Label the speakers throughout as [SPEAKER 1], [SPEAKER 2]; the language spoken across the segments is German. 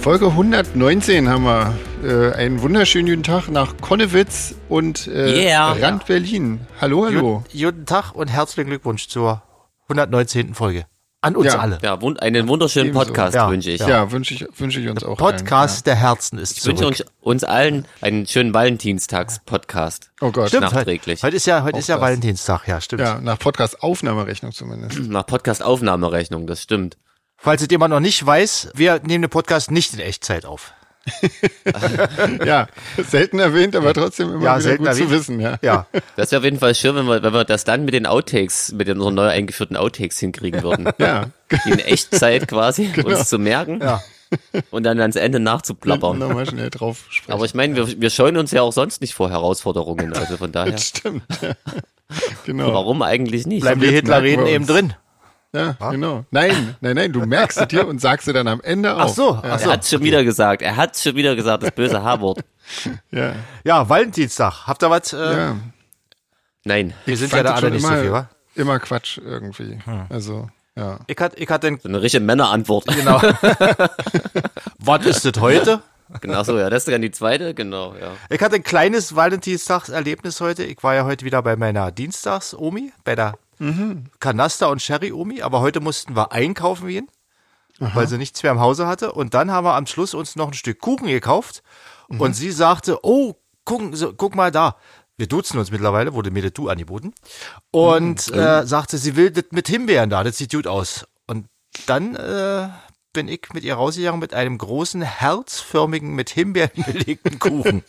[SPEAKER 1] Folge 119 haben wir. Äh, einen wunderschönen guten Tag nach Konnewitz und äh,
[SPEAKER 2] Yeah.
[SPEAKER 1] Rand Berlin. Hallo, hallo.
[SPEAKER 3] Jut- Guten Tag und herzlichen Glückwunsch zur 119. Folge. An uns
[SPEAKER 1] Ja.
[SPEAKER 3] alle.
[SPEAKER 2] Ja, wund einen wunderschönen
[SPEAKER 1] Ebenso.
[SPEAKER 2] Podcast
[SPEAKER 3] Ja,
[SPEAKER 2] wünsche ich.
[SPEAKER 1] Ja, wünsche ich, wünsche ich uns auch.
[SPEAKER 3] Podcast der Herzen ist
[SPEAKER 2] Ich wünsche
[SPEAKER 3] zurück.
[SPEAKER 2] uns, uns allen einen schönen Valentinstags-Podcast.
[SPEAKER 1] Allen, ja. Oh Gott.
[SPEAKER 2] Stimmt.
[SPEAKER 3] heute,
[SPEAKER 2] nachträglich.
[SPEAKER 3] heute ist ja, heute ist ja
[SPEAKER 1] das.
[SPEAKER 3] Valentinstag, ja, stimmt.
[SPEAKER 1] Ja, nach Podcast-Aufnahmerechnung zumindest.
[SPEAKER 2] Nach Podcast-Aufnahmerechnung, das stimmt.
[SPEAKER 3] Falls es jemand noch nicht weiß, wir nehmen den Podcast nicht in Echtzeit auf.
[SPEAKER 1] ja, selten erwähnt, aber trotzdem immer
[SPEAKER 3] Ja,
[SPEAKER 1] wieder
[SPEAKER 3] selten
[SPEAKER 1] gut zu
[SPEAKER 3] erwähnt.
[SPEAKER 1] wissen. Ja.
[SPEAKER 3] Ja,
[SPEAKER 2] Das wäre auf jeden Fall schön, wenn wir, wenn wir das dann mit den Outtakes, mit unseren neu eingeführten Outtakes hinkriegen würden.
[SPEAKER 1] Ja.
[SPEAKER 2] Die in Echtzeit quasi uns zu merken
[SPEAKER 3] Genau. Ja. Genau.
[SPEAKER 2] und dann ans Ende nachzuplappern.
[SPEAKER 1] Nochmal schnell drauf sprechen.
[SPEAKER 2] Aber ich meine, wir, wir scheuen uns ja auch sonst nicht vor Herausforderungen. Also von daher,
[SPEAKER 1] Stimmt. Ja. Genau.
[SPEAKER 2] warum eigentlich nicht?
[SPEAKER 3] bleiben die
[SPEAKER 1] jetzt merken
[SPEAKER 3] Hitlerreden
[SPEAKER 1] wir
[SPEAKER 3] eben
[SPEAKER 1] uns.
[SPEAKER 3] drin.
[SPEAKER 1] Ja, genau. Nein, nein, nein, du merkst es dir und sagst es dann am Ende auch.
[SPEAKER 3] Ach so,
[SPEAKER 1] Ja,
[SPEAKER 3] ach
[SPEAKER 2] Er
[SPEAKER 3] so.
[SPEAKER 2] hat's schon wieder gesagt. Er hat's schon wieder gesagt, das böse H-Wort.
[SPEAKER 1] ja.
[SPEAKER 3] Ja, Valentinstag. Habt ihr was? Äh,
[SPEAKER 1] ja.
[SPEAKER 2] Nein.
[SPEAKER 3] Wir sind
[SPEAKER 1] Fand
[SPEAKER 3] ja da
[SPEAKER 1] das
[SPEAKER 3] alle
[SPEAKER 1] schon
[SPEAKER 3] nicht
[SPEAKER 1] immer,
[SPEAKER 3] so viel, wa? Hm.
[SPEAKER 1] Immer Quatsch irgendwie. Also, ja.
[SPEAKER 3] Ich hatte, ich hatte den,
[SPEAKER 2] So eine richtige Männerantwort.
[SPEAKER 3] genau. was ist das heute?
[SPEAKER 2] Genau so, ja. Das ist dann die zweite, genau, ja.
[SPEAKER 3] Ich hatte ein kleines Valentinstagserlebnis heute. Ich war ja heute wieder bei meiner Dienstags-Omi, bei der Kanaster- und Sherry-Omi. Aber heute mussten wir einkaufen gehen, weil sie nichts mehr im Hause hatte. Und dann haben wir am Schluss uns noch ein Stück Kuchen gekauft. Und sie sagte, oh, guck, so, guck mal da. Wir duzen uns mittlerweile, wurde mir das Du angeboten. Und äh, sagte, sie will das mit Himbeeren da, das sieht gut aus. Und dann äh, bin ich mit ihr rausgegangen mit einem großen, herzförmigen, mit Himbeeren belegten Kuchen.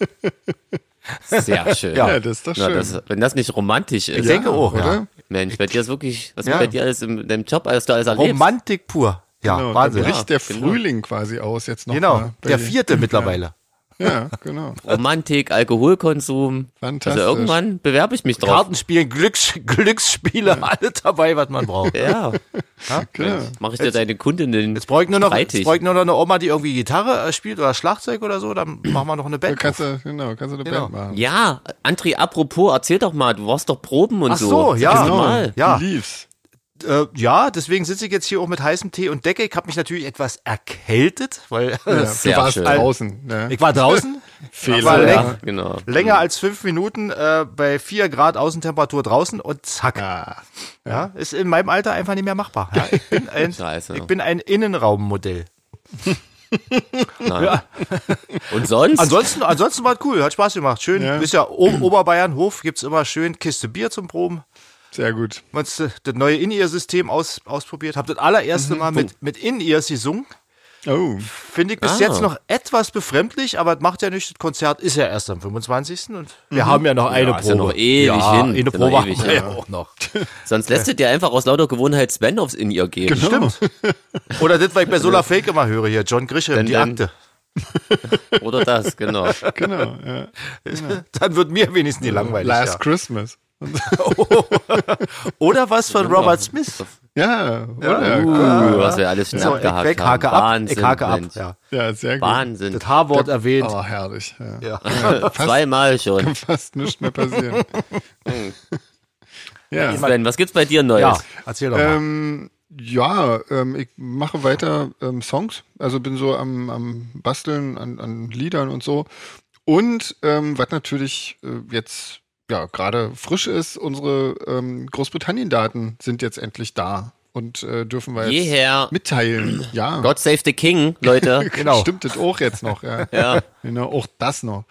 [SPEAKER 2] Sehr schön.
[SPEAKER 3] Ja,
[SPEAKER 1] das ist doch
[SPEAKER 2] Na,
[SPEAKER 1] schön.
[SPEAKER 2] das, wenn das nicht romantisch ist.
[SPEAKER 3] denke auch, ja.
[SPEAKER 1] oder?
[SPEAKER 2] Mensch, bei dir ist wirklich, was
[SPEAKER 3] Ja.
[SPEAKER 2] bei dir alles in deinem Job, alles da alles erlebst.
[SPEAKER 3] Romantik pur. Ja,
[SPEAKER 1] Genau,
[SPEAKER 3] Wahnsinn.
[SPEAKER 1] Dann bricht der
[SPEAKER 2] genau.
[SPEAKER 1] Frühling quasi aus jetzt noch.
[SPEAKER 3] Genau,
[SPEAKER 1] mal bei
[SPEAKER 3] der
[SPEAKER 1] dir.
[SPEAKER 3] vierte mittlerweile.
[SPEAKER 1] Ja, genau.
[SPEAKER 2] Romantik, Alkoholkonsum.
[SPEAKER 1] Fantastisch.
[SPEAKER 2] Also irgendwann bewerbe ich mich drauf.
[SPEAKER 3] Kartenspielen, Glücks Glücksspiele, alle dabei, was man braucht.
[SPEAKER 2] Ja.
[SPEAKER 1] Genau.
[SPEAKER 2] Mache ich dir deine Kundinnen.
[SPEAKER 3] Jetzt brauche ich nur noch, jetzt
[SPEAKER 2] streitig.
[SPEAKER 3] brauche ich nur noch eine Oma, die irgendwie Gitarre äh, spielt oder Schlagzeug oder so, dann machen wir noch eine
[SPEAKER 1] Du
[SPEAKER 3] Band.
[SPEAKER 1] kannst du, genau, kannst du eine Band machen.
[SPEAKER 2] Ja, André, apropos, erzähl doch mal, du warst doch Proben und
[SPEAKER 3] Ach
[SPEAKER 2] so.
[SPEAKER 3] so, ja.
[SPEAKER 2] Erzähl
[SPEAKER 3] Genau.
[SPEAKER 2] Mal.
[SPEAKER 3] Ja.
[SPEAKER 1] Die Leaves.
[SPEAKER 3] Äh, ja, deswegen sitze ich jetzt hier auch mit heißem Tee und Decke. Ich habe mich natürlich etwas erkältet, weil
[SPEAKER 1] Ja, du
[SPEAKER 2] Sehr
[SPEAKER 1] warst
[SPEAKER 2] schön.
[SPEAKER 1] draußen. Ne?
[SPEAKER 3] ich war draußen.
[SPEAKER 1] Fehler.
[SPEAKER 3] war
[SPEAKER 1] ja.
[SPEAKER 3] länger.
[SPEAKER 2] Genau.
[SPEAKER 3] Länger als fünf Minuten äh, bei vier Grad Außentemperatur draußen und zack.
[SPEAKER 1] Ah,
[SPEAKER 3] Ja, ist in meinem Alter einfach nicht mehr machbar. Ja, ich, bin ein,
[SPEAKER 2] Scheiße.
[SPEAKER 3] ich bin ein Innenraummodell.
[SPEAKER 2] Nein. Und sonst?
[SPEAKER 3] Ansonsten, ansonsten war es cool, hat Spaß gemacht. Schön,
[SPEAKER 1] Ja.
[SPEAKER 3] ist ja o Oberbayernhof, gibt's immer schön Kiste Bier zum Proben.
[SPEAKER 1] sehr gut.
[SPEAKER 3] Wir haben uns, äh, das neue In-Ear-System aus, ausprobiert, hab das
[SPEAKER 2] Mhm.
[SPEAKER 3] allererste Mal mit, mit In-Ears gesungen.
[SPEAKER 1] Oh,
[SPEAKER 3] Finde ich bis
[SPEAKER 2] Oh. Ah.
[SPEAKER 3] jetzt noch etwas befremdlich, aber das macht ja nichts. Das Konzert ist ja erst am 25. und wir haben ja noch eine
[SPEAKER 2] Mhm. Ja,
[SPEAKER 3] Probe.
[SPEAKER 2] ist ja noch ewig
[SPEAKER 3] ja,
[SPEAKER 2] hin. Ist
[SPEAKER 3] Eine
[SPEAKER 2] ja
[SPEAKER 3] Probe
[SPEAKER 2] noch
[SPEAKER 3] haben
[SPEAKER 2] ewig
[SPEAKER 3] wir
[SPEAKER 2] hin.
[SPEAKER 3] ja auch noch.
[SPEAKER 2] Sonst lässt du dir einfach aus lauter Gewohnheit Sven aufs in ihr geben.
[SPEAKER 3] Genau.
[SPEAKER 1] Stimmt.
[SPEAKER 3] Oder das, was ich bei Solar Fake immer höre hier, John Grisham,
[SPEAKER 2] Dann-
[SPEAKER 3] die
[SPEAKER 2] dann-
[SPEAKER 3] Akte.
[SPEAKER 2] Oder das, genau.
[SPEAKER 1] genau. Ja.
[SPEAKER 3] Dann wird mir wenigstens die langweilig.
[SPEAKER 1] Last
[SPEAKER 3] ja.
[SPEAKER 1] Christmas.
[SPEAKER 3] Oder was von
[SPEAKER 2] Genau.
[SPEAKER 3] Robert Smith.
[SPEAKER 1] Ja, oder?
[SPEAKER 2] Uh, was wir alles schon
[SPEAKER 3] So, ich
[SPEAKER 2] abgehakt
[SPEAKER 3] weg,
[SPEAKER 2] haben.
[SPEAKER 3] hake ab.
[SPEAKER 2] Wahnsinn,
[SPEAKER 3] Ich hake ab.
[SPEAKER 2] Mensch.
[SPEAKER 3] Ja.
[SPEAKER 1] Ja, sehr gut.
[SPEAKER 2] Wahnsinn.
[SPEAKER 3] Das H-Wort erwähnt.
[SPEAKER 1] Oh, herrlich. Ja.
[SPEAKER 3] Ja.
[SPEAKER 2] Zweimal schon.
[SPEAKER 1] Fast nichts mehr passieren. ja.
[SPEAKER 2] Sven, was gibt's bei dir Neues?
[SPEAKER 3] ja, erzähl doch mal.
[SPEAKER 1] Ähm, ja, ähm, ich mache weiter ähm, Songs. Also bin so am, am Basteln, an, an Liedern und so. Und ähm, was natürlich äh, jetzt ja gerade frisch ist, unsere ähm, Großbritannien-Daten sind jetzt endlich da und äh, dürfen wir jetzt
[SPEAKER 2] Jeher.
[SPEAKER 1] mitteilen. Ja,
[SPEAKER 2] God save the King, Leute.
[SPEAKER 3] genau.
[SPEAKER 1] stimmt das auch jetzt noch. Ja.
[SPEAKER 2] Ja.
[SPEAKER 1] Genau, auch das noch.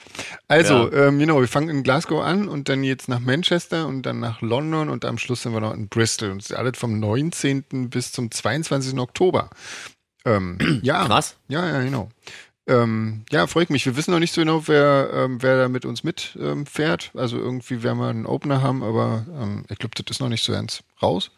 [SPEAKER 1] Also, ähm, genau, wir fangen in Glasgow an und dann jetzt nach Manchester und dann nach London und am Schluss sind wir noch in Bristol. Und das ist alles vom 19. bis zum 22. Oktober. Ähm, ja.
[SPEAKER 2] Krass.
[SPEAKER 1] Ja, ja, genau. Ähm, ja, freut mich. Wir wissen noch nicht so genau, wer, ähm, wer da mit uns mitfährt. Ähm, fährt. also irgendwie werden wir einen Opener haben, aber ähm, ich glaube, das ist noch nicht so ganz raus,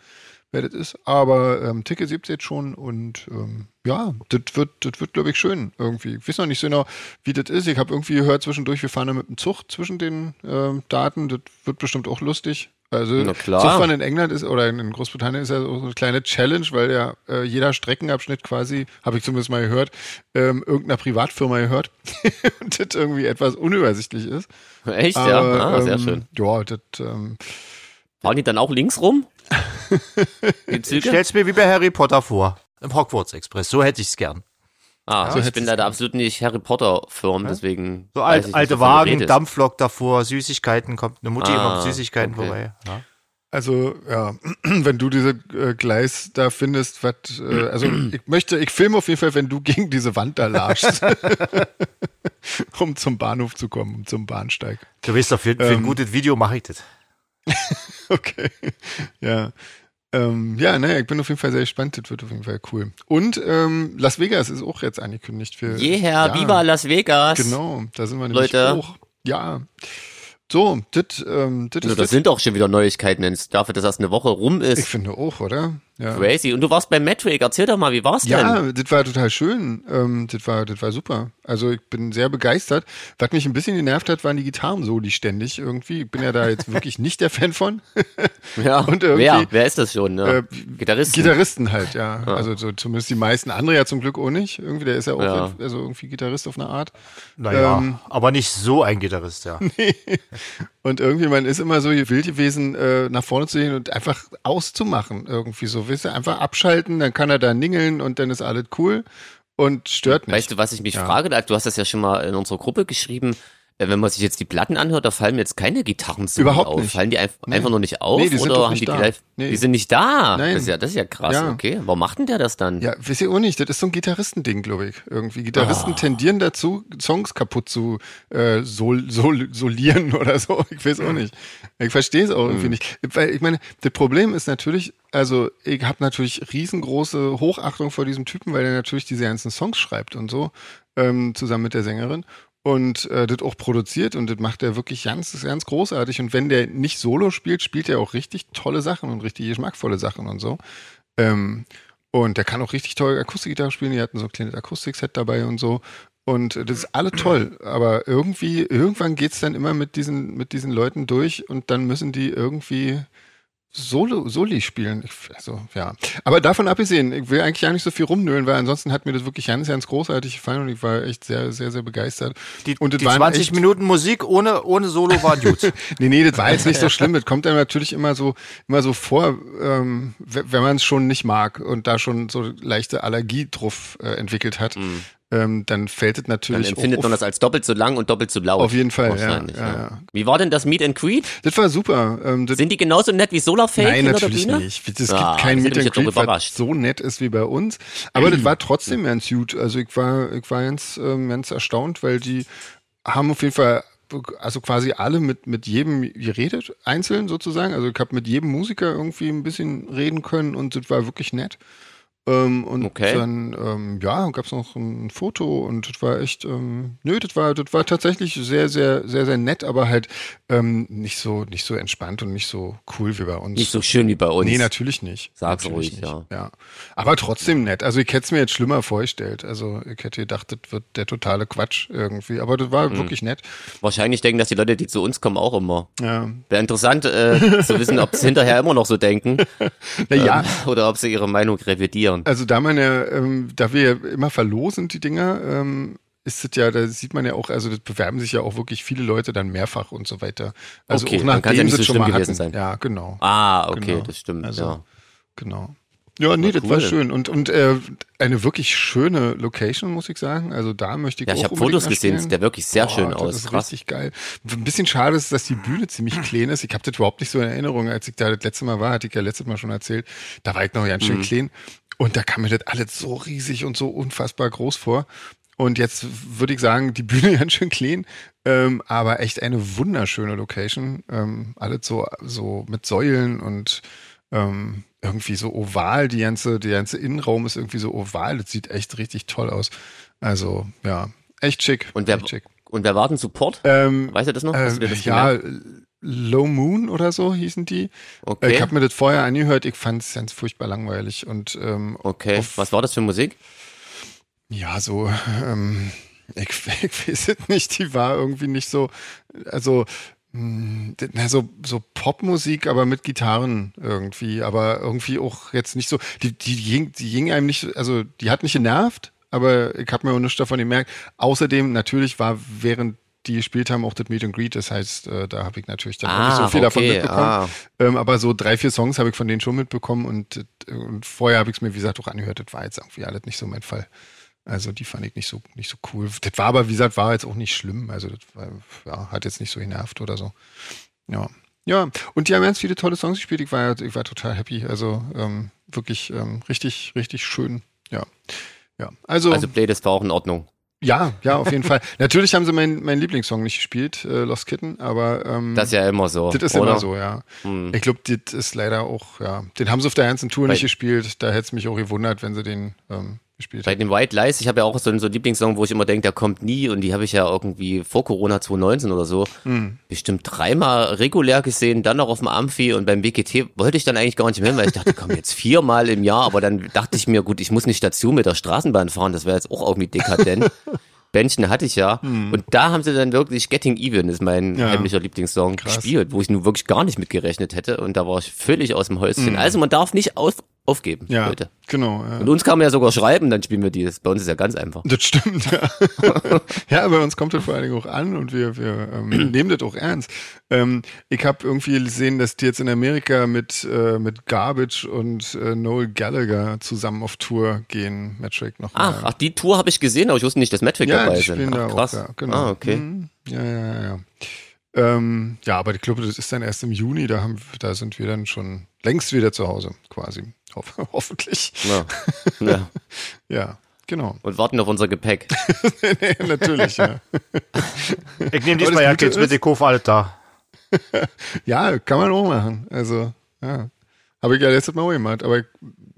[SPEAKER 1] wer das ist. Aber ähm, Ticket gibt es jetzt schon und ähm, ja, das wird, das wird glaube ich, schön irgendwie. Ich weiß noch nicht so genau, wie das ist. Ich habe irgendwie gehört zwischendurch, wir fahren da mit dem Zug zwischen den ähm, Daten. Das wird bestimmt auch lustig. Also
[SPEAKER 2] Na klar.
[SPEAKER 1] Zugfahren in England ist oder in in Großbritannien ist ja so eine kleine Challenge, weil ja äh, jeder Streckenabschnitt quasi, habe ich zumindest mal gehört, ähm, irgendeiner Privatfirma gehört und das irgendwie etwas unübersichtlich ist.
[SPEAKER 2] Echt, ja.
[SPEAKER 1] Aber,
[SPEAKER 2] Ah, sehr
[SPEAKER 1] ähm,
[SPEAKER 2] schön.
[SPEAKER 1] Ja, das ähm,
[SPEAKER 2] Fahren die dann auch links rum? Die Züge?
[SPEAKER 3] Stell's mir wie bei Harry Potter vor. Im Hogwarts Express, so hätte ich's gern.
[SPEAKER 2] Ah,
[SPEAKER 1] so
[SPEAKER 2] ich
[SPEAKER 1] hättest
[SPEAKER 2] bin leider absolut nicht Harry Potter-Firm, deswegen. weiß
[SPEAKER 3] So
[SPEAKER 2] ich
[SPEAKER 3] alt,
[SPEAKER 2] nicht,
[SPEAKER 3] alte
[SPEAKER 2] wovon du
[SPEAKER 3] Wagen,
[SPEAKER 2] redest.
[SPEAKER 3] Dampflok davor, Süßigkeiten, kommt eine Mutti immer
[SPEAKER 2] Ah,
[SPEAKER 3] mit Süßigkeiten
[SPEAKER 2] okay.
[SPEAKER 3] vorbei. Ja.
[SPEAKER 1] Also, ja, wenn du diese äh, Gleis da findest, was, äh, also ich möchte, ich filme auf jeden Fall, wenn du gegen diese Wand da laschst, um zum Bahnhof zu kommen, um zum Bahnsteig.
[SPEAKER 3] Du weißt doch, für, für
[SPEAKER 2] Ähm,
[SPEAKER 3] ein gutes Video mache ich das.
[SPEAKER 1] Okay. Ja. Ähm, ja, naja, ich bin auf jeden Fall sehr gespannt. Das wird auf jeden Fall cool. Und ähm, Las Vegas ist auch jetzt angekündigt für.
[SPEAKER 2] Jeher,
[SPEAKER 1] ja,
[SPEAKER 2] Viva Las Vegas!
[SPEAKER 1] Genau, da sind wir nämlich
[SPEAKER 2] Leute.
[SPEAKER 1] auch. Ja. So, das ähm, das
[SPEAKER 2] Also,
[SPEAKER 1] ist
[SPEAKER 2] das sind auch schon wieder Neuigkeiten, wenn's dafür, dass das eine Woche rum
[SPEAKER 1] Ich
[SPEAKER 2] ist.
[SPEAKER 1] finde auch, oder? Ja.
[SPEAKER 2] Crazy. Und du warst beim Metric, erzähl doch mal, wie war's denn?
[SPEAKER 1] Ja, das war total schön. Ähm, das war, das war super. Also ich bin sehr begeistert. Was mich ein bisschen genervt hat, waren die Gitarren-Soli ständig irgendwie. Ich bin ja da jetzt wirklich nicht der Fan von.
[SPEAKER 2] Ja,
[SPEAKER 1] und irgendwie-
[SPEAKER 2] wer, wer ist das schon? Ne?
[SPEAKER 1] Äh,
[SPEAKER 2] Gitarrist.
[SPEAKER 1] Gitarristen halt, ja. Also so, zumindest die meisten. Andre ja zum Glück auch nicht. Irgendwie, der ist ja auch
[SPEAKER 2] Ja.
[SPEAKER 1] also irgendwie Gitarrist auf eine Art.
[SPEAKER 3] Naja,
[SPEAKER 1] Ähm.
[SPEAKER 3] aber nicht so ein Gitarrist, ja.
[SPEAKER 1] Und irgendwie, man ist immer so wild gewesen, äh, nach vorne zu gehen und einfach auszumachen irgendwie so. Weißt du, einfach abschalten, dann kann er da ningeln und dann ist alles cool und stört nicht.
[SPEAKER 2] Weißt du, was ich mich frage, Dag? Du hast das ja schon mal in unserer Gruppe geschrieben. Äh, Wenn man sich jetzt die Platten anhört, da fallen mir jetzt keine Gitarren so
[SPEAKER 1] Überhaupt
[SPEAKER 2] auf.
[SPEAKER 1] nicht.
[SPEAKER 2] Fallen die einfach, einfach nur nicht auf?
[SPEAKER 1] Nee, die sind
[SPEAKER 2] oder
[SPEAKER 1] doch
[SPEAKER 2] haben
[SPEAKER 1] nicht
[SPEAKER 2] die
[SPEAKER 1] da.
[SPEAKER 2] gleich-
[SPEAKER 1] Nee.
[SPEAKER 2] Die sind nicht da.
[SPEAKER 1] Nein.
[SPEAKER 2] Das, ist ja, das ist ja krass.
[SPEAKER 1] Ja.
[SPEAKER 2] Okay. Warum macht denn der das dann?
[SPEAKER 1] Ja, wisst ihr auch nicht, das ist so ein Gitarristending, glaube ich. Irgendwie. Gitarristen tendieren dazu, Songs kaputt zu äh, sol, sol, solieren oder so. Ich weiß auch nicht. Ich verstehe es auch irgendwie nicht. Weil ich meine, das Problem ist natürlich, also ich habe natürlich riesengroße Hochachtung vor diesem Typen, weil er natürlich diese ganzen Songs schreibt und so, ähm, zusammen mit der Sängerin. Und äh, das auch produziert und das macht er wirklich ganz, ganz großartig. Und wenn der nicht solo spielt, spielt er auch richtig tolle Sachen und richtig geschmackvolle Sachen und so. Ähm, und der kann auch richtig toll Akustikgitarre spielen. Die hatten so ein kleines Akustikset dabei und so. Und äh, das ist alle toll. Aber irgendwie, irgendwann geht's dann immer mit diesen, mit diesen Leuten durch und dann müssen die irgendwie Solo, Soli spielen. Ich, also, ja. Aber davon abgesehen, ich will eigentlich gar nicht so viel rumnölen, weil ansonsten hat mir das wirklich ganz, ganz großartig gefallen und ich war echt sehr, sehr, sehr begeistert.
[SPEAKER 3] Die,
[SPEAKER 1] und das
[SPEAKER 3] die
[SPEAKER 1] waren
[SPEAKER 3] 20
[SPEAKER 1] echt-
[SPEAKER 3] Minuten Musik ohne, ohne Solo waren gut.
[SPEAKER 1] Nee, nee, das war jetzt nicht so schlimm. Das kommt einem natürlich immer so, immer so vor, ähm, we- wenn man es schon nicht mag und da schon so leichte Allergie drauf äh, entwickelt hat, ähm, dann fällt es
[SPEAKER 2] Mhm. Dann
[SPEAKER 1] natürlich
[SPEAKER 2] empfindet
[SPEAKER 1] auf,
[SPEAKER 2] man das als doppelt so lang und doppelt so laut.
[SPEAKER 1] oh, auf jeden Fall. Ja,
[SPEAKER 2] Wahrscheinlich,
[SPEAKER 1] ja,
[SPEAKER 2] ja.
[SPEAKER 1] ja.
[SPEAKER 2] Wie war denn das Meet and Greet?
[SPEAKER 1] Das war super. Ähm, das,
[SPEAKER 2] Sind die genauso nett wie Solarfake
[SPEAKER 1] Nein,
[SPEAKER 2] hinter der
[SPEAKER 1] natürlich
[SPEAKER 2] Bühne?
[SPEAKER 1] nicht. Es gibt
[SPEAKER 2] Ah,
[SPEAKER 1] kein Meet
[SPEAKER 2] das hätte mich
[SPEAKER 1] and
[SPEAKER 2] jetzt auch
[SPEAKER 1] Greet, was
[SPEAKER 2] überrascht. Hm.
[SPEAKER 1] so nett ist wie bei uns. Aber das war trotzdem ganz gut. Also ich war, ich war ganz, ähm, ganz erstaunt, weil die haben auf jeden Fall also quasi alle mit, mit jedem geredet, einzeln sozusagen. Also ich habe mit jedem Musiker irgendwie ein bisschen reden können und das war wirklich nett. Ähm, und
[SPEAKER 2] Okay.
[SPEAKER 1] dann, ähm, ja, gab es noch ein Foto und das war echt, ähm, nö, das war, das war tatsächlich sehr, sehr, sehr, sehr nett, aber halt ähm, nicht so, nicht so entspannt und nicht so cool wie bei uns.
[SPEAKER 2] Nicht so schön wie bei uns.
[SPEAKER 1] Nee, natürlich nicht.
[SPEAKER 2] Sag's
[SPEAKER 1] natürlich
[SPEAKER 2] ruhig, ja.
[SPEAKER 1] Aber trotzdem nett. Also ich hätte es mir jetzt schlimmer vorgestellt. Also ich hätte gedacht, das wird der totale Quatsch irgendwie. Aber das
[SPEAKER 2] Hm.
[SPEAKER 1] war wirklich nett.
[SPEAKER 2] Wahrscheinlich denken dass die Leute, die zu uns kommen, auch immer.
[SPEAKER 1] Ja.
[SPEAKER 2] Wäre interessant äh, zu wissen, ob sie hinterher immer noch so denken.
[SPEAKER 1] Naja,
[SPEAKER 2] Ähm, oder ob sie ihre Meinung revidieren.
[SPEAKER 1] also da man ja, ähm, da wir ja immer verlosen, die Dinger, ähm, ist das ja, da sieht man ja auch, also das bewerben sich ja auch wirklich viele Leute dann mehrfach und so weiter. Also
[SPEAKER 2] Okay,
[SPEAKER 1] auch
[SPEAKER 2] dann kann's
[SPEAKER 1] nachdem
[SPEAKER 2] ja nicht
[SPEAKER 1] sie es
[SPEAKER 2] so
[SPEAKER 1] schon mal
[SPEAKER 2] schlimm
[SPEAKER 1] hatten.
[SPEAKER 2] gewesen sein.
[SPEAKER 1] Ja, genau.
[SPEAKER 2] Ah, okay,
[SPEAKER 1] Genau.
[SPEAKER 2] das stimmt.
[SPEAKER 1] Also,
[SPEAKER 2] ja.
[SPEAKER 1] Genau. Ja, nee, das war
[SPEAKER 2] cool.
[SPEAKER 1] schön. Und, und äh, eine wirklich schöne Location, muss ich sagen. Also da möchte ich
[SPEAKER 2] ja,
[SPEAKER 1] auch
[SPEAKER 2] ich habe
[SPEAKER 1] unbedingt
[SPEAKER 2] Fotos gesehen,
[SPEAKER 1] nachspielen.
[SPEAKER 2] sieht ja wirklich sehr
[SPEAKER 1] Boah,
[SPEAKER 2] schön
[SPEAKER 1] das
[SPEAKER 2] aus.
[SPEAKER 1] ist
[SPEAKER 2] Krass.
[SPEAKER 1] richtig geil. Ein bisschen schade ist, dass die Bühne ziemlich klein ist. Ich habe das überhaupt nicht so in Erinnerung, als ich da das letzte Mal war, hatte ich ja letztes Mal schon erzählt. Da war ich noch ganz schön
[SPEAKER 2] Mhm.
[SPEAKER 1] klein. Und da kam mir das alles so riesig und so unfassbar groß vor. Und jetzt würde ich sagen, die Bühne ganz schön klein, ähm, aber echt eine wunderschöne Location. Ähm, alles so, so mit Säulen und ähm, irgendwie so oval. Die ganze, der ganze Innenraum ist irgendwie so oval. Das sieht echt richtig toll aus. Also, ja, echt schick.
[SPEAKER 2] Und wer,
[SPEAKER 1] echt schick.
[SPEAKER 2] und wer war denn Support?
[SPEAKER 1] Ähm,
[SPEAKER 2] weißt du das noch? Hast du dir
[SPEAKER 1] äh,
[SPEAKER 2] das
[SPEAKER 1] ja,
[SPEAKER 2] gemerkt?
[SPEAKER 1] Low Moon oder so hießen die. Äh,
[SPEAKER 2] Okay.
[SPEAKER 1] Ich habe mir das vorher angehört, ich fand es ganz furchtbar langweilig. Und ähm,
[SPEAKER 2] Okay,
[SPEAKER 1] auf-
[SPEAKER 2] was war das für Musik?
[SPEAKER 1] ja, so, ähm, ich, ich weiß es nicht, die war irgendwie nicht so, also, mh, na, so, so Popmusik, aber mit Gitarren irgendwie, aber irgendwie auch jetzt nicht so, die, die, ging, die ging einem nicht, also, die hat nicht genervt, aber ich habe mir auch nichts davon gemerkt. Außerdem, natürlich war während die gespielt haben, auch das Meet and Greet. Das heißt, äh, da habe ich natürlich dann auch nicht so
[SPEAKER 2] Ah,
[SPEAKER 1] viel davon
[SPEAKER 2] okay,
[SPEAKER 1] mitbekommen.
[SPEAKER 2] ah.
[SPEAKER 1] Ähm, aber so drei, vier Songs habe ich von denen schon mitbekommen und, äh, und vorher habe ich es mir, wie gesagt, auch angehört. Das war jetzt irgendwie alles nicht so mein Fall. Also die fand ich nicht so, nicht so cool. Das war aber, wie gesagt, war jetzt auch nicht schlimm. Also das war, ja, hat jetzt nicht so genervt oder so. Ja. Ja, und die haben ganz viele tolle Songs gespielt. Ich war, ich war total happy. Also ähm, wirklich ähm, richtig, richtig schön. Ja. Ja. Also,
[SPEAKER 2] Also Playlist war auch in Ordnung.
[SPEAKER 1] ja, ja, auf jeden Fall. Natürlich haben sie meinen mein Lieblingssong nicht gespielt, äh, Lost Kitten, aber ähm,
[SPEAKER 2] Das ist ja immer so.
[SPEAKER 1] das ist
[SPEAKER 2] oder?
[SPEAKER 1] immer so, ja.
[SPEAKER 2] Hm.
[SPEAKER 1] Ich glaube, das ist leider auch, ja. Den haben sie auf der ganzen Tour
[SPEAKER 2] Bei-
[SPEAKER 1] nicht gespielt. Da hätte es mich auch gewundert, wenn sie den ähm, gespielt
[SPEAKER 2] Bei
[SPEAKER 1] hätten.
[SPEAKER 2] den White Lies, ich habe ja auch so einen, so einen Lieblingssong, wo ich immer denke, der kommt nie und die habe ich ja irgendwie vor Corona 2019 oder so
[SPEAKER 1] Mhm.
[SPEAKER 2] bestimmt dreimal regulär gesehen, dann noch auf dem Amphi und beim WGT wollte ich dann eigentlich gar nicht mehr hin, weil ich dachte, komm jetzt viermal im Jahr, aber dann dachte ich mir, gut, ich muss nicht dazu mit der Straßenbahn fahren, das wäre jetzt auch irgendwie dekadent. Bändchen hatte ich ja. Und da haben sie dann wirklich Getting Even, ist mein
[SPEAKER 1] Mhm. Ja.
[SPEAKER 2] heimlicher Lieblingssong, gespielt, wo ich nun wirklich gar nicht mit gerechnet hätte. Und da war ich völlig aus dem Häuschen. Also man darf nicht auf, aufgeben,
[SPEAKER 1] Mhm. Ja,
[SPEAKER 2] Leute.
[SPEAKER 1] genau. Ja.
[SPEAKER 2] Und uns kann man ja sogar schreiben, dann spielen wir die. Das- Bei uns ist ja ganz einfach.
[SPEAKER 1] Das stimmt, ja. ja, bei uns kommt das vor allen Dingen auch an und wir, wir ähm, nehmen das auch ernst. Ähm, ich habe irgendwie gesehen, dass die jetzt in Amerika mit, äh, mit Garbage und äh, Noel Gallagher zusammen auf Tour gehen. Metric noch
[SPEAKER 2] Ach, ach die Tour habe ich gesehen, aber ich wusste nicht, dass Metric
[SPEAKER 1] ja,
[SPEAKER 2] Ah, dabei
[SPEAKER 1] die
[SPEAKER 2] sind.
[SPEAKER 1] spielen da
[SPEAKER 2] Ach, krass.
[SPEAKER 1] auch. Ja, genau.
[SPEAKER 2] Ah, okay.
[SPEAKER 1] Mhm. Ja, ja, ja, ja. Ähm, ja, aber ich glaube, das ist dann erst im Juni. Da, haben, da sind wir dann schon längst wieder zu Hause, quasi. Hoff- hoffentlich.
[SPEAKER 2] Ja. Ja.
[SPEAKER 1] Ja, genau.
[SPEAKER 2] Und warten auf unser Gepäck.
[SPEAKER 1] Natürlich, ja.
[SPEAKER 3] Ich nehme
[SPEAKER 1] das
[SPEAKER 3] diesmal ja
[SPEAKER 1] Gute
[SPEAKER 3] Kids mit,
[SPEAKER 1] ist-
[SPEAKER 3] ich kauf alles da.
[SPEAKER 1] Ja, kann man auch machen. Also, ja. Habe ich ja letztes Mal auch gemacht, aber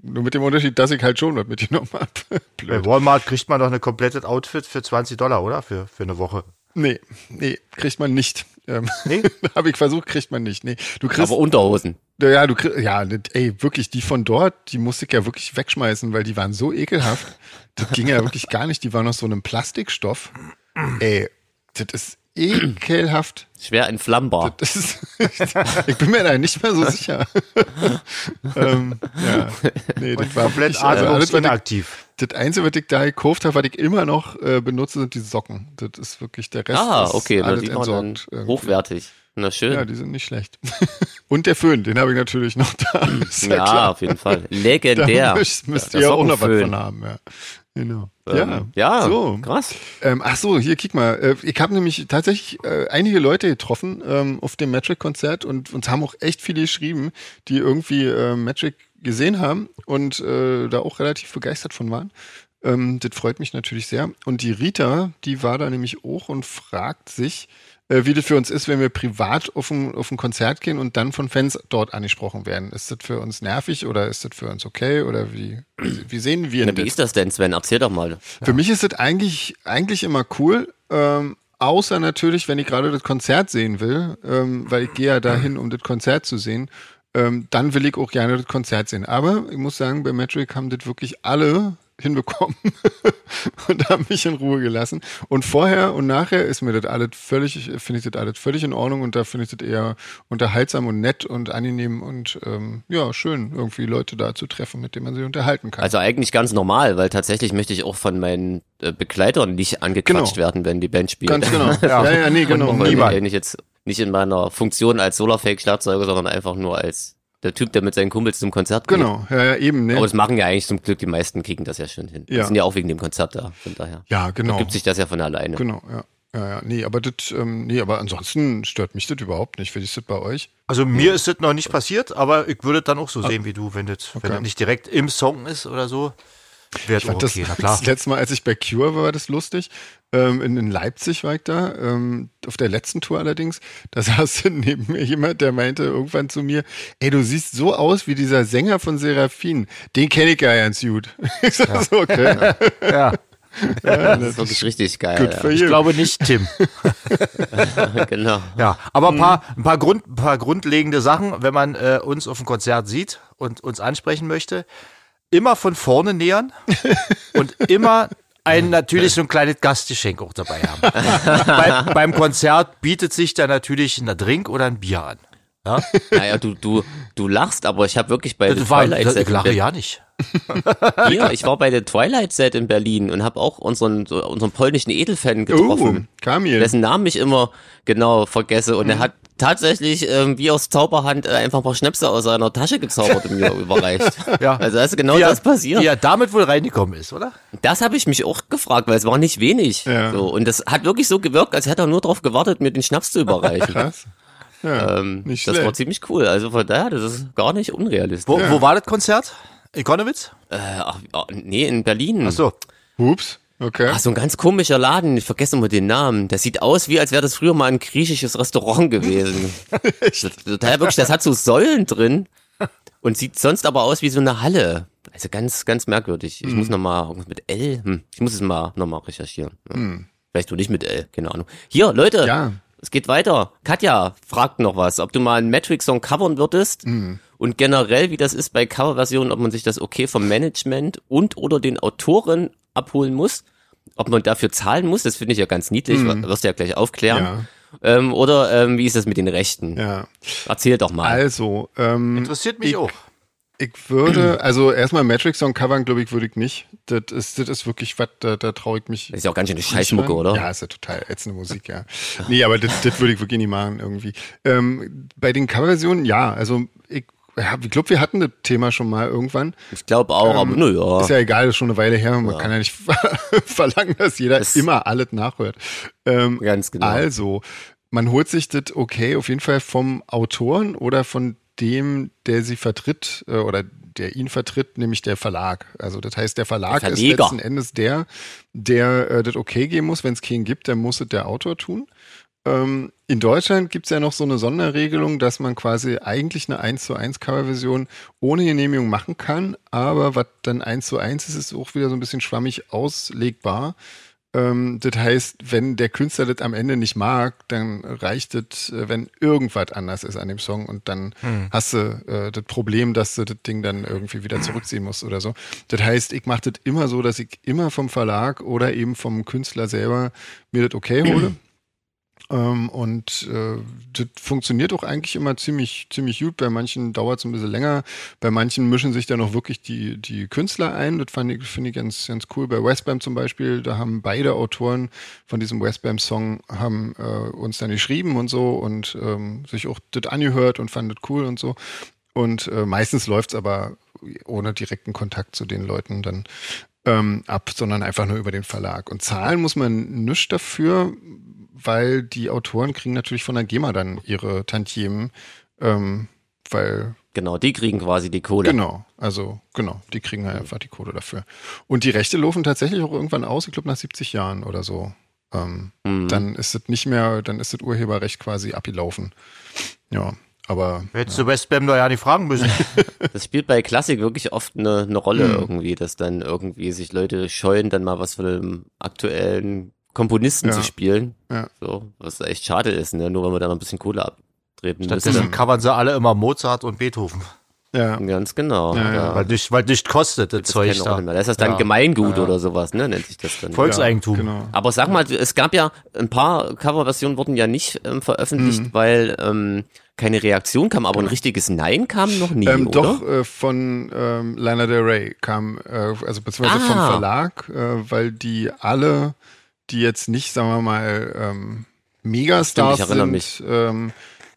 [SPEAKER 1] nur mit dem Unterschied, dass ich halt schon was mitgenommen habe.
[SPEAKER 3] Bei Äh, Walmart kriegt man doch ein komplettes Outfit für 20 Dollar, oder? Für, für eine Woche.
[SPEAKER 1] Nee, nee, kriegt man nicht. Ähm,
[SPEAKER 3] Nee?
[SPEAKER 1] habe ich versucht, kriegt man nicht. Nee, du kriegst,
[SPEAKER 2] Aber Unterhosen.
[SPEAKER 1] ja, du kriegst, ja, das- ey, wirklich, die von dort, die musste ich ja wirklich wegschmeißen, weil die waren so ekelhaft. Das ging ja wirklich gar nicht. Die waren aus so einem Plastikstoff. Ey, das ist ekelhaft.
[SPEAKER 2] Schwer entflammbar.
[SPEAKER 1] Das ist, ich bin mir da nicht mehr so sicher. ähm, ja. nee, das war
[SPEAKER 3] Komplett
[SPEAKER 1] wirklich- also alles, was ich,
[SPEAKER 3] atmungsinaktiv.
[SPEAKER 1] Das Einzige, was ich da gekauft habe, was ich immer noch äh, benutze, sind die Socken. Das ist wirklich der Rest.
[SPEAKER 2] Ah,
[SPEAKER 1] ist
[SPEAKER 2] okay. Na,
[SPEAKER 1] alles
[SPEAKER 2] die waren
[SPEAKER 1] entsorgt.
[SPEAKER 2] dann
[SPEAKER 1] irgendwie.
[SPEAKER 2] hochwertig. Na schön.
[SPEAKER 1] Ja,
[SPEAKER 2] Ja,
[SPEAKER 1] die sind nicht schlecht. Und der Föhn, den habe ich natürlich noch da. Ist ja,
[SPEAKER 2] auf jeden Fall. Legendär.
[SPEAKER 1] Da müsst, müsst
[SPEAKER 2] Hm, Der
[SPEAKER 1] ihr auch noch was
[SPEAKER 2] Sockenföhn.
[SPEAKER 1] von haben. Ja. Genau.
[SPEAKER 2] Ähm, ja,
[SPEAKER 1] so.
[SPEAKER 2] krass.
[SPEAKER 1] Ähm, ach so, hier, kick mal. Äh, Ich habe nämlich tatsächlich äh, einige Leute getroffen ähm, auf dem Magic-Konzert und uns haben auch echt viele geschrieben, die irgendwie äh, Magic gesehen haben und äh, da auch relativ begeistert von waren. Ähm, das freut mich natürlich sehr. Und die Rita, die war da nämlich auch und fragt sich, äh, wie das für uns ist, wenn wir privat auf ein, auf ein Konzert gehen und dann von Fans dort angesprochen werden. Ist das für uns nervig oder ist das für uns okay oder wie, wie sehen wir
[SPEAKER 2] Na,
[SPEAKER 1] das?
[SPEAKER 2] wie ist das denn, Sven? Erzähl doch mal.
[SPEAKER 1] Für mich ist das eigentlich, eigentlich immer cool, ähm, außer natürlich, wenn ich gerade das Konzert sehen will, ähm, weil ich gehe ja dahin, um das Konzert zu sehen, ähm, dann will ich auch gerne das Konzert sehen. Aber ich muss sagen, bei Magic haben das wirklich alle hinbekommen und haben mich in Ruhe gelassen. Und vorher und nachher ist mir das alles völlig, finde ich das alles völlig in Ordnung und da finde ich das eher unterhaltsam und nett und angenehm und ähm, ja, schön, irgendwie Leute da zu treffen, mit denen man sich unterhalten kann.
[SPEAKER 2] Also eigentlich ganz normal, weil tatsächlich möchte ich auch von meinen äh, Begleitern nicht angequatscht
[SPEAKER 1] Genau.
[SPEAKER 2] werden, wenn die Band spielt.
[SPEAKER 1] Ganz genau. Ja, ja, ja nee, genau.
[SPEAKER 2] Weil
[SPEAKER 3] Niemand.
[SPEAKER 2] ich nicht jetzt nicht in meiner Funktion als Solarfake-Schlagzeuger, sondern einfach nur als der Typ, der mit seinen Kumpels zum Konzert geht.
[SPEAKER 1] Genau, ja, ja eben, ne?
[SPEAKER 2] Aber das machen ja eigentlich zum Glück die meisten, kriegen das ja schon hin.
[SPEAKER 1] Ja.
[SPEAKER 2] Die sind ja auch wegen dem Konzert da, von daher.
[SPEAKER 1] ja, genau.
[SPEAKER 2] Gibt sich das ja von alleine.
[SPEAKER 1] Genau, ja. Ja, ja, nee, aber das, ähm, nee, aber ansonsten stört mich das überhaupt nicht. Wie ist das bei euch?
[SPEAKER 3] Also mir ist das noch nicht passiert, aber ich würde dann auch so sehen wie du, wenn das, wenn
[SPEAKER 1] Ah. Okay.
[SPEAKER 3] das nicht direkt im Song ist oder so. Wäre
[SPEAKER 1] Ich
[SPEAKER 3] auch
[SPEAKER 1] fand
[SPEAKER 3] okay, na
[SPEAKER 1] das,
[SPEAKER 3] klar.
[SPEAKER 1] das letzte Mal, als ich bei Cure war, war das lustig. Ähm, in, in Leipzig war ich da, ähm, auf der letzten Tour allerdings. Da saß neben mir jemand, der meinte irgendwann zu mir, ey, du siehst so aus wie dieser Sänger von Seraphin. Den kenne ich ja ganz gut. Ich sag so, okay.
[SPEAKER 3] Ja.
[SPEAKER 1] Ja,
[SPEAKER 2] Das ist wirklich richtig
[SPEAKER 1] gut für
[SPEAKER 2] geil.
[SPEAKER 3] Ich
[SPEAKER 1] you.
[SPEAKER 3] glaube nicht, Tim.
[SPEAKER 2] Ja. genau.
[SPEAKER 3] Ja, aber ein paar, ein paar, Grund, ein paar grundlegende Sachen, wenn man äh, uns auf dem Konzert sieht und uns ansprechen möchte, immer von vorne nähern und immer ein natürlich so ein kleines Gastgeschenk auch dabei haben. Bei, beim Konzert bietet sich da natürlich ein Drink oder ein Bier an. Ja?
[SPEAKER 2] Naja, du, du, du lachst, aber ich habe wirklich bei The
[SPEAKER 3] Das war,
[SPEAKER 2] Twilight
[SPEAKER 3] ich
[SPEAKER 2] Set in
[SPEAKER 3] lache
[SPEAKER 2] Berlin.
[SPEAKER 3] ja nicht.
[SPEAKER 2] Hier, ich war bei The Twilight Set in Berlin und habe auch unseren, unseren polnischen Edelfan
[SPEAKER 1] Oh,
[SPEAKER 2] getroffen.
[SPEAKER 1] Kamil.
[SPEAKER 3] Mhm.
[SPEAKER 2] dessen Namen ich immer genau vergesse und er hat tatsächlich ähm, wie aus Zauberhand äh, einfach ein paar Schnäpse aus seiner Tasche gezaubert und mir überreicht.
[SPEAKER 3] Ja.
[SPEAKER 2] Also das ist genau
[SPEAKER 3] wie er-
[SPEAKER 2] das passiert.
[SPEAKER 3] Wie er damit wohl reingekommen ist, oder?
[SPEAKER 2] Das habe ich mich auch gefragt, weil es war nicht wenig.
[SPEAKER 1] Ja.
[SPEAKER 2] So, und das hat wirklich so gewirkt, als hätte er nur darauf gewartet, mir den Schnaps zu überreichen.
[SPEAKER 1] Krass. Ja,
[SPEAKER 2] Ähm,
[SPEAKER 1] nicht
[SPEAKER 2] das war
[SPEAKER 1] schlecht.
[SPEAKER 2] ziemlich cool. Also von daher, das ist gar nicht unrealistisch.
[SPEAKER 3] Wo, wo war das Konzert? Econowitz?
[SPEAKER 2] Äh, ach, ah, nee, in Berlin.
[SPEAKER 3] Ach so.
[SPEAKER 1] Hups, okay.
[SPEAKER 2] Ach, so ein ganz komischer Laden, ich vergesse immer den Namen. Das sieht aus, wie als wäre das früher mal ein griechisches Restaurant gewesen. Das- Total wirklich, das hat so Säulen drin und sieht sonst aber aus wie so eine Halle. Also ganz, ganz merkwürdig. Ich muss nochmal, irgendwas mit L, hm, ich muss es mal nochmal recherchieren. Ja. Vielleicht du nicht mit L, keine Ahnung. Hier, Leute,
[SPEAKER 1] Ja.
[SPEAKER 2] es geht weiter. Katja fragt noch was, ob du mal einen Matrix-Song covern würdest
[SPEAKER 1] Mhm.
[SPEAKER 2] und generell, wie das ist bei Coverversionen, ob man sich das okay vom Management und oder den Autoren abholen muss, ob man dafür zahlen muss, das finde ich ja ganz niedlich,
[SPEAKER 1] Mhm.
[SPEAKER 2] wirst du ja gleich aufklären. Ähm, oder ähm, wie ist das mit den Rechten?
[SPEAKER 1] ja.
[SPEAKER 2] Erzähl doch mal.
[SPEAKER 1] Also, ähm,
[SPEAKER 3] Interessiert mich
[SPEAKER 1] Ich-
[SPEAKER 3] auch.
[SPEAKER 1] ich würde, also erstmal Matrix Song covern, glaube ich, würde ich nicht. Das ist, das ist wirklich was, da, da traue ich mich.
[SPEAKER 2] Das ist ja auch ganz schön eine Scheißmucke,
[SPEAKER 1] Nicht
[SPEAKER 2] oder?
[SPEAKER 1] machen? Ja, ist ja total ätzende Musik, ja. Nee, aber das, das würde ich wirklich nie machen irgendwie. Ähm, bei den Coverversionen, ja, also ich, ja, ich glaube, wir hatten das Thema schon mal irgendwann.
[SPEAKER 2] Ich glaube auch, aber nö, ja.
[SPEAKER 1] Ähm, Ist ja egal, ist schon eine Weile her. Man kann ja nicht verlangen, dass jeder
[SPEAKER 2] Es-
[SPEAKER 1] immer alles nachhört. Ähm,
[SPEAKER 2] Ganz genau.
[SPEAKER 1] Also, man holt sich das okay auf jeden Fall vom Autoren oder von dem, der sie vertritt äh, oder der ihn vertritt, nämlich der Verlag. Also das heißt, der Verlag
[SPEAKER 2] Der
[SPEAKER 1] ist
[SPEAKER 2] Verleger.
[SPEAKER 1] letzten Endes der, der äh, das okay geben muss. Wenn es keinen gibt, dann muss es der Autor tun. Ähm, in Deutschland gibt es ja noch so eine Sonderregelung, dass man quasi eigentlich eine 1 zu 1 Coverversion ohne Genehmigung machen kann, aber was dann 1 zu 1 ist, ist auch wieder so ein bisschen schwammig auslegbar. Ähm, das heißt, wenn der Künstler das am Ende nicht mag, dann reicht es, äh, wenn irgendwas anders ist an dem Song und dann hast du äh, das Problem, dass du das Ding dann irgendwie wieder zurückziehen musst oder so. Das heißt, ich mache das immer so, dass ich immer vom Verlag oder eben vom Künstler selber mir das okay hole. Ähm, und äh, das funktioniert auch eigentlich immer ziemlich, ziemlich gut. Bei manchen dauert es ein bisschen länger, bei manchen mischen sich dann auch wirklich die, die Künstler ein. Das fand ich, finde ich ganz, ganz cool. Bei Westbam zum Beispiel, da haben beide Autoren von diesem Westbam-Song haben äh, uns dann geschrieben und so und ähm, sich auch das angehört und fanden das cool und so. Und äh, meistens läuft es aber ohne direkten Kontakt zu den Leuten dann ähm, ab, sondern einfach nur über den Verlag. Und zahlen muss man nichts dafür, weil die Autoren kriegen natürlich von der GEMA dann ihre Tantiemen, ähm, weil
[SPEAKER 2] Genau, die kriegen quasi die Kohle.
[SPEAKER 1] Genau, also genau, die kriegen halt einfach die Kohle dafür. Und die Rechte laufen tatsächlich auch irgendwann aus, ich glaube nach 70 Jahren oder so. Ähm, Dann ist es nicht mehr, dann ist das Urheberrecht quasi abgelaufen. Ja, aber
[SPEAKER 3] Hättest du Westbam da ja nicht fragen müssen.
[SPEAKER 2] Das spielt bei Klassik wirklich oft eine, eine Rolle
[SPEAKER 1] Mhm.
[SPEAKER 2] irgendwie, dass dann irgendwie sich Leute scheuen, dann mal was von einem aktuellen Komponisten
[SPEAKER 1] Ja.
[SPEAKER 2] zu spielen.
[SPEAKER 1] Ja.
[SPEAKER 2] So, was echt schade ist, ne? nur wenn man da noch ein bisschen Kohle abtreten müsste.
[SPEAKER 3] Stattdessen covern sie alle immer Mozart und Beethoven.
[SPEAKER 1] ja,
[SPEAKER 2] Ganz genau. Ja,
[SPEAKER 1] ja.
[SPEAKER 3] Weil nicht, weil nicht kostet, das,
[SPEAKER 2] Das,
[SPEAKER 3] Zeug
[SPEAKER 2] keine
[SPEAKER 3] da.
[SPEAKER 2] Rolle mehr. das ist das dann
[SPEAKER 3] Ja.
[SPEAKER 2] Gemeingut oder sowas, ne? nennt sich das dann.
[SPEAKER 3] Volkseigentum.
[SPEAKER 1] Ja, genau.
[SPEAKER 2] Aber sag mal, es gab ja ein paar Coverversionen wurden ja nicht ähm, veröffentlicht,
[SPEAKER 1] Mhm.
[SPEAKER 2] weil ähm, keine Reaktion kam, aber ein richtiges Nein kam noch nie,
[SPEAKER 1] Ähm,
[SPEAKER 2] oder?
[SPEAKER 1] doch, äh, von ähm, Lana Del Rey kam, äh, also beziehungsweise vom
[SPEAKER 2] Ah.
[SPEAKER 1] Verlag, äh, weil die alle, die jetzt nicht, sagen wir mal, ähm, Megastars
[SPEAKER 2] Stimmt, ich erinnere
[SPEAKER 1] sind,
[SPEAKER 2] mich.
[SPEAKER 1] Ähm,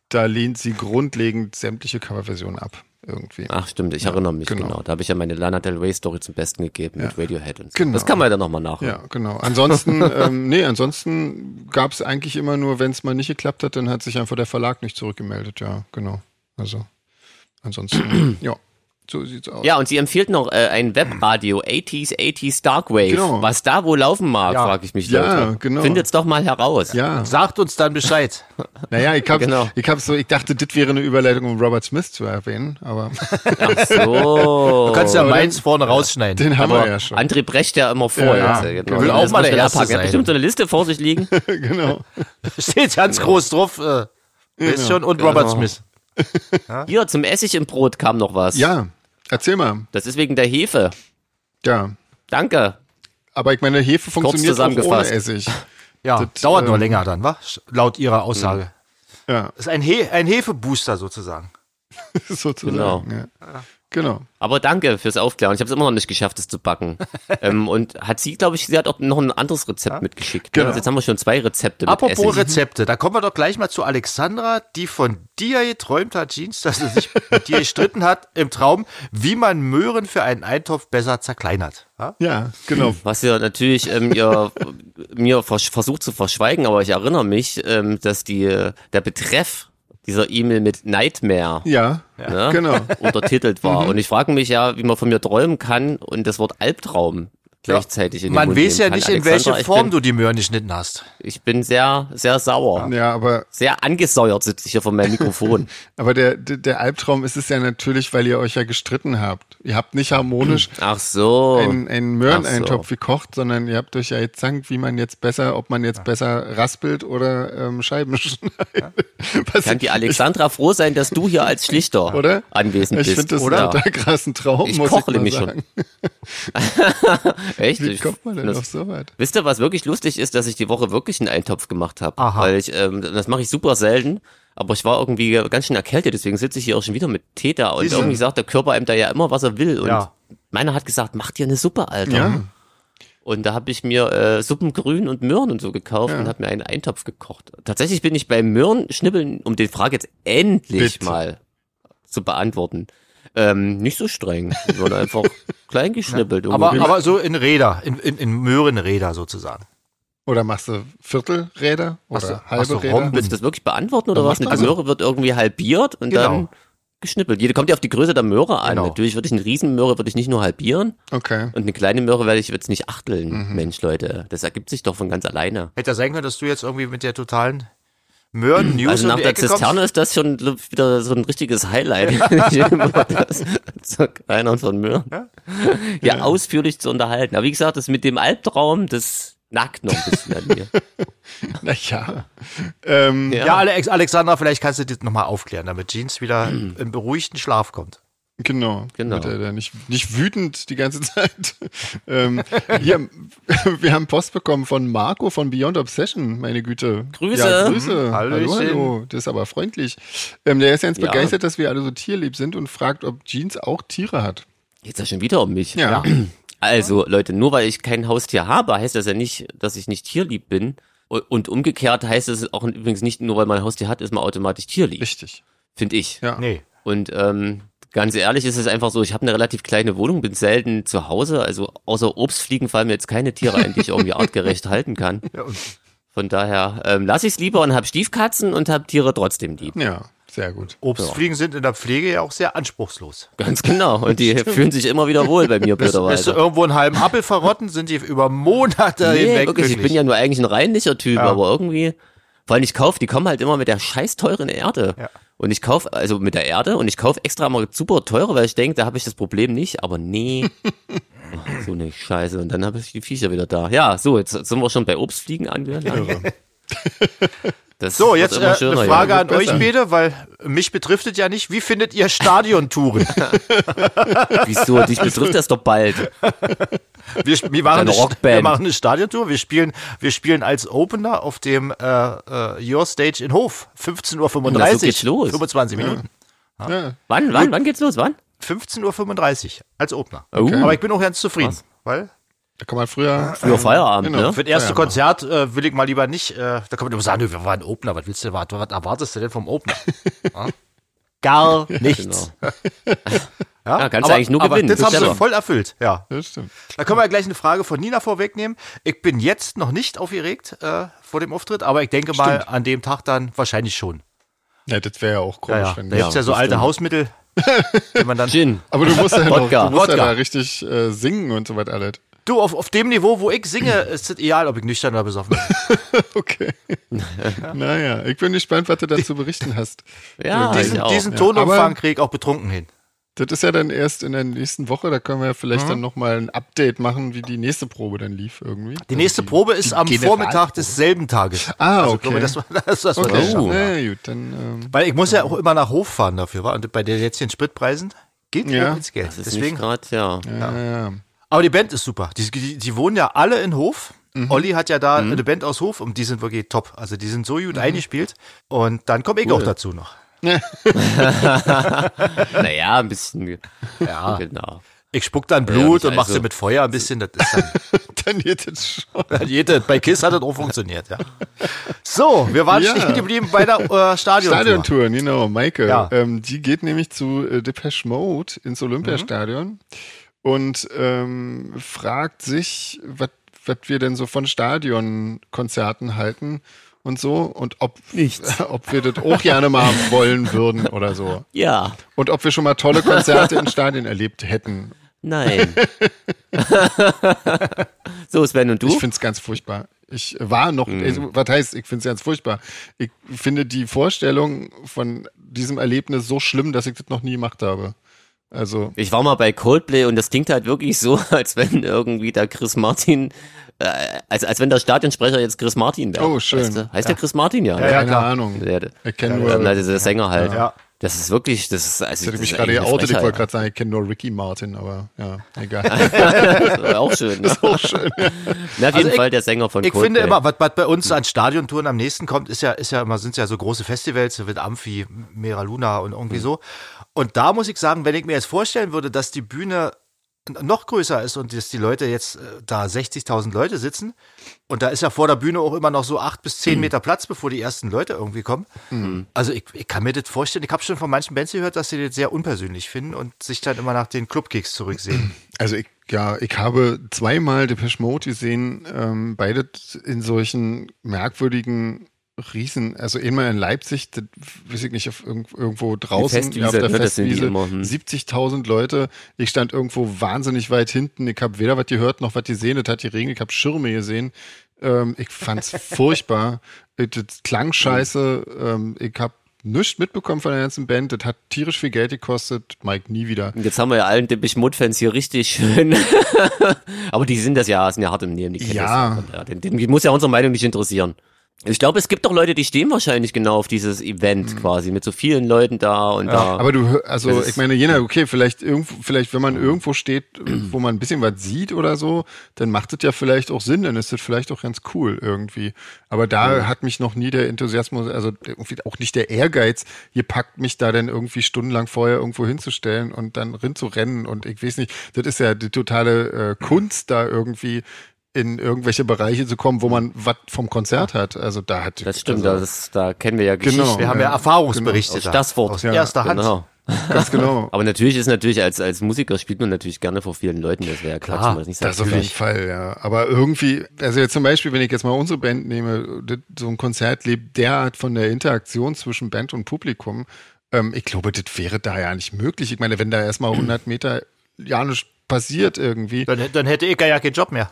[SPEAKER 1] da lehnt sie grundlegend sämtliche Coverversionen ab. Irgendwie.
[SPEAKER 2] Ach stimmt, ich erinnere mich
[SPEAKER 1] genau.
[SPEAKER 2] genau. Da habe ich ja meine Lana Del Rey Story zum Besten gegeben mit Radiohead und so.
[SPEAKER 1] Genau.
[SPEAKER 2] Das kann man ja dann nochmal nachhören.
[SPEAKER 1] Ja, genau. Ansonsten, ähm, nee, ansonsten gab es eigentlich immer nur, wenn es mal nicht geklappt hat, dann hat sich einfach der Verlag nicht zurückgemeldet. Ja, genau. Also, ansonsten, ja, so sieht's aus.
[SPEAKER 2] Ja, und sie empfiehlt noch äh, ein Webradio 80s 80s Darkwave.
[SPEAKER 1] Genau.
[SPEAKER 2] Was da wohl laufen mag,
[SPEAKER 3] Ja.
[SPEAKER 2] frage ich mich
[SPEAKER 1] Ja,
[SPEAKER 2] Leute.
[SPEAKER 1] genau.
[SPEAKER 2] Findet's doch mal heraus.
[SPEAKER 1] Ja,
[SPEAKER 3] Sagt uns dann Bescheid.
[SPEAKER 1] naja, ich hab,
[SPEAKER 2] Genau.
[SPEAKER 1] ich hab so, ich dachte, das wäre eine Überleitung, um Robert Smith zu erwähnen, aber
[SPEAKER 2] Ach so.
[SPEAKER 3] Du kannst ja meins vorne rausschneiden.
[SPEAKER 1] den haben wir
[SPEAKER 2] aber
[SPEAKER 1] ja schon.
[SPEAKER 2] André brecht ja immer vor.
[SPEAKER 1] Ja,
[SPEAKER 2] jetzt,
[SPEAKER 1] ja.
[SPEAKER 2] äh,
[SPEAKER 1] Will
[SPEAKER 2] Das
[SPEAKER 1] auch
[SPEAKER 2] muss
[SPEAKER 3] mal der
[SPEAKER 2] man abhaken.
[SPEAKER 3] Erste
[SPEAKER 2] Er hat
[SPEAKER 3] sein.
[SPEAKER 2] bestimmt so eine Liste vor sich liegen.
[SPEAKER 1] genau.
[SPEAKER 3] Steht ganz groß drauf. Äh, Ist schon und Robert
[SPEAKER 2] Genau.
[SPEAKER 3] Smith.
[SPEAKER 2] Hier, zum Essig im Brot kam noch was.
[SPEAKER 1] Ja, erzähl mal.
[SPEAKER 2] Das ist wegen der Hefe.
[SPEAKER 1] Ja.
[SPEAKER 2] Danke.
[SPEAKER 1] Aber ich meine, Hefe funktioniert auch ohne
[SPEAKER 2] zusammengefasst.
[SPEAKER 1] Essig.
[SPEAKER 3] Ja,
[SPEAKER 1] Das,
[SPEAKER 3] dauert nur
[SPEAKER 1] ähm,
[SPEAKER 3] länger dann, wa? Sch- Laut
[SPEAKER 2] Mhm.
[SPEAKER 3] ihrer Aussage.
[SPEAKER 1] Ja,
[SPEAKER 3] Ist ein, He ein Hefebooster sozusagen.
[SPEAKER 1] sozusagen.
[SPEAKER 2] Genau.
[SPEAKER 1] Ja. Genau.
[SPEAKER 2] Aber danke fürs Aufklären. Ich habe es immer noch nicht geschafft, es zu backen. ähm, und hat sie, glaube ich, sie hat auch noch ein anderes Rezept mitgeschickt. Genau.
[SPEAKER 1] Genau.
[SPEAKER 2] Also jetzt haben wir schon zwei Rezepte mit
[SPEAKER 3] Apropos
[SPEAKER 2] Essen. Mhm.
[SPEAKER 3] Rezepte, da kommen wir doch gleich mal zu Alexandra, die von dir geträumt hat, Jeans, dass sie sich mit dir gestritten hat im Traum, wie man Möhren für einen Eintopf besser zerkleinert. Ja?
[SPEAKER 1] Ja, genau.
[SPEAKER 2] was ihr natürlich ähm, ihr, mir versch- versucht zu verschweigen, aber ich erinnere mich, ähm, dass die, der Betreff dieser E-Mail mit Nightmare
[SPEAKER 1] Ja,
[SPEAKER 2] ne,
[SPEAKER 1] genau.
[SPEAKER 2] untertitelt war.
[SPEAKER 3] Mhm.
[SPEAKER 2] Und ich frage mich ja, wie man von mir träumen kann und das Wort Albtraum gleichzeitig in den
[SPEAKER 3] Man
[SPEAKER 2] Mund
[SPEAKER 3] weiß ja
[SPEAKER 2] nehmen kann.
[SPEAKER 3] nicht, in
[SPEAKER 2] Alexandra,
[SPEAKER 3] welche Form
[SPEAKER 2] ich bin,
[SPEAKER 3] du die Möhren geschnitten hast.
[SPEAKER 2] Ich bin sehr, sehr sauer.
[SPEAKER 1] Ja, aber,
[SPEAKER 2] Sehr angesäuert sitze ich hier vor meinem Mikrofon.
[SPEAKER 1] aber der, der- der Albtraum ist es ja natürlich, weil ihr euch ja gestritten habt. Ihr habt nicht harmonisch
[SPEAKER 2] Ach so.
[SPEAKER 1] einen, einen Möhreneintopf
[SPEAKER 2] Oh. Ach so.
[SPEAKER 1] gekocht, sondern ihr habt euch ja jetzt zankt, wie man jetzt besser, ob man jetzt besser raspelt oder ähm, Scheiben schneidet. Was
[SPEAKER 2] Kann die Alexandra froh sein, dass du hier als Schlichter
[SPEAKER 1] oder?
[SPEAKER 2] anwesend
[SPEAKER 1] ich
[SPEAKER 2] bist?
[SPEAKER 1] finde das
[SPEAKER 2] oder?
[SPEAKER 1] einen total krassen Traum,
[SPEAKER 2] Ich
[SPEAKER 1] muss ich
[SPEAKER 2] kochle
[SPEAKER 1] mal
[SPEAKER 2] mich schon.
[SPEAKER 1] sagen.
[SPEAKER 2] Echt?
[SPEAKER 1] Wie
[SPEAKER 2] Ich-
[SPEAKER 1] kommt man denn
[SPEAKER 2] das-
[SPEAKER 1] auf so weit?
[SPEAKER 2] Wisst ihr, was wirklich lustig ist, dass ich die Woche wirklich einen Eintopf gemacht habe?
[SPEAKER 3] Aha.
[SPEAKER 2] Weil ich, ähm, das mache ich super selten, aber ich war irgendwie ganz schön erkältet, deswegen sitze ich hier auch schon wieder mit Tee da und
[SPEAKER 1] Siehste.
[SPEAKER 2] irgendwie sagt der Körper einem da ja immer, was er will. Und
[SPEAKER 3] Ja.
[SPEAKER 2] meiner hat gesagt, mach dir eine Suppe, Alter.
[SPEAKER 1] Ja.
[SPEAKER 2] Und da habe ich mir äh, Suppengrün und Möhren und so gekauft und habe mir einen Eintopf gekocht. Tatsächlich bin ich beim Möhrenschnibbeln, um den Frage jetzt endlich
[SPEAKER 1] Bitte.
[SPEAKER 2] mal zu beantworten, ähm, nicht so streng, sondern einfach klein geschnippelt.
[SPEAKER 3] Aber, aber so in Räder, in, in, in Möhrenräder sozusagen.
[SPEAKER 1] Oder machst du Viertelräder oder
[SPEAKER 3] Machst du-
[SPEAKER 1] halbe
[SPEAKER 3] machst du
[SPEAKER 1] Räder?
[SPEAKER 3] Romben?
[SPEAKER 2] Willst du das wirklich beantworten oder was?
[SPEAKER 1] macht
[SPEAKER 2] Eine
[SPEAKER 1] man so.
[SPEAKER 2] Möhre wird irgendwie halbiert und
[SPEAKER 3] Genau.
[SPEAKER 2] dann geschnippelt. Jede kommt ja auf die Größe der Möhre an.
[SPEAKER 3] Genau.
[SPEAKER 2] Natürlich würde ich eine Riesenmöhre würde ich nicht nur halbieren
[SPEAKER 1] Okay.
[SPEAKER 2] und eine kleine Möhre werde ich jetzt nicht
[SPEAKER 3] Mhm.
[SPEAKER 2] achteln. Mensch, Leute, das ergibt sich doch von ganz alleine.
[SPEAKER 3] Hätte ja sein können, dass du jetzt irgendwie mit der totalen Möhren-News
[SPEAKER 2] also
[SPEAKER 3] um
[SPEAKER 2] nach
[SPEAKER 3] die
[SPEAKER 2] der
[SPEAKER 3] Ecke kommst.
[SPEAKER 2] Zisterne ist das schon wieder so ein richtiges Highlight. Ich immer das zur Kleinern von Möhren. Ja, ausführlich zu unterhalten. Aber wie gesagt, das mit dem Albtraum, das nackt noch ein bisschen an mir.
[SPEAKER 1] Naja. Ähm,
[SPEAKER 3] Ja, Alex, Alexandra, vielleicht kannst du das nochmal aufklären, damit Jeans wieder in beruhigten Schlaf kommt.
[SPEAKER 1] Genau.
[SPEAKER 2] Genau.
[SPEAKER 1] Wird er da nicht, nicht wütend die ganze Zeit. ähm, hier, wir haben Post bekommen von Marco von Beyond Obsession, meine Güte.
[SPEAKER 2] Grüße. Mhm.
[SPEAKER 1] Ja, Grüße.
[SPEAKER 3] Hallöchen.
[SPEAKER 1] Hallo, hallo. Das ist aber freundlich. Ähm, der ist ganz
[SPEAKER 2] Ja.
[SPEAKER 1] begeistert, dass wir alle so tierlieb sind und fragt, ob Jeans auch Tiere hat.
[SPEAKER 2] Geht's ja schon wieder um mich.
[SPEAKER 1] Ja.
[SPEAKER 2] Also, Leute, nur weil ich kein Haustier habe, heißt das ja nicht, dass ich nicht tierlieb bin. U- Und umgekehrt heißt es auch übrigens nicht, nur weil man ein Haustier hat, ist man automatisch tierlieb.
[SPEAKER 1] Richtig.
[SPEAKER 2] Finde ich.
[SPEAKER 1] Ja.
[SPEAKER 3] Nee.
[SPEAKER 2] Und ähm, ganz ehrlich ist es einfach so, ich habe eine relativ kleine Wohnung, bin selten zu Hause. Also außer Obstfliegen fallen mir jetzt keine Tiere ein, die ich irgendwie artgerecht halten kann. Von daher ähm, lasse ich es lieber und habe Stiefkatzen und habe Tiere trotzdem lieb.
[SPEAKER 1] Ja, sehr gut.
[SPEAKER 3] Obstfliegen sind in der Pflege ja auch sehr anspruchslos.
[SPEAKER 2] Ganz genau. Und die fühlen sich immer wieder wohl bei mir,
[SPEAKER 3] Lässt
[SPEAKER 2] blöderweise.
[SPEAKER 3] du irgendwo einen halben Apfel verrotten, sind die über Monate
[SPEAKER 2] Nee,
[SPEAKER 3] hinweg
[SPEAKER 2] wirklich, ich
[SPEAKER 3] glücklich.
[SPEAKER 2] bin ja nur eigentlich ein reinlicher Typ, aber irgendwie, vor allem ich kaufe, die kommen halt immer mit der scheiß teuren Erde.
[SPEAKER 3] Ja.
[SPEAKER 2] Und ich kaufe, also mit der Erde, und ich kaufe extra mal super teure, weil ich denke, da habe ich das Problem nicht, aber nee. Ach, so eine Scheiße. Und dann habe ich die Viecher wieder da. Ja, so, jetzt sind wir schon bei Obstfliegen angelangt. Das
[SPEAKER 3] So,
[SPEAKER 2] wird
[SPEAKER 3] jetzt äh,
[SPEAKER 2] immer schöner,
[SPEAKER 3] eine Frage
[SPEAKER 2] ja.
[SPEAKER 3] an euch beide, weil mich betrifft es ja nicht. Wie findet ihr Stadiontouren?
[SPEAKER 2] Wieso? Dich betrifft das doch bald.
[SPEAKER 3] Wir, sp- wir, machen
[SPEAKER 2] Deine
[SPEAKER 3] eine, St-
[SPEAKER 2] Rockband.
[SPEAKER 3] wir machen eine Stadiontour. Wir spielen, wir spielen als Opener auf dem äh, äh, Your Stage in Hof. 15.35 Uhr.
[SPEAKER 2] Na, so geht's los.
[SPEAKER 3] 25 Minuten.
[SPEAKER 1] Ja.
[SPEAKER 2] Wann, wann, wann geht's los? Wann? Uh,
[SPEAKER 3] 15.35 Uhr als Opener.
[SPEAKER 2] Okay.
[SPEAKER 3] Aber ich bin auch ganz zufrieden, weil
[SPEAKER 1] Da kann man früher.
[SPEAKER 2] Für Feierabend,
[SPEAKER 1] Genau.
[SPEAKER 2] ne?
[SPEAKER 3] für das erste
[SPEAKER 1] Ja, ja.
[SPEAKER 3] Konzert äh, will ich mal lieber nicht. Äh, da kann man immer sagen, nö, wir waren Opener. Was willst du, was, was erwartest du denn vom Opener? Ja? Gar nichts. genau. Ja,
[SPEAKER 2] Ja, kannst du eigentlich nur
[SPEAKER 3] aber
[SPEAKER 2] gewinnen.
[SPEAKER 3] Das
[SPEAKER 2] Du
[SPEAKER 3] haben sie
[SPEAKER 2] selber.
[SPEAKER 3] voll erfüllt. Ja.
[SPEAKER 1] Das stimmt.
[SPEAKER 3] Da können wir ja gleich eine Frage von Nina vorwegnehmen. Ich bin jetzt noch nicht aufgeregt äh, vor dem Auftritt, aber ich denke mal an dem Tag dann wahrscheinlich schon.
[SPEAKER 1] Ja, das wäre ja auch komisch,
[SPEAKER 3] Ja, ja. Da
[SPEAKER 1] wenn
[SPEAKER 3] gibt's ja, so alte Hausmittel, die man dann.
[SPEAKER 2] Gin.
[SPEAKER 1] Aber du musst ja, noch,
[SPEAKER 2] Wodka.
[SPEAKER 1] du musst ja
[SPEAKER 3] Wodka.
[SPEAKER 1] da richtig äh, singen und so weiter alles.
[SPEAKER 3] Du, auf, auf dem Niveau, wo ich singe, ist es egal, ob ich nüchtern oder besoffen bin.
[SPEAKER 1] Okay. naja, ich bin gespannt, was du dazu berichten hast. Diesen-
[SPEAKER 2] Ja, ich
[SPEAKER 3] Diesen,
[SPEAKER 2] auch.
[SPEAKER 3] diesen
[SPEAKER 1] ja.
[SPEAKER 3] Tonumfang
[SPEAKER 1] Aber-
[SPEAKER 3] kriege ich auch betrunken hin.
[SPEAKER 1] Das ist ja dann erst in der nächsten Woche, da können wir ja vielleicht dann nochmal ein Update machen, wie die nächste Probe dann lief irgendwie.
[SPEAKER 3] Die nächste Probe ist am
[SPEAKER 1] General-
[SPEAKER 3] Vormittag desselben Tages.
[SPEAKER 1] Ah, okay.
[SPEAKER 3] Ich glaube, das war das, was wir
[SPEAKER 1] okay.
[SPEAKER 3] das
[SPEAKER 1] Also
[SPEAKER 3] schaffen.
[SPEAKER 1] Oh. Na gut, dann ähm,
[SPEAKER 3] Weil ich muss ja auch immer nach Hof fahren dafür, wa? Und bei den jetzigen Spritpreisen geht
[SPEAKER 1] Ja.
[SPEAKER 3] ja. ins Geld.
[SPEAKER 2] Das ist Deswegen. nicht
[SPEAKER 3] Deswegen
[SPEAKER 2] grad, ja.
[SPEAKER 1] ja.
[SPEAKER 3] Aber die Band ist super. Die, die, die wohnen ja alle in Hof.
[SPEAKER 2] Mhm.
[SPEAKER 3] Olli hat ja
[SPEAKER 2] Mhm.
[SPEAKER 3] da eine Band aus Hof und die sind wirklich top. Also die sind so gut eingespielt. Und dann komme ich auch dazu noch.
[SPEAKER 2] naja, ein bisschen.
[SPEAKER 3] Ja.
[SPEAKER 2] Genau.
[SPEAKER 3] Ich spuck dann
[SPEAKER 2] Ja,
[SPEAKER 3] Blut
[SPEAKER 2] nicht
[SPEAKER 3] und mach sie
[SPEAKER 2] also.
[SPEAKER 3] mit Feuer ein bisschen. Das ist dann,
[SPEAKER 1] Dann geht es schon.
[SPEAKER 3] dann geht das. Bei Kiss hat das auch funktioniert, ja. So, wir waren
[SPEAKER 1] Ja.
[SPEAKER 3] stehen geblieben bei der äh, Stadiontour.
[SPEAKER 1] Stadiontouren, genau, Maike.
[SPEAKER 3] Ja.
[SPEAKER 1] Ähm, die geht nämlich zu äh, Depeche Mode ins Olympiastadion
[SPEAKER 3] Mhm.
[SPEAKER 1] und ähm, fragt sich, was wir denn so von Stadionkonzerten halten und so und ob, ob wir das auch gerne mal wollen würden oder so.
[SPEAKER 2] Ja,
[SPEAKER 1] Und ob wir schon mal tolle Konzerte in Stadien erlebt hätten.
[SPEAKER 2] nein. so, Sven und du?
[SPEAKER 1] Ich finde es ganz furchtbar. Ich war noch,
[SPEAKER 2] Hm.
[SPEAKER 1] also, was heißt, ich finde es ganz furchtbar. Ich finde die Vorstellung von diesem Erlebnis so schlimm, dass ich das noch nie gemacht habe. Also,
[SPEAKER 2] Ich war mal bei Coldplay und das klingt halt wirklich so, als wenn irgendwie da Chris Martin, äh, als, als wenn der Stadionsprecher jetzt Chris Martin wäre.
[SPEAKER 1] Oh, schön.
[SPEAKER 2] Weißt du? Heißt der Chris Martin ja?
[SPEAKER 3] ja,
[SPEAKER 2] ne?
[SPEAKER 1] keine
[SPEAKER 3] klar.
[SPEAKER 1] Ahnung.
[SPEAKER 2] Der, der,
[SPEAKER 1] Ich kenne
[SPEAKER 2] ähm,
[SPEAKER 1] nur,
[SPEAKER 2] also
[SPEAKER 1] ich
[SPEAKER 2] der Sänger halt.
[SPEAKER 3] Ja.
[SPEAKER 2] Das ist wirklich, das ist, also,
[SPEAKER 1] hätte
[SPEAKER 2] das
[SPEAKER 1] mich
[SPEAKER 2] ist
[SPEAKER 1] gerade
[SPEAKER 2] eigentlich eine
[SPEAKER 1] geoutet, ich wollte
[SPEAKER 2] Frechheit.
[SPEAKER 1] gerade sagen, ich kenne nur Ricky Martin, aber ja, egal.
[SPEAKER 2] Auch schön. Ne?
[SPEAKER 1] Auch schön.
[SPEAKER 2] Na, auf jeden
[SPEAKER 3] ich-
[SPEAKER 2] Fall der Sänger von
[SPEAKER 3] Ich
[SPEAKER 2] Coldplay.
[SPEAKER 3] finde immer, was, was bei uns an Stadiontouren am nächsten kommt, ist ja, ist ja immer, sind ja so große Festivals so mit Amphi, Mera Luna und
[SPEAKER 2] Mhm.
[SPEAKER 3] irgendwie so. Und da muss ich sagen, wenn ich mir jetzt vorstellen würde, dass die Bühne noch größer ist und dass die Leute jetzt äh, da 60.000 Leute sitzen und da ist ja vor der Bühne auch immer noch so acht bis
[SPEAKER 2] Mhm.
[SPEAKER 3] zehn Meter Platz, bevor die ersten Leute irgendwie kommen. Also ich, ich kann mir das vorstellen. Ich habe schon von manchen Bands gehört, dass sie das sehr unpersönlich finden und sich dann immer nach den Clubkicks zurücksehen.
[SPEAKER 1] Also ich, ja, ich habe zweimal Depeche Mode gesehen, ähm, beide in solchen merkwürdigen Riesen, also einmal in Leipzig, das weiß ich nicht, auf irgend- irgendwo draußen,
[SPEAKER 2] Festwiese,
[SPEAKER 1] ja, auf der
[SPEAKER 2] ne, das sind die
[SPEAKER 1] Festwiese,
[SPEAKER 2] immer, hm.
[SPEAKER 1] 70.000 Leute, ich stand irgendwo wahnsinnig weit hinten, ich habe weder was gehört, noch was gesehen, es hat geregnet, ich habe Schirme gesehen, ähm, ich fand's furchtbar, das das klang scheiße,
[SPEAKER 2] Hm.
[SPEAKER 1] ähm, ich habe nichts mitbekommen von der ganzen Band, das hat tierisch viel Geld gekostet, Mike nie wieder.
[SPEAKER 2] Und Jetzt haben wir ja allen Dippich Mud-Fans hier richtig schön. Aber die sind das ja, sind ja hart im Nehmen. Die kennen
[SPEAKER 1] Ja.
[SPEAKER 2] Das. ja den, den muss ja unsere Meinung nicht interessieren. Ich glaube, es gibt doch Leute, die stehen wahrscheinlich genau auf dieses Event quasi, mit so vielen Leuten da und da.
[SPEAKER 1] Aber du, hör- also
[SPEAKER 2] Das ist-
[SPEAKER 1] ich meine, Jena, okay, vielleicht irgendwo, vielleicht wenn man irgendwo steht, wo man ein bisschen was sieht oder so, dann macht es ja vielleicht auch Sinn, dann ist das vielleicht auch ganz cool irgendwie. Aber da hat mich noch nie der Enthusiasmus, also irgendwie auch nicht der Ehrgeiz, ihr packt mich da dann irgendwie stundenlang vorher irgendwo hinzustellen und dann rin zu rennen und ich weiß nicht, das ist ja die totale äh, Kunst da irgendwie in irgendwelche Bereiche zu kommen, wo man was vom Konzert hat. Also da hat
[SPEAKER 2] das stimmt,
[SPEAKER 1] also,
[SPEAKER 2] das, da kennen wir ja Geschichten.
[SPEAKER 1] Genau.
[SPEAKER 3] Wir haben ja
[SPEAKER 1] Ja,
[SPEAKER 3] Erfahrungsberichte
[SPEAKER 2] Aus
[SPEAKER 3] da.
[SPEAKER 2] Stassfurt.
[SPEAKER 3] Aus
[SPEAKER 2] Ja.
[SPEAKER 3] erster Hand.
[SPEAKER 2] Genau.
[SPEAKER 1] ganz genau.
[SPEAKER 2] Aber natürlich ist natürlich, als, als Musiker spielt man natürlich gerne vor vielen Leuten, das wäre ja Quatsch, wenn man das nicht sagt.
[SPEAKER 1] Das auf jeden Fall, ja. Aber irgendwie, also jetzt zum Beispiel, wenn ich jetzt mal unsere Band nehme, das- so ein Konzert lebt derart von der Interaktion zwischen Band und Publikum. Ähm, ich glaube, das wäre da ja nicht möglich. Ich meine, wenn da erstmal 100 Meter ja nichts passiert irgendwie.
[SPEAKER 3] Dann, dann hätte ich ja keinen Job mehr.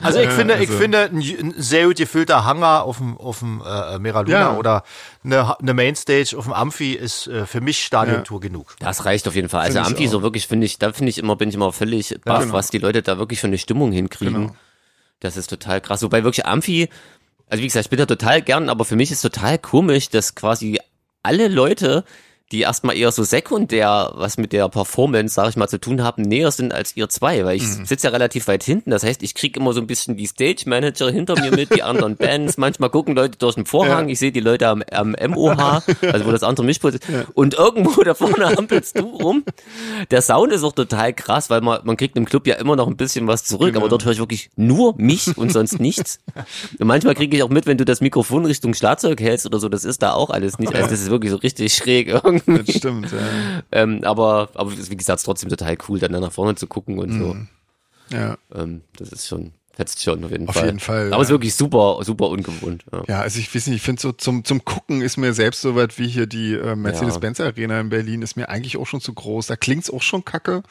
[SPEAKER 3] also ich finde, ich
[SPEAKER 1] also-
[SPEAKER 3] finde ein, ju- ein sehr gut gefüllter Hangar auf dem, auf dem äh, Meraluna
[SPEAKER 1] Ja.
[SPEAKER 3] oder eine, Ha- eine Mainstage auf dem Amphi ist äh, für mich Stadiontour genug.
[SPEAKER 2] Das reicht auf jeden Fall. Also
[SPEAKER 1] Find ich
[SPEAKER 2] Amphi
[SPEAKER 1] auch. genau.
[SPEAKER 2] so wirklich finde ich, da finde ich immer, bin ich immer völlig baff, was die Leute da wirklich für eine Stimmung hinkriegen. Das ist total krass. Wobei wirklich Amphi, also wie gesagt, ich bin da total gern, aber für mich ist total komisch, dass quasi alle Leute, die erstmal eher so sekundär was mit der Performance, sag ich mal, zu tun haben, näher sind als ihr zwei, weil ich
[SPEAKER 1] Mhm.
[SPEAKER 2] sitze ja relativ weit hinten. Das heißt, ich kriege immer so ein bisschen die Stage Manager hinter mir mit, die anderen Bands. Manchmal gucken Leute durch den Vorhang. Ich sehe die Leute am, am MOH, also wo das andere Mischpult ist. Und irgendwo da vorne hampelst du rum. Der Sound ist auch total krass, weil man, man kriegt im Club ja immer noch ein bisschen was zurück,
[SPEAKER 1] Genau.
[SPEAKER 2] aber dort höre ich wirklich nur mich und sonst nichts. Und manchmal kriege ich auch mit, wenn du das Mikrofon Richtung Schlagzeug hältst oder so, das ist da auch alles nicht. Also das ist wirklich so richtig schräg irgendwie.
[SPEAKER 1] Das stimmt, ja.
[SPEAKER 2] Ähm, aber, aber wie gesagt, ist trotzdem total cool, dann da nach vorne zu gucken und
[SPEAKER 1] Mhm. ja.
[SPEAKER 2] so. Ähm, das ist schon, fetzt schon auf jeden
[SPEAKER 1] Auf
[SPEAKER 2] Fall.
[SPEAKER 1] jeden Fall,
[SPEAKER 2] Aber
[SPEAKER 1] ja.
[SPEAKER 2] ist wirklich super, super ungewohnt. Ja.
[SPEAKER 1] Ja, also ich weiß nicht, ich finde so zum, zum Gucken ist mir selbst so weit wie hier die äh, Mercedes-Benz Arena in Berlin ist mir eigentlich auch schon zu groß. Da klingt's auch schon kacke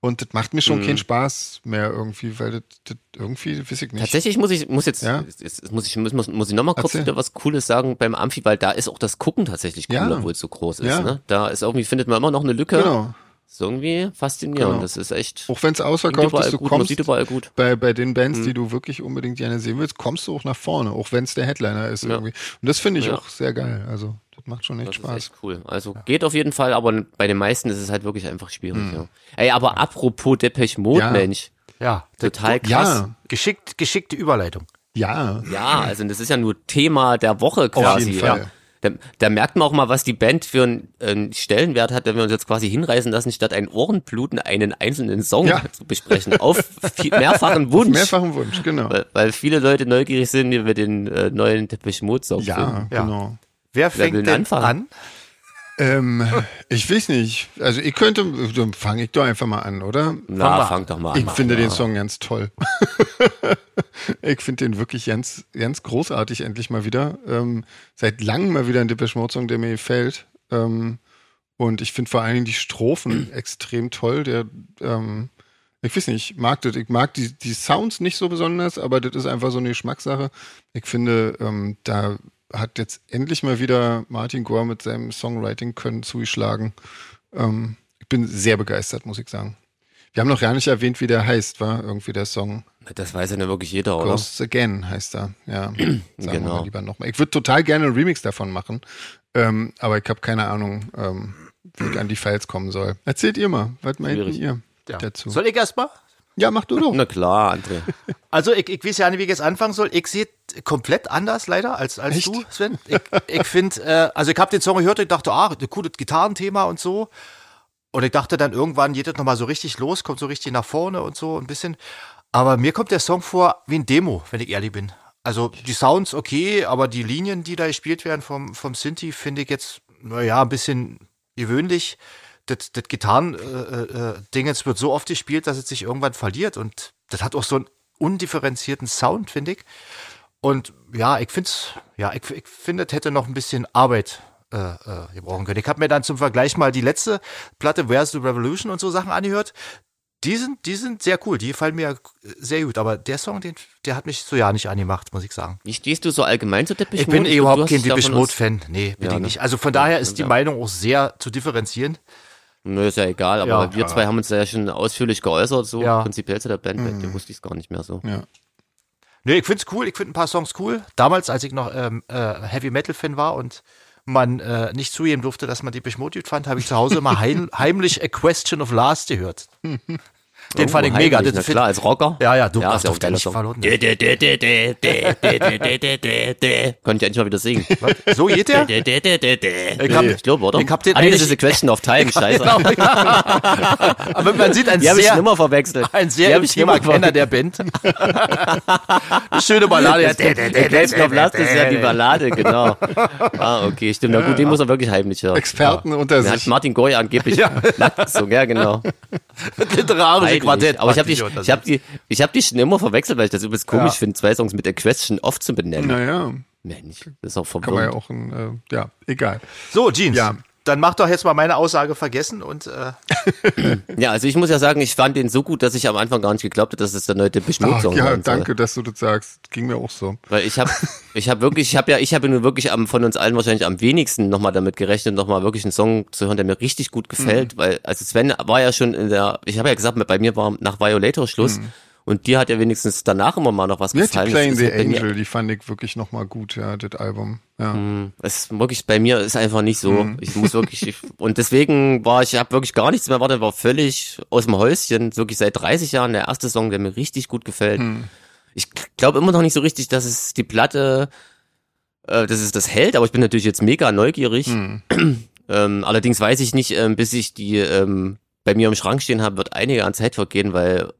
[SPEAKER 1] und das macht mir
[SPEAKER 2] Mhm.
[SPEAKER 1] schon keinen Spaß mehr irgendwie, weil das, das irgendwie, weiß ich nicht.
[SPEAKER 2] Tatsächlich muss ich, muss jetzt,
[SPEAKER 1] Ja.
[SPEAKER 2] jetzt- jetzt muss ich, muss, muss, muss ich nochmal kurz
[SPEAKER 1] Erzähl.
[SPEAKER 2] wieder was Cooles sagen beim Amphi, weil da ist auch das Gucken tatsächlich cool,
[SPEAKER 1] Ja.
[SPEAKER 2] obwohl es so groß ist.
[SPEAKER 1] Ja.
[SPEAKER 2] Ne? Da ist irgendwie, findet man immer noch eine Lücke.
[SPEAKER 1] Genau.
[SPEAKER 2] Ist irgendwie faszinierend.
[SPEAKER 1] Genau.
[SPEAKER 2] Das ist echt.
[SPEAKER 1] Auch wenn es
[SPEAKER 2] klingt
[SPEAKER 1] ausverkauft
[SPEAKER 2] überall
[SPEAKER 1] ist, du
[SPEAKER 2] gut, man
[SPEAKER 1] kommst
[SPEAKER 2] sieht überall gut. Mhm.
[SPEAKER 1] bei, bei den Bands, die du wirklich unbedingt gerne sehen willst, kommst du auch nach vorne, auch wenn es der Headliner ist irgendwie. Und das finde ich
[SPEAKER 2] Ja.
[SPEAKER 1] auch sehr geil. Also, das macht schon echt
[SPEAKER 2] Das
[SPEAKER 1] Spaß.
[SPEAKER 2] ist echt cool. Also geht auf jeden Fall, aber bei den meisten ist es halt wirklich einfach schwierig. Ja. Ey, aber apropos Depeche Mode,
[SPEAKER 1] Hm. Ja.
[SPEAKER 2] Mensch.
[SPEAKER 3] Ja,
[SPEAKER 2] Total
[SPEAKER 1] Ja.
[SPEAKER 2] krass.
[SPEAKER 3] geschickt, geschickte Überleitung.
[SPEAKER 1] Ja.
[SPEAKER 2] Ja, also das ist ja nur Thema der Woche quasi.
[SPEAKER 1] jeden Fall.
[SPEAKER 2] Ja. Da, da merkt man auch mal, was die Band für einen, einen Stellenwert hat, wenn wir uns jetzt quasi hinreißen lassen, statt ein Ohrenbluten einen einzelnen Song
[SPEAKER 1] Ja.
[SPEAKER 2] zu besprechen. Auf viel, mehrfachen Wunsch.
[SPEAKER 1] Mehrfachen Wunsch, genau.
[SPEAKER 2] weil, weil viele Leute neugierig sind über den äh, neuen Teppich Mode Song.
[SPEAKER 1] Ja,
[SPEAKER 3] Ja.
[SPEAKER 1] genau.
[SPEAKER 3] Wer
[SPEAKER 2] will
[SPEAKER 3] fängt
[SPEAKER 2] denn
[SPEAKER 3] denn
[SPEAKER 2] anfangen?
[SPEAKER 3] an?
[SPEAKER 1] Ähm, ich weiß nicht. Also ihr könnt, dann fange ich doch einfach mal an, oder?
[SPEAKER 2] Na,
[SPEAKER 3] mal.
[SPEAKER 2] fang doch mal an.
[SPEAKER 1] Ich finde den Song ganz toll. ich finde den wirklich ganz, ganz großartig endlich mal wieder. Ähm, seit langem mal wieder ein Depeche Mode Song, der mir gefällt. Ähm, und ich finde vor allen Dingen die Strophen extrem toll. Der, ähm, ich weiß nicht, ich mag das. Ich mag die, die Sounds nicht so besonders, aber das ist einfach so eine Geschmackssache. Ich finde, ähm, da hat jetzt endlich mal wieder Martin Gore mit seinem Songwriting können zugeschlagen. Ähm, ich bin sehr begeistert, muss ich sagen. Wir haben noch gar nicht erwähnt, wie der heißt, war irgendwie der Song.
[SPEAKER 2] Das weiß ja nicht wirklich jeder, oder?
[SPEAKER 1] Ghosts Again heißt er. Ja, sagen wir
[SPEAKER 2] Genau.
[SPEAKER 1] mal lieber nochmal. Ich würde total gerne einen Remix davon machen, ähm, aber ich habe keine Ahnung, ähm, wie ich an die Files kommen soll. Erzählt ihr mal, was meint
[SPEAKER 2] Schwierig.
[SPEAKER 1] ihr
[SPEAKER 3] Ja.
[SPEAKER 1] dazu?
[SPEAKER 3] Soll ich erstmal?
[SPEAKER 1] ja, mach du doch.
[SPEAKER 2] Na klar, André.
[SPEAKER 3] Also ich, ich weiß ja nicht, wie ich jetzt anfangen soll. Ich sehe es komplett anders leider als, als
[SPEAKER 1] Echt?
[SPEAKER 3] du, Sven. Ich, ich finde, äh, also ich habe den Song gehört und ich dachte, ah, ein cooles Gitarrenthema und so. Und ich dachte dann irgendwann geht das nochmal so richtig los, kommt so richtig nach vorne und so ein bisschen. Aber mir kommt der Song vor wie ein Demo, wenn ich ehrlich bin. Also die Sounds okay, aber die Linien, die da gespielt werden vom, vom Sinti, finde ich jetzt, naja, ein bisschen gewöhnlich. Das, das Gitarren-Ding äh, äh, Ding, es wird so oft gespielt, dass es sich irgendwann verliert. Und das hat auch so einen undifferenzierten Sound, finde ich. Und ja, ich finde ja, ich, ich finde, es hätte noch ein bisschen Arbeit äh, äh, gebrauchen können. Ich habe mir dann zum Vergleich mal die letzte Platte Where's the Revolution und so Sachen angehört. Die sind, die sind sehr cool, die fallen mir äh, sehr gut, aber der Song, den, der hat mich so ja nicht angemacht, muss ich sagen.
[SPEAKER 2] Wie stehst du so allgemein zu Teppich
[SPEAKER 3] Ich bin
[SPEAKER 2] Mode?
[SPEAKER 3] eh
[SPEAKER 2] glaub, du
[SPEAKER 3] überhaupt
[SPEAKER 2] hast
[SPEAKER 3] kein
[SPEAKER 2] dich da
[SPEAKER 3] Depeche
[SPEAKER 2] von uns-
[SPEAKER 3] Mode Fan, nee, bin
[SPEAKER 2] Ja,
[SPEAKER 3] ich
[SPEAKER 2] ne?
[SPEAKER 3] nicht. Also von daher
[SPEAKER 2] ja.
[SPEAKER 3] ist die Meinung auch sehr zu differenzieren.
[SPEAKER 2] Nö, ist ja egal, aber
[SPEAKER 3] Ja.
[SPEAKER 2] wir zwei haben uns da ja schon ausführlich geäußert, so
[SPEAKER 3] Ja.
[SPEAKER 2] prinzipiell zu der Band,
[SPEAKER 1] Hm.
[SPEAKER 2] bei dir wusste ich es gar nicht mehr so.
[SPEAKER 1] Ja.
[SPEAKER 3] Nee, ich find's cool, ich find ein paar Songs cool. Damals, als ich noch ähm, äh, Heavy Metal Fan war und man äh, nicht zugeben durfte, dass man die Beschmutigt fand, habe ich zu Hause immer heim, heimlich A Question of Last gehört. Den fand ich
[SPEAKER 2] Oh, Heimlich,
[SPEAKER 3] mega.
[SPEAKER 2] Na
[SPEAKER 3] Den
[SPEAKER 2] klar, als Rocker.
[SPEAKER 3] Ja, ja, du darfst
[SPEAKER 2] ist ja
[SPEAKER 3] auf
[SPEAKER 2] ein
[SPEAKER 3] den
[SPEAKER 2] geiler
[SPEAKER 3] nicht
[SPEAKER 2] Song.
[SPEAKER 3] verloren.
[SPEAKER 2] Dä, dä, dä, dä, dä, dä, dä, dä, dä, dä, dä, dä. Konnte ich endlich mal wieder singen.
[SPEAKER 3] find- so geht der?
[SPEAKER 2] Dä, dä, dä, dä, dä.
[SPEAKER 3] Ich hab-
[SPEAKER 2] Ich glaube, oder?
[SPEAKER 3] ich hab den
[SPEAKER 2] ah, nee, das
[SPEAKER 3] eigentlich-
[SPEAKER 2] ist eine Question of Time, scheiße.
[SPEAKER 3] Genau. Aber man sieht ein
[SPEAKER 2] Die habe ich
[SPEAKER 3] sehr,
[SPEAKER 2] immer verwechselt.
[SPEAKER 3] ein
[SPEAKER 2] Die
[SPEAKER 3] sehr
[SPEAKER 2] hab ich immer
[SPEAKER 3] intimer Kenner der Band. Eine Schöne Ballade.
[SPEAKER 2] Der Question of Last ist ja die Ballade, genau. Ah, okay, stimmt. Na gut, den muss er wirklich heimlich hören.
[SPEAKER 1] Experten unter
[SPEAKER 2] Da hat
[SPEAKER 1] sich.
[SPEAKER 2] Martin Goy angeblich
[SPEAKER 3] Ja.
[SPEAKER 2] nackt so, ja, genau.
[SPEAKER 3] literarische
[SPEAKER 2] Eigentlich.
[SPEAKER 3] Quartett.
[SPEAKER 2] Aber ich habe die,
[SPEAKER 3] praktisch.
[SPEAKER 2] ich hab die, ich hab die schon immer verwechselt, weil ich das übrigens komisch
[SPEAKER 3] Ja.
[SPEAKER 2] finde, zwei Songs mit A Question oft zu benennen.
[SPEAKER 1] Naja,
[SPEAKER 2] Mensch, das ist auch
[SPEAKER 1] kann man ja
[SPEAKER 2] verwirrend.
[SPEAKER 1] auch ein, äh, ja, egal.
[SPEAKER 3] So, Jeans.
[SPEAKER 1] Ja.
[SPEAKER 3] Dann mach doch jetzt mal meine Aussage vergessen und äh,
[SPEAKER 2] Ja, also ich muss ja sagen, ich fand den so gut, dass ich am Anfang gar nicht geglaubt habe, dass es der neue Depeche Mode
[SPEAKER 1] Ach,
[SPEAKER 2] Song
[SPEAKER 1] Ah, ja,
[SPEAKER 2] sein soll.
[SPEAKER 1] danke, dass du das sagst. Ging mir auch so.
[SPEAKER 2] Weil ich habe, ich habe wirklich, ich habe ja, ich habe nur wirklich am, von uns allen wahrscheinlich am wenigsten nochmal damit gerechnet, nochmal wirklich einen Song zu hören, der mir richtig gut gefällt,
[SPEAKER 1] Mhm.
[SPEAKER 2] weil, also Sven war ja schon in der, ich habe ja gesagt, bei mir war nach Violator Schluss und dir hat ja wenigstens danach immer mal noch was
[SPEAKER 1] Mir hat die
[SPEAKER 2] gefallen. Das
[SPEAKER 1] Playing
[SPEAKER 2] ist
[SPEAKER 1] Mhm. the
[SPEAKER 2] ja bei mir-
[SPEAKER 1] Angel, die fand ich wirklich nochmal gut, ja, das Album. Ja.
[SPEAKER 2] Mhm. Es ist wirklich bei mir ist einfach nicht so. Ich muss wirklich ich, und deswegen war ich habe wirklich gar nichts mehr erwartet, war völlig aus dem Häuschen, wirklich seit 30 Jahren der erste Song, der mir richtig gut gefällt. Ich glaube immer noch nicht so richtig, dass es die Platte äh, dass es das hält, aber ich bin natürlich jetzt mega neugierig.
[SPEAKER 1] Mhm. Hm.
[SPEAKER 2] Ähm, allerdings weiß ich nicht, ähm, bis ich die ähm, bei mir im Schrank stehen habe, wird einige an Zeit vergehen, weil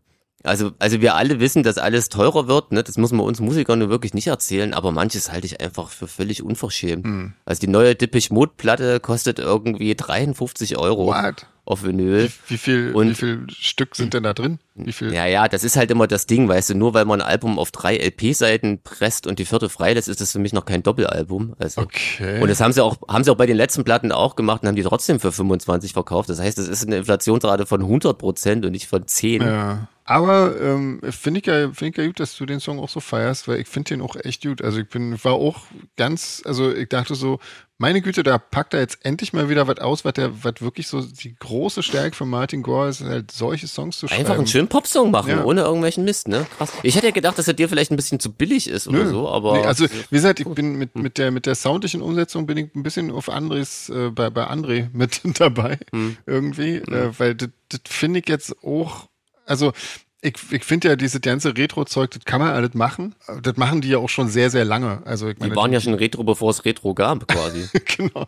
[SPEAKER 2] also, also wir alle wissen, dass alles teurer wird, ne? das muss man uns Musikern nur wirklich nicht erzählen, aber manches halte ich einfach für völlig unverschämt.
[SPEAKER 1] Hm.
[SPEAKER 2] Also die neue Dippisch Mode Platte kostet irgendwie 53 Euro
[SPEAKER 1] What?
[SPEAKER 2] auf Vinyl.
[SPEAKER 1] Wie viel,
[SPEAKER 2] Und-
[SPEAKER 1] wie viel Stück sind denn da drin? Wie viel?
[SPEAKER 2] Ja, ja, das ist halt immer das Ding, weißt du, nur weil man ein Album auf drei LP-Seiten presst und die vierte freilässt, ist das für mich noch kein Doppelalbum. Also,
[SPEAKER 1] Okay.
[SPEAKER 2] Und das haben sie auch, haben sie auch bei den letzten Platten auch gemacht und haben die trotzdem für 25 verkauft. Das heißt, es ist eine Inflationsrate von 100 Prozent und nicht von 10.
[SPEAKER 1] Ja. Aber ähm, finde ich, ja, find ich ja gut, dass du den Song auch so feierst, weil ich finde den auch echt gut. Also ich bin, war auch ganz, also ich dachte so, meine Güte, da packt er jetzt endlich mal wieder was aus, was der, was wirklich so die große Stärke von Martin Gore ist, halt solche Songs zu schreiben.
[SPEAKER 2] Einfach einen schönen Popsong machen,
[SPEAKER 1] Ja.
[SPEAKER 2] ohne irgendwelchen Mist, ne? Krass. Ich hätte ja gedacht, dass er dir vielleicht ein bisschen zu billig ist oder
[SPEAKER 1] Nö.
[SPEAKER 2] so, aber.
[SPEAKER 1] Nee, also, wie gesagt, ich bin mit, mit der mit der soundlichen Umsetzung bin ich ein bisschen auf Andres, äh, bei, bei André
[SPEAKER 2] Hm.
[SPEAKER 1] mit dabei. Irgendwie. Äh, weil das das finde ich jetzt auch, also ich, ich finde ja, dieses ganze Retro-Zeug, das kann man alles machen. Das machen die ja auch schon sehr, sehr lange. Also ich
[SPEAKER 2] Die
[SPEAKER 1] meine,
[SPEAKER 2] waren ja schon Retro, bevor es Retro gab, quasi.
[SPEAKER 1] genau.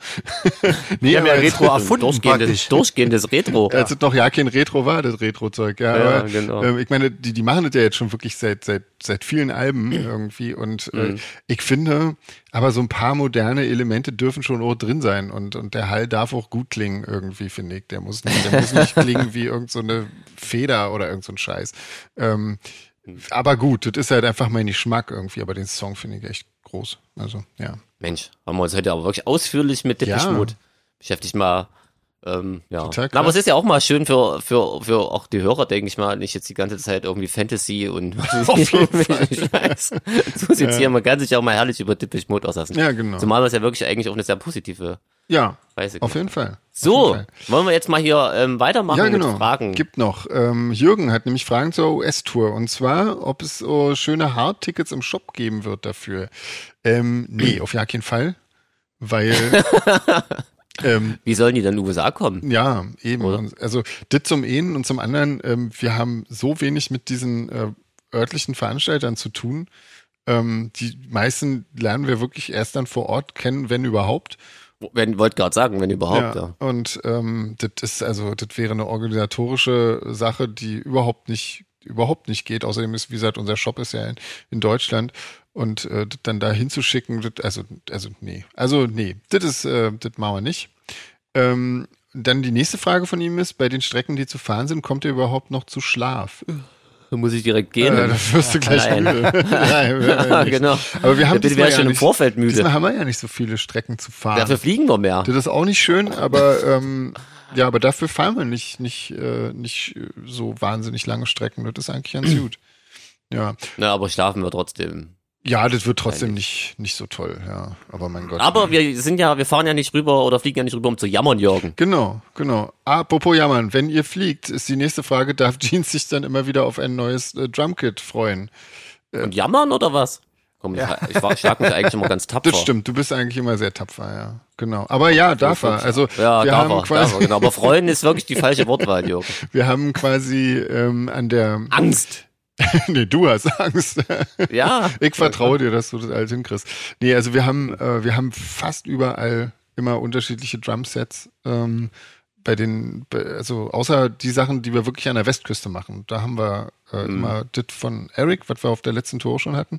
[SPEAKER 1] nee,
[SPEAKER 3] Die haben ja
[SPEAKER 1] aber jetzt-
[SPEAKER 3] Retro erfunden
[SPEAKER 2] durchgehendes,
[SPEAKER 3] praktisch.
[SPEAKER 2] durchgehendes Retro.
[SPEAKER 1] Ja. Als es noch ja kein Retro war, das Retro-Zeug. Ja,
[SPEAKER 2] Ja,
[SPEAKER 1] aber,
[SPEAKER 2] genau.
[SPEAKER 1] ähm, ich meine, die, die machen das ja jetzt schon wirklich seit, seit, seit vielen Alben irgendwie. Und äh, ich finde, aber so ein paar moderne Elemente dürfen schon auch drin sein. Und, und der Hall darf auch gut klingen irgendwie, finde ich. Der muss nicht, der muss nicht klingen wie irgendeine so eine Feder oder irgendein so ein Scheiß. Ähm, aber gut, das ist halt einfach mein Geschmack irgendwie. Aber den Song finde ich echt groß. Also, ja.
[SPEAKER 2] Mensch, haben wir uns heute aber wirklich ausführlich mit dem
[SPEAKER 1] Ja.
[SPEAKER 2] Mode beschäftigt mal. Ähm, ja.
[SPEAKER 1] Total
[SPEAKER 2] Na, aber
[SPEAKER 1] krass.
[SPEAKER 2] es ist ja auch mal schön für, für, für auch die Hörer, denke ich mal, nicht jetzt die ganze Zeit irgendwie Fantasy und
[SPEAKER 1] Auf jeden Fall.
[SPEAKER 2] Scheiß. So sitzt hier, man kann sich auch mal herrlich über Dippisch Mode auslassen.
[SPEAKER 1] Ja, genau.
[SPEAKER 2] Zumal wir es ja wirklich eigentlich auf eine sehr positive
[SPEAKER 1] Ja,
[SPEAKER 2] Weise
[SPEAKER 1] auf
[SPEAKER 2] gemacht
[SPEAKER 1] jeden Fall.
[SPEAKER 2] So,
[SPEAKER 1] Fall.
[SPEAKER 2] wollen wir jetzt mal hier ähm, weitermachen
[SPEAKER 1] Ja, genau.
[SPEAKER 2] mit Fragen.
[SPEAKER 1] Gibt noch. Ähm, Jürgen hat nämlich Fragen zur US-Tour. Und zwar, ob es so schöne Hard-Tickets im Shop geben wird dafür. Ähm, nee, auf gar keinen Fall. Weil, ähm,
[SPEAKER 2] Wie sollen die dann in die USA kommen?
[SPEAKER 1] ja, eben. Und, also, das zum einen und zum anderen, ähm, wir haben so wenig mit diesen äh, örtlichen Veranstaltern zu tun. Ähm, die meisten lernen wir wirklich erst dann vor Ort kennen, wenn überhaupt.
[SPEAKER 2] Wenn, wollte gerade sagen, wenn überhaupt. Ja.
[SPEAKER 1] Und ähm, das ist also, das wäre eine organisatorische Sache, die überhaupt nicht, überhaupt nicht geht. Außerdem ist, wie gesagt, unser Shop ist ja in, in Deutschland und äh, das dann da hinzuschicken, das, also, also nee, also nee, das ist, äh, das machen wir nicht. Ähm, dann die nächste Frage von ihm ist: Bei den Strecken, die zu fahren sind, kommt ihr überhaupt noch zu Schlaf?
[SPEAKER 2] Muss ich direkt gehen?
[SPEAKER 1] Äh, da wirst du gleich
[SPEAKER 2] Äh, Nein.
[SPEAKER 1] müde. Nein, wir werden nicht.
[SPEAKER 2] Genau.
[SPEAKER 1] Aber wir
[SPEAKER 2] Ja,
[SPEAKER 1] haben
[SPEAKER 2] bitte
[SPEAKER 1] diesmal
[SPEAKER 2] wäre ich
[SPEAKER 1] ja
[SPEAKER 2] schon im
[SPEAKER 1] nicht,
[SPEAKER 2] Vorfeld müde.
[SPEAKER 1] Diesmal haben wir ja nicht so viele Strecken zu fahren.
[SPEAKER 2] Dafür fliegen wir mehr.
[SPEAKER 1] Das ist auch nicht schön, aber ähm, ja, aber dafür fahren wir nicht, nicht, äh, nicht äh, so wahnsinnig lange Strecken. Das ist eigentlich ganz gut. Ja.
[SPEAKER 2] Na, aber schlafen wir trotzdem.
[SPEAKER 1] ja, das wird trotzdem nicht, nicht so toll, ja. Aber mein Gott.
[SPEAKER 2] Aber wir sind ja, wir fahren ja nicht rüber oder fliegen ja nicht rüber, um zu jammern, Jürgen.
[SPEAKER 1] Genau, genau. Apropos Jammern, wenn ihr fliegt, ist die nächste Frage, darf Jeans sich dann immer wieder auf ein neues äh, Drumkit freuen?
[SPEAKER 2] Und jammern oder was? Komm, ich, ich war- schlag mich eigentlich immer ganz tapfer.
[SPEAKER 1] Das stimmt, du bist eigentlich immer sehr tapfer, ja. Genau. Aber ja, darf er. Also
[SPEAKER 2] Ja,
[SPEAKER 1] wir
[SPEAKER 2] darf
[SPEAKER 1] haben
[SPEAKER 2] er, darf
[SPEAKER 1] quasi,
[SPEAKER 2] er, genau. Aber freuen ist wirklich die falsche Wortwahl, Jürgen.
[SPEAKER 1] wir haben quasi ähm, an der
[SPEAKER 2] Angst.
[SPEAKER 1] Nee, du hast Angst.
[SPEAKER 2] Ja.
[SPEAKER 1] Ich vertraue dir, dass du das alles hinkriegst. Nee, also wir haben, äh, wir haben fast überall immer unterschiedliche Drumsets. Ähm, bei den, bei- also außer die Sachen, die wir wirklich an der Westküste machen. Da haben wir äh, immer das von Eric, was wir auf der letzten Tour schon hatten.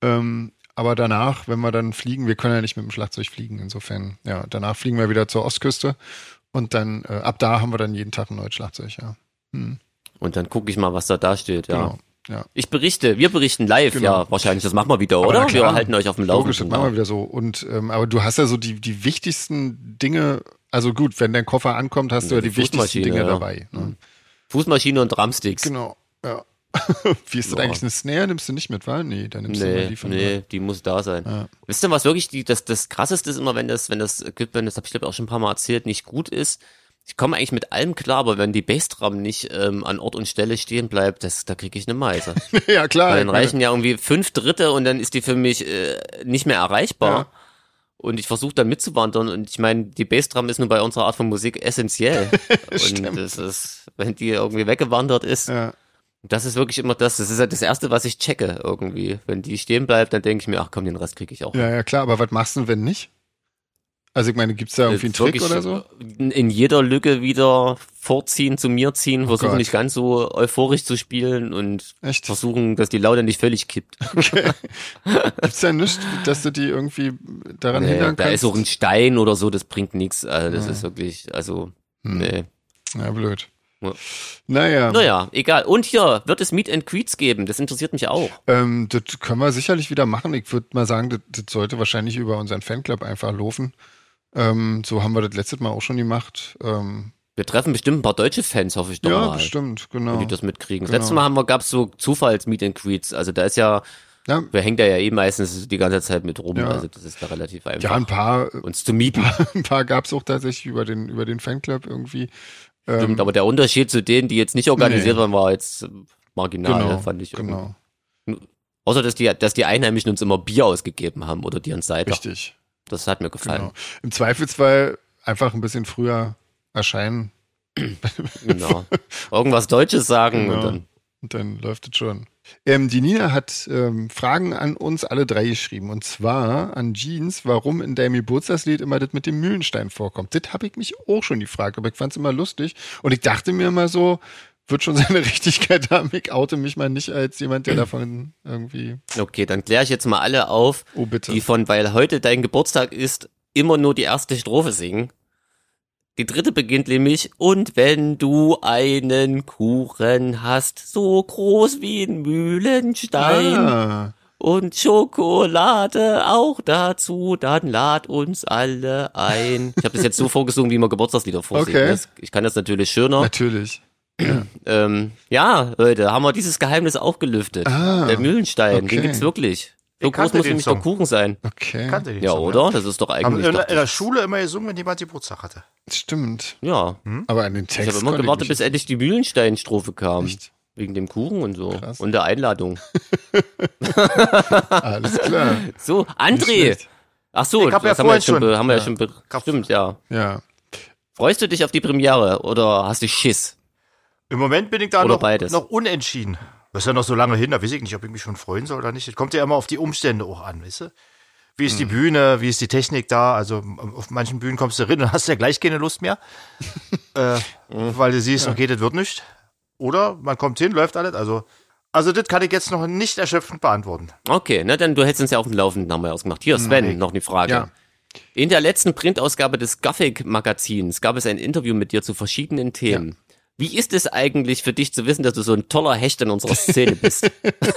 [SPEAKER 1] Ähm, aber danach, wenn wir dann fliegen, wir können ja nicht mit dem Schlagzeug fliegen, insofern, ja, danach fliegen wir wieder zur Ostküste und dann, äh, ab da haben wir dann jeden Tag ein neues Schlagzeug, ja.
[SPEAKER 2] Und dann gucke ich mal, was da da steht, ja.
[SPEAKER 1] Genau. Ja.
[SPEAKER 2] Ich berichte, wir berichten live,
[SPEAKER 1] Genau.
[SPEAKER 2] ja, wahrscheinlich, das machen wir wieder,
[SPEAKER 1] Aber na
[SPEAKER 2] oder?
[SPEAKER 1] klar,
[SPEAKER 2] Wir halten euch auf dem Laufenden.
[SPEAKER 1] Logisch, das machen wir wieder so. Und ähm, aber du hast ja so die, die wichtigsten Dinge, also gut, wenn dein Koffer ankommt, hast du ja
[SPEAKER 2] die
[SPEAKER 1] die wichtigsten
[SPEAKER 2] Fußmaschine,
[SPEAKER 1] Dinge
[SPEAKER 2] ja. Mhm.
[SPEAKER 1] dabei. Ne?
[SPEAKER 2] Fußmaschine und Drumsticks.
[SPEAKER 1] Genau. Ja. Wie ist das
[SPEAKER 2] Ja.
[SPEAKER 1] eigentlich? Eine Snare nimmst du nicht mit, wa? Nee, dann nimmst du
[SPEAKER 2] Nee,
[SPEAKER 1] immer die von
[SPEAKER 2] nee, die muss da sein. Wisst ihr, was wirklich die, das, das krasseste ist immer, wenn das, wenn das Equipment, das habe ich glaube ich, auch schon ein paar Mal erzählt, nicht gut ist. Ich komme eigentlich mit allem klar, aber wenn die Bassdrum nicht ähm, an Ort und Stelle stehen bleibt, das, da kriege ich eine Meise.
[SPEAKER 1] Ja, klar.
[SPEAKER 2] Weil
[SPEAKER 1] ich
[SPEAKER 2] dann
[SPEAKER 1] meine,
[SPEAKER 2] reichen ja irgendwie fünf Dritte und dann ist die für mich äh, nicht mehr erreichbar.
[SPEAKER 1] Ja.
[SPEAKER 2] Und ich versuche dann mitzuwandern und ich meine, die Bassdrum ist nun bei unserer Art von Musik essentiell. und das ist, wenn die irgendwie weggewandert ist,
[SPEAKER 1] Ja.
[SPEAKER 2] das ist wirklich immer das. Das ist halt das Erste, was ich checke irgendwie. Wenn die stehen bleibt, dann denke ich mir, ach komm, den Rest kriege ich auch.
[SPEAKER 1] Ja, ja, klar, aber was machst du, wenn nicht? Also ich meine, gibt es da irgendwie einen
[SPEAKER 2] Jetzt
[SPEAKER 1] Trick
[SPEAKER 2] Äh, wirklich
[SPEAKER 1] oder so?
[SPEAKER 2] In in jeder Lücke wieder vorziehen, zu mir ziehen, versuchen
[SPEAKER 1] Oh Gott.
[SPEAKER 2] nicht ganz so euphorisch zu spielen und
[SPEAKER 1] Echt?
[SPEAKER 2] versuchen, dass die Laune nicht völlig kippt.
[SPEAKER 1] Gibt's da nichts, dass du die irgendwie daran
[SPEAKER 2] Nee,
[SPEAKER 1] hindern
[SPEAKER 2] da
[SPEAKER 1] kannst?
[SPEAKER 2] ist auch ein Stein oder so, das bringt nichts. Also das ist wirklich, also, nee.
[SPEAKER 1] Hm. ja, blöd.
[SPEAKER 2] Ja.
[SPEAKER 1] Naja.
[SPEAKER 2] Naja, egal. Und hier wird es Meet and Greets geben. Das interessiert mich auch.
[SPEAKER 1] Ähm, das können wir sicherlich wieder machen. Ich würde mal sagen, das, das sollte wahrscheinlich über unseren Fanclub einfach laufen. Ähm, so haben wir das letztes Mal auch schon gemacht. Ähm,
[SPEAKER 2] Wir treffen bestimmt ein paar deutsche Fans, hoffe ich doch
[SPEAKER 1] ja,
[SPEAKER 2] mal.
[SPEAKER 1] bestimmt, genau.
[SPEAKER 2] Die das mitkriegen.
[SPEAKER 1] Genau.
[SPEAKER 2] Das letzte Mal haben wir, gab's so Zufalls-Meet and Greets. Also da ist ja,
[SPEAKER 1] Ja,
[SPEAKER 2] wir hängen da ja eh meistens die ganze Zeit mit rum.
[SPEAKER 1] Ja.
[SPEAKER 2] Also das ist da relativ einfach.
[SPEAKER 1] ja, ein paar,
[SPEAKER 2] Uns zu mieten.
[SPEAKER 1] ein paar gab es auch tatsächlich über den, über den Fanclub irgendwie.
[SPEAKER 2] Stimmt, aber der Unterschied zu denen, die jetzt nicht organisiert
[SPEAKER 1] Ähm, Nee.
[SPEAKER 2] waren, war jetzt äh, marginal,
[SPEAKER 1] Genau,
[SPEAKER 2] fand ich. irgendwie.
[SPEAKER 1] genau.
[SPEAKER 2] Außer, dass die, dass die Einheimischen uns immer Bier ausgegeben haben oder die uns Cider.
[SPEAKER 1] Richtig.
[SPEAKER 2] Das hat mir gefallen.
[SPEAKER 1] Genau. Im Zweifelsfall einfach ein bisschen früher erscheinen.
[SPEAKER 2] Genau. Irgendwas Deutsches sagen
[SPEAKER 1] Genau.
[SPEAKER 2] und dann
[SPEAKER 1] Und dann läuft es schon. Ähm, die Nina hat ähm, Fragen an uns alle drei geschrieben. Und zwar an Jeans, warum in deinem Geburtstagslied immer das mit dem Mühlenstein vorkommt. Das habe ich mich auch schon gefragt, aber ich fand es immer lustig. Und ich dachte mir immer so, wird schon seine Richtigkeit haben. Ich oute mich mal nicht als jemand, der davon irgendwie.
[SPEAKER 2] Okay, dann kläre ich jetzt mal alle auf,
[SPEAKER 1] Oh, bitte.
[SPEAKER 2] die von Weil heute dein Geburtstag ist, immer nur die erste Strophe singen. Die dritte beginnt nämlich, und wenn du einen Kuchen hast, so groß wie ein Mühlenstein
[SPEAKER 1] Ah,
[SPEAKER 2] und Schokolade auch dazu, dann lad uns alle ein. Ich habe das jetzt so vorgesungen, wie man Geburtstagslieder vorsingen.
[SPEAKER 1] Okay.
[SPEAKER 2] Das- Ich kann das natürlich schöner.
[SPEAKER 1] natürlich.
[SPEAKER 2] Ähm, ja, Leute, haben wir dieses Geheimnis aufgelüftet.
[SPEAKER 1] Ah,
[SPEAKER 2] Der Mühlenstein,
[SPEAKER 1] okay.
[SPEAKER 2] den gibt's wirklich. So
[SPEAKER 3] Ich
[SPEAKER 2] groß
[SPEAKER 3] kannte
[SPEAKER 2] muss
[SPEAKER 3] den
[SPEAKER 2] nämlich
[SPEAKER 3] Song.
[SPEAKER 2] der Kuchen sein.
[SPEAKER 1] Okay.
[SPEAKER 3] Hm. Kannte den
[SPEAKER 2] Ja,
[SPEAKER 3] Song,
[SPEAKER 2] oder? Das ist doch
[SPEAKER 3] Haben
[SPEAKER 2] eigentlich.
[SPEAKER 3] wir in, der-
[SPEAKER 2] doch-
[SPEAKER 3] in der Schule immer gesungen, wenn jemand Geburtstag hatte.
[SPEAKER 1] Stimmt.
[SPEAKER 2] ja.
[SPEAKER 1] Aber an den
[SPEAKER 2] Ich
[SPEAKER 1] Text.
[SPEAKER 2] habe immer
[SPEAKER 1] konnte
[SPEAKER 2] gewartet,
[SPEAKER 1] mich
[SPEAKER 2] bis endlich die Mühlenstein-Strophe kam.
[SPEAKER 1] Echt?
[SPEAKER 2] Wegen dem Kuchen und so. Und der Einladung.
[SPEAKER 1] Alles klar.
[SPEAKER 2] So, André!
[SPEAKER 1] schlecht.
[SPEAKER 2] Ach so,
[SPEAKER 3] Ich hab ja
[SPEAKER 2] das haben wir,
[SPEAKER 3] vorhin
[SPEAKER 2] jetzt schon,
[SPEAKER 3] schon-
[SPEAKER 2] be- haben wir ja. schon be-
[SPEAKER 3] Kopf.
[SPEAKER 2] Stimmt, ja.
[SPEAKER 1] Ja.
[SPEAKER 2] Freust du dich auf die Premiere oder hast du Schiss?
[SPEAKER 3] Im Moment bin ich da
[SPEAKER 2] Oder
[SPEAKER 3] noch,
[SPEAKER 2] beides.
[SPEAKER 3] noch unentschieden. Das ist ja noch so lange hin, da weiß ich nicht, ob ich mich schon freuen soll oder nicht. Das kommt ja immer auf die Umstände auch an, weißt du? Wie ist die
[SPEAKER 2] Hm.
[SPEAKER 3] Bühne, wie ist die Technik da? Also m- auf manchen Bühnen kommst du rein und hast ja gleich keine Lust mehr, äh,
[SPEAKER 2] Hm.
[SPEAKER 3] weil du siehst, okay, das wird nicht. Oder man kommt hin, läuft alles. Also, also das kann ich jetzt noch nicht erschöpfend beantworten.
[SPEAKER 2] Okay, na dann, du hättest uns ja auf dem Laufenden haben wir ausgemacht. Hier, Sven, noch eine Frage.
[SPEAKER 1] Hm, Ja.
[SPEAKER 2] In der letzten Printausgabe des Gothic-Magazins gab es ein Interview mit dir zu verschiedenen Themen. Wie ist es eigentlich für dich zu wissen, dass du so ein toller Hecht in unserer Szene bist?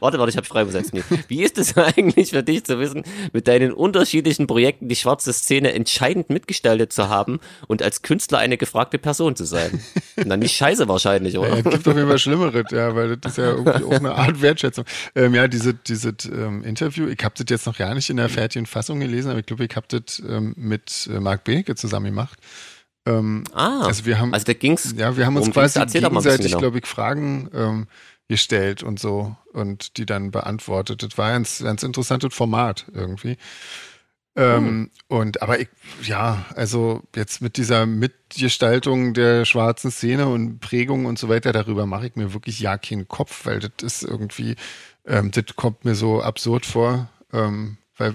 [SPEAKER 2] warte, warte, ich habe freigesetzt. Nee. Wie ist es eigentlich für dich zu wissen, mit deinen unterschiedlichen Projekten die schwarze Szene entscheidend mitgestaltet zu haben und als Künstler eine gefragte Person zu sein? Na, nicht scheiße wahrscheinlich,
[SPEAKER 1] Ja,
[SPEAKER 2] oder?
[SPEAKER 1] es gibt auf jeden Fall Schlimmeres, ja, weil das ist ja irgendwie auch eine Art Wertschätzung. Ähm, ja, dieses diese, ähm, Interview, ich habe das jetzt noch gar nicht in der
[SPEAKER 2] Mhm.
[SPEAKER 1] fertigen Fassung gelesen, aber ich glaube, ich habe das ähm, mit äh, Marc Benecke zusammen gemacht. Ähm,
[SPEAKER 2] Ah,
[SPEAKER 1] also wir haben,
[SPEAKER 2] also da ging's.
[SPEAKER 1] ja, wir haben uns
[SPEAKER 2] worum ging's?
[SPEAKER 1] quasi
[SPEAKER 2] Erzähl doch mal ein bisschen
[SPEAKER 1] gegenseitig,
[SPEAKER 2] genau.
[SPEAKER 1] glaube ich, Fragen ähm, gestellt und so und die dann beantwortet. Das war ein ganz interessantes Format irgendwie.
[SPEAKER 2] Hm.
[SPEAKER 1] Ähm, Und aber ich, ja, also jetzt mit dieser Mitgestaltung der schwarzen Szene und Prägung und so weiter, darüber mache ich mir wirklich ja keinen Kopf, weil das ist irgendwie, ähm, das kommt mir so absurd vor, ähm, weil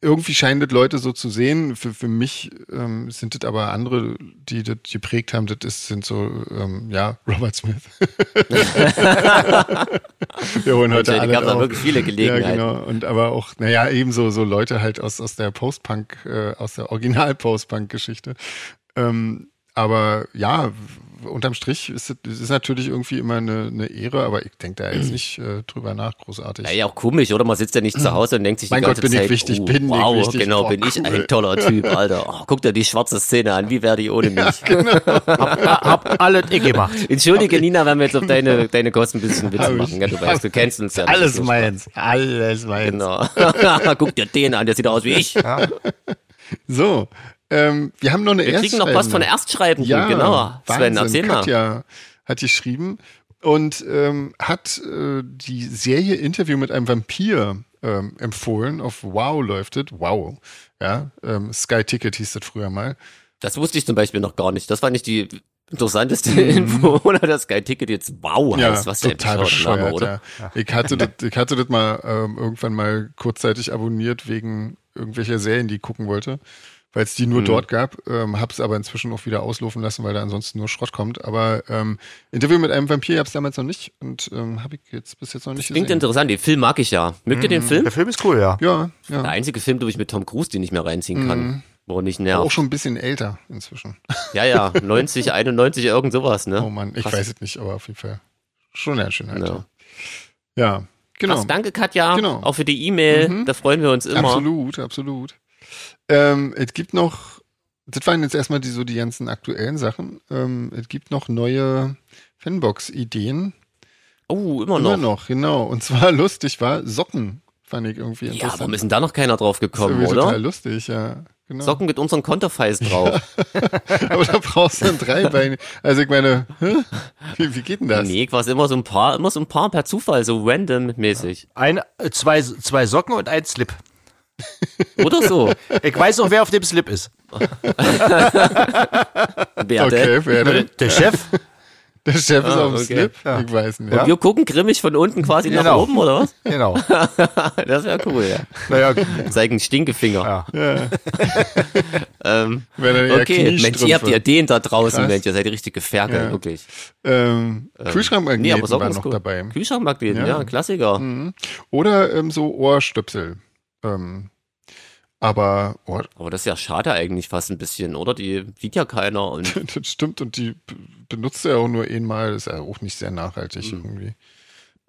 [SPEAKER 1] irgendwie scheinen das Leute so zu sehen. Für, für mich ähm, sind das aber andere, die das geprägt haben, das ist, sind so, ähm, ja, Robert Smith. Wir holen heute
[SPEAKER 2] Da
[SPEAKER 1] alle
[SPEAKER 2] gab es
[SPEAKER 1] auf.
[SPEAKER 2] wirklich viele Gelegenheiten.
[SPEAKER 1] Ja, genau. Und aber auch, naja, ebenso so Leute halt aus, aus der Post-Punk, äh, aus der Original-Post-Punk-Geschichte. Ähm, aber ja, w- unterm Strich ist es ist natürlich irgendwie immer eine, eine Ehre, aber ich denke da jetzt nicht äh, drüber nach, großartig.
[SPEAKER 2] Ja, ja, auch komisch, oder? Man sitzt ja nicht zu Hause und denkt sich
[SPEAKER 1] Mein
[SPEAKER 2] die ganze
[SPEAKER 1] Gott, bin ich
[SPEAKER 2] Zeit,
[SPEAKER 1] wichtig,
[SPEAKER 2] oh,
[SPEAKER 1] bin ich
[SPEAKER 2] wow,
[SPEAKER 1] wichtig,
[SPEAKER 2] genau,
[SPEAKER 1] boah,
[SPEAKER 2] bin ich
[SPEAKER 1] cool.
[SPEAKER 2] ein toller Typ, Alter. Oh, guck dir die schwarze Szene an, wie werde ich ohne mich?
[SPEAKER 1] genau.
[SPEAKER 3] Hab alles ich gemacht.
[SPEAKER 2] Entschuldige, Nina, wenn wir jetzt auf deine, deine Kosten ein bisschen Witze
[SPEAKER 1] Hab ich-
[SPEAKER 2] machen. Ja, du weißt, du kennst uns ja. das ist
[SPEAKER 1] Alles
[SPEAKER 2] so
[SPEAKER 1] meins, alles meins.
[SPEAKER 2] Spaß. Genau. guck dir den an, der sieht aus wie ich. Wir
[SPEAKER 1] So, ähm, wir haben noch eine
[SPEAKER 2] kriegen noch was von
[SPEAKER 1] Erstschreibende.
[SPEAKER 2] Erstschreibenden,
[SPEAKER 1] Ja,
[SPEAKER 2] genau. Sven, erzähl mal.
[SPEAKER 1] Katja hat geschrieben und ähm, hat äh, die Serie Interview mit einem Vampir ähm, empfohlen. Auf Wow läuft es. Wow. Ja, ähm, Sky Ticket hieß das früher mal.
[SPEAKER 2] Das wusste ich zum Beispiel noch gar nicht. Das war nicht die interessanteste Info, oder das Sky Ticket jetzt wow heißt. Was für ein
[SPEAKER 1] Mhm. total
[SPEAKER 2] bescheuerter Name,
[SPEAKER 1] bescheuert,
[SPEAKER 2] oder?
[SPEAKER 1] ja. Ich hatte, das, ich hatte das mal ähm, irgendwann mal kurzzeitig abonniert wegen irgendwelcher Serien, die ich gucken wollte, weil es die
[SPEAKER 2] Mhm.
[SPEAKER 1] nur dort gab. Ähm, hab's aber inzwischen auch wieder auslaufen lassen, weil da ansonsten nur Schrott kommt. Aber ähm, Interview mit einem Vampir gab's damals noch nicht und ähm, habe ich jetzt bis jetzt noch nicht
[SPEAKER 2] Klingt
[SPEAKER 1] gesehen.
[SPEAKER 2] interessant, den Film mag ich ja. Mögt
[SPEAKER 1] Mhm.
[SPEAKER 2] ihr den Film?
[SPEAKER 3] Der Film ist cool, ja.
[SPEAKER 1] Ja, ja. Mhm.
[SPEAKER 2] Der einzige Film, glaube ich, mit Tom Cruise, den ich mir reinziehen kann. Wo nicht
[SPEAKER 1] Auch
[SPEAKER 2] nervt.
[SPEAKER 1] schon ein bisschen älter inzwischen.
[SPEAKER 2] Ja, ja, 90, 91, irgend sowas, ne?
[SPEAKER 1] Oh Mann, ich
[SPEAKER 2] Krass.
[SPEAKER 1] weiß es nicht, aber auf jeden Fall schon ganz schön
[SPEAKER 2] Ja.
[SPEAKER 1] älter. Ja, genau.
[SPEAKER 2] Krass, danke Katja,
[SPEAKER 1] Genau.
[SPEAKER 2] auch für die E-Mail, da freuen wir uns immer.
[SPEAKER 1] Absolut, absolut. Ähm, es gibt noch, das waren jetzt erstmal die, so die ganzen aktuellen Sachen. Ähm, es gibt noch neue Fanbox-Ideen.
[SPEAKER 2] Oh, immer noch.
[SPEAKER 1] Immer noch, genau. Und zwar lustig war Socken, fand ich irgendwie
[SPEAKER 2] Ja,
[SPEAKER 1] interessant.
[SPEAKER 2] warum ist denn da noch keiner drauf gekommen,
[SPEAKER 1] irgendwie total
[SPEAKER 2] oder?
[SPEAKER 1] lustig, ja. Genau.
[SPEAKER 2] Socken mit unseren Konterfeis drauf.
[SPEAKER 1] Aber da brauchst du dann drei Beine. Also ich meine, hä? Wie, wie geht denn das?
[SPEAKER 2] nee, quasi immer so ein paar, immer so ein paar per Zufall, so random-mäßig.
[SPEAKER 3] Ein, äh, zwei, zwei Socken und ein Slip.
[SPEAKER 2] Oder so.
[SPEAKER 3] Ich weiß noch, wer auf dem Slip ist.
[SPEAKER 2] Werte.
[SPEAKER 3] Äh,
[SPEAKER 1] Okay, wer denn?
[SPEAKER 3] Der Chef?
[SPEAKER 1] Der Chef ist
[SPEAKER 2] Ah,
[SPEAKER 1] auf dem
[SPEAKER 2] okay.
[SPEAKER 1] Slip. Ich weiß nicht.
[SPEAKER 2] Und wir gucken grimmig von unten quasi nach
[SPEAKER 3] Genau.
[SPEAKER 2] oben, oder was?
[SPEAKER 3] Genau.
[SPEAKER 2] das wäre cool, ja.
[SPEAKER 3] Naja,
[SPEAKER 2] Zeigen Stinkefinger.
[SPEAKER 3] ja.
[SPEAKER 2] Ähm,
[SPEAKER 1] Wenn er eher
[SPEAKER 2] okay, Mensch, ihr habt
[SPEAKER 1] Kniestrümpfe.
[SPEAKER 2] Ideen da draußen,
[SPEAKER 1] Krass.
[SPEAKER 2] Mensch, ihr seid richtig geferkelt,
[SPEAKER 1] Ja.
[SPEAKER 2] wirklich.
[SPEAKER 1] Ähm, Kühlschrankmagneten
[SPEAKER 2] Nee, aber so
[SPEAKER 1] waren
[SPEAKER 2] ganz
[SPEAKER 1] noch
[SPEAKER 2] cool.
[SPEAKER 1] dabei.
[SPEAKER 2] Kühlschrankmagneten,
[SPEAKER 1] Ja.
[SPEAKER 2] ja. ein Klassiker.
[SPEAKER 1] Mhm. Oder ähm, so Ohrstöpsel. Ähm, aber oh,
[SPEAKER 2] Aber das ist ja schade eigentlich fast ein bisschen, oder? Die sieht ja keiner und
[SPEAKER 1] das stimmt und die b- benutzt er auch nur einmal. Ist ja auch nicht sehr nachhaltig
[SPEAKER 2] Mhm.
[SPEAKER 1] irgendwie.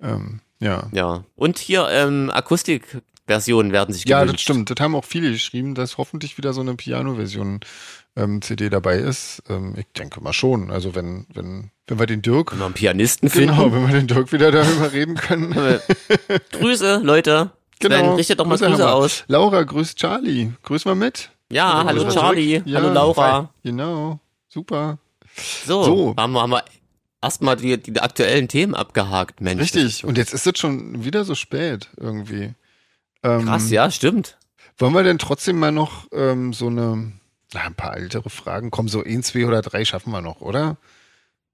[SPEAKER 1] Ähm, ja.
[SPEAKER 2] ja. Und hier ähm, Akustikversionen werden sich
[SPEAKER 1] Ja, das
[SPEAKER 2] gewünscht.
[SPEAKER 1] stimmt. Das haben auch viele geschrieben, dass hoffentlich wieder so eine Piano-Version ähm, CD dabei ist. Ähm, ich denke mal schon. Also wenn, wenn, wenn wir den Dirk,
[SPEAKER 2] Wenn wir einen Pianisten finden.
[SPEAKER 1] genau, wenn wir den Dirk wieder darüber reden können.
[SPEAKER 2] Grüße, Leute. Genau. Sven, richtet doch mal Grüße,
[SPEAKER 1] haben wir.
[SPEAKER 2] aus.
[SPEAKER 1] Laura, grüßt Charlie. Grüß mal mit.
[SPEAKER 2] Ja, hallo
[SPEAKER 1] Grüß mal
[SPEAKER 2] Charlie,
[SPEAKER 1] zurück. Ja,
[SPEAKER 2] hallo Laura.
[SPEAKER 1] Genau. Super.
[SPEAKER 2] So,
[SPEAKER 1] So.
[SPEAKER 2] haben wir, haben wir erstmal die, die aktuellen Themen abgehakt, Mensch.
[SPEAKER 1] Richtig. Und jetzt ist es schon wieder so spät irgendwie. Ähm,
[SPEAKER 2] Krass, ja, stimmt.
[SPEAKER 1] Wollen wir denn trotzdem mal noch ähm, so eine, na, ein paar ältere Fragen? Komm, so ein, zwei oder drei schaffen wir noch, oder?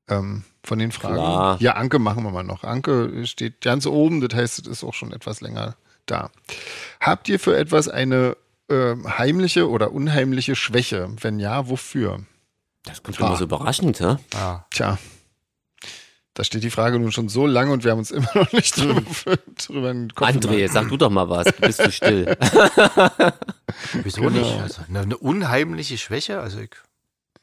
[SPEAKER 1] Ähm, von den Fragen.
[SPEAKER 2] Klar.
[SPEAKER 1] Ja, Anke machen wir mal noch. Anke steht ganz oben, das heißt, es ist auch schon etwas länger da. Habt ihr für etwas eine ähm, heimliche oder unheimliche Schwäche? Wenn ja, wofür?
[SPEAKER 2] Das kommt
[SPEAKER 1] Ah.
[SPEAKER 2] immer so überraschend, hä?
[SPEAKER 3] Ja.
[SPEAKER 1] Tja, da steht die Frage nun schon so lange und wir haben uns immer noch nicht drüber,
[SPEAKER 2] Hm.
[SPEAKER 1] drüber in den Kopf
[SPEAKER 2] André,
[SPEAKER 1] gemacht.
[SPEAKER 2] jetzt sag du doch mal was. Du bist zu still.
[SPEAKER 3] Wieso nicht? Also, eine, eine unheimliche Schwäche? Also ich.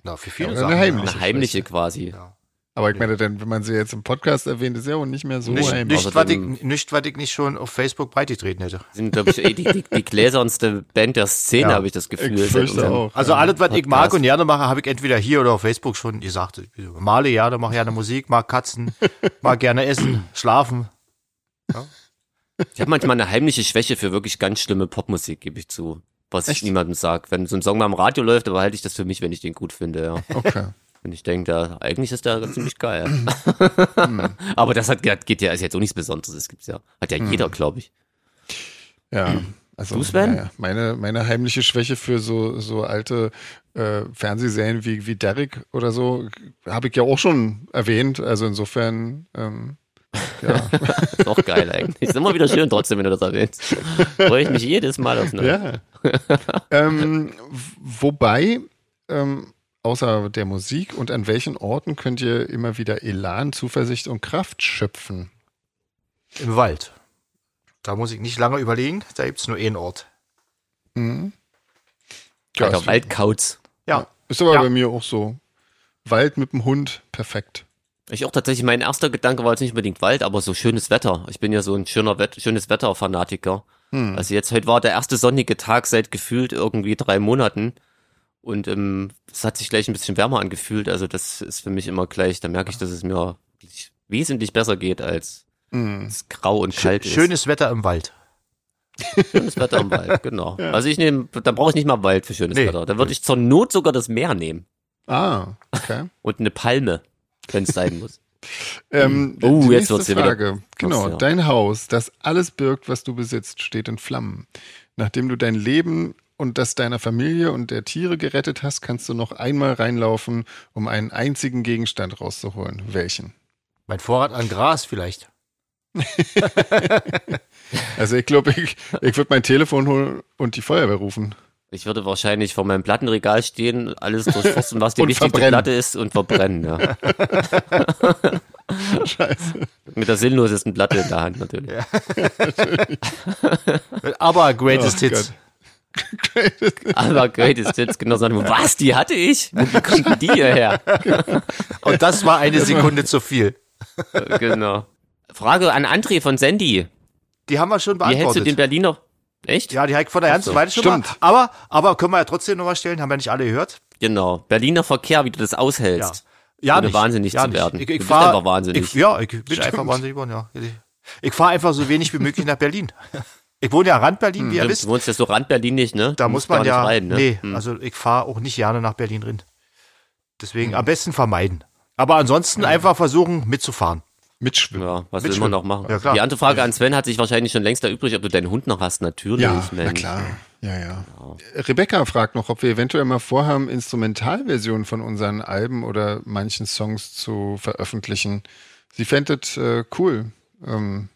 [SPEAKER 3] Na, für viele
[SPEAKER 1] Ja,
[SPEAKER 3] Sachen.
[SPEAKER 1] eine heimliche.
[SPEAKER 2] Eine heimliche quasi.
[SPEAKER 3] Ja.
[SPEAKER 1] Aber ich meine, denn, wenn man sie jetzt im Podcast erwähnt, ist ja auch nicht mehr so
[SPEAKER 3] Nicht,
[SPEAKER 1] heimlich.
[SPEAKER 3] nicht, was ich,
[SPEAKER 2] Außerdem-
[SPEAKER 3] nicht, was ich nicht schon auf Facebook breitgetreten hätte.
[SPEAKER 2] Sind, glaube ich, eh die, die, die gläsernste Band der Szene,
[SPEAKER 3] Ja.
[SPEAKER 2] habe ich das Gefühl.
[SPEAKER 1] Ich fürchte auch.
[SPEAKER 3] Also alles, was ich
[SPEAKER 2] Podcast.
[SPEAKER 3] mag und gerne mache, habe ich entweder hier oder auf Facebook schon gesagt. Ich Male gerne, mache gerne Musik, mag Katzen, mag gerne essen, schlafen.
[SPEAKER 2] Ich habe manchmal eine heimliche Schwäche für wirklich ganz schlimme Popmusik, gebe ich zu. Was ich niemandem sage. Wenn so ein Song mal im Radio läuft, aber halte ich das für mich, wenn ich den gut finde, ja.
[SPEAKER 1] Okay.
[SPEAKER 2] Und ich denke, da, eigentlich ist der ziemlich geil.
[SPEAKER 1] Hm.
[SPEAKER 2] Aber das hat, das geht ja, ist jetzt auch nichts Besonderes. Das gibt's ja. Hat ja jeder, glaube ich.
[SPEAKER 1] Ja. Also,
[SPEAKER 2] Du, Sven?
[SPEAKER 1] ja, meine, meine heimliche Schwäche für so, so alte äh, Fernsehserien wie, wie Derek oder so habe ich ja auch schon erwähnt. Also insofern, ähm, ja.
[SPEAKER 2] Ist auch geil eigentlich. Ist immer wieder schön trotzdem, wenn du das erwähnst. Freue ich mich jedes Mal auf eine.
[SPEAKER 1] ja. ähm, w- wobei, ähm, außer der Musik und an welchen Orten könnt ihr immer wieder Elan, Zuversicht und Kraft schöpfen?
[SPEAKER 3] Im Wald. Da muss ich nicht lange überlegen, da gibt es nur einen Ort.
[SPEAKER 1] Hm? Ja,
[SPEAKER 2] Alter,
[SPEAKER 1] ist-
[SPEAKER 2] Waldkauz.
[SPEAKER 3] Ja.
[SPEAKER 1] Ist aber
[SPEAKER 3] Ja.
[SPEAKER 1] bei mir auch so. Wald mit dem Hund, perfekt.
[SPEAKER 2] Ich auch tatsächlich, mein erster Gedanke war jetzt nicht unbedingt Wald, aber so schönes Wetter. Ich bin ja so ein schöner Wett, schönes Wetterfanatiker.
[SPEAKER 3] Hm.
[SPEAKER 2] Also jetzt heute war der erste sonnige Tag seit gefühlt irgendwie drei Monaten. Und ähm, es hat sich gleich ein bisschen wärmer angefühlt. Also das ist für mich immer gleich, da merke ich, dass es mir wesentlich besser geht, als es grau und kalt ist.
[SPEAKER 3] Hm. Schönes Wetter im Wald.
[SPEAKER 2] Schönes Wetter am Wald, genau. Also ich nehme, da brauche ich nicht mal Wald für schönes
[SPEAKER 3] Nee.
[SPEAKER 2] Wetter. Da würde ich zur Not sogar das Meer nehmen.
[SPEAKER 1] Ah, okay.
[SPEAKER 2] Und eine Palme, wenn es sein muss.
[SPEAKER 1] Ähm,
[SPEAKER 2] Oh,
[SPEAKER 1] die
[SPEAKER 2] jetzt
[SPEAKER 1] nächste
[SPEAKER 2] wird's hier wieder-
[SPEAKER 1] Frage. Genau,
[SPEAKER 2] Krass, ja.
[SPEAKER 1] dein Haus, das alles birgt, was du besitzt, steht in Flammen. Nachdem du dein Leben und das deiner Familie und der Tiere gerettet hast, kannst du noch einmal reinlaufen, um einen einzigen Gegenstand rauszuholen. Welchen?
[SPEAKER 3] Mein Vorrat an Gras vielleicht.
[SPEAKER 1] Also ich glaube, ich, ich würde mein Telefon holen und die Feuerwehr rufen.
[SPEAKER 2] Ich würde wahrscheinlich vor meinem Plattenregal stehen, alles durchforsten, was die
[SPEAKER 1] Und
[SPEAKER 2] wichtigste
[SPEAKER 1] verbrennen.
[SPEAKER 2] Platte ist und verbrennen, ja.
[SPEAKER 1] Scheiße.
[SPEAKER 2] Mit der sinnlosesten Platte in der Hand natürlich.
[SPEAKER 3] Aber Greatest
[SPEAKER 1] Oh
[SPEAKER 3] Hits.
[SPEAKER 2] Aber Greatest Hits, genau so. Was, die hatte ich? Wo wie kommt denn die hierher?
[SPEAKER 3] Und das war eine Sekunde zu viel.
[SPEAKER 2] Genau. Frage an André von Sandy.
[SPEAKER 3] Die haben wir schon
[SPEAKER 2] Wie hältst du den
[SPEAKER 3] beantwortet.
[SPEAKER 2] Berliner? Echt?
[SPEAKER 3] Ja, die Hike von der ganzen
[SPEAKER 2] so,
[SPEAKER 3] Weile schon
[SPEAKER 1] stimmt.
[SPEAKER 3] mal. Aber, aber können wir ja trotzdem nochmal stellen, haben wir nicht alle gehört.
[SPEAKER 2] Genau. Berliner Verkehr, wie du das
[SPEAKER 3] Ja.
[SPEAKER 2] aushältst.
[SPEAKER 3] Ja,
[SPEAKER 2] Ohne wahnsinnig zu werden.
[SPEAKER 3] Ich,
[SPEAKER 2] Du
[SPEAKER 3] ich
[SPEAKER 2] bist
[SPEAKER 3] fahr,
[SPEAKER 2] einfach wahnsinnig.
[SPEAKER 3] Ich, ja, ich bin einfach wahnsinnig geworden, ja. Ich, ich fahre einfach so wenig wie möglich nach Berlin. Ich wohne ja Rand Berlin, wie ihr
[SPEAKER 2] Stimmt,
[SPEAKER 3] wisst.
[SPEAKER 2] Hm, du wohnst ja so Rand Berlin nicht, ne?
[SPEAKER 3] Da
[SPEAKER 2] Du
[SPEAKER 3] muss
[SPEAKER 2] musst
[SPEAKER 3] man
[SPEAKER 2] gar
[SPEAKER 3] ja.
[SPEAKER 2] nicht rein, ne?
[SPEAKER 3] Nee, also ich fahre auch nicht gerne nach Berlin
[SPEAKER 2] Hm.
[SPEAKER 3] rein. Deswegen am besten vermeiden. Aber ansonsten einfach versuchen mitzufahren.
[SPEAKER 1] Mitschwimmen.
[SPEAKER 2] Ja, was will
[SPEAKER 3] Mitschwimmen.
[SPEAKER 2] man noch machen?
[SPEAKER 3] Ja, klar.
[SPEAKER 2] Die andere Frage an Sven hat sich wahrscheinlich schon längst erübrigt, ob du deinen Hund noch hast. Natürlich,
[SPEAKER 1] Ja,
[SPEAKER 2] Mensch.
[SPEAKER 1] na klar. Ja, ja.
[SPEAKER 2] Genau.
[SPEAKER 1] Rebecca fragt noch, ob wir eventuell mal vorhaben, Instrumentalversionen von unseren Alben oder manchen Songs zu veröffentlichen. Sie fändet äh, cool. Ähm,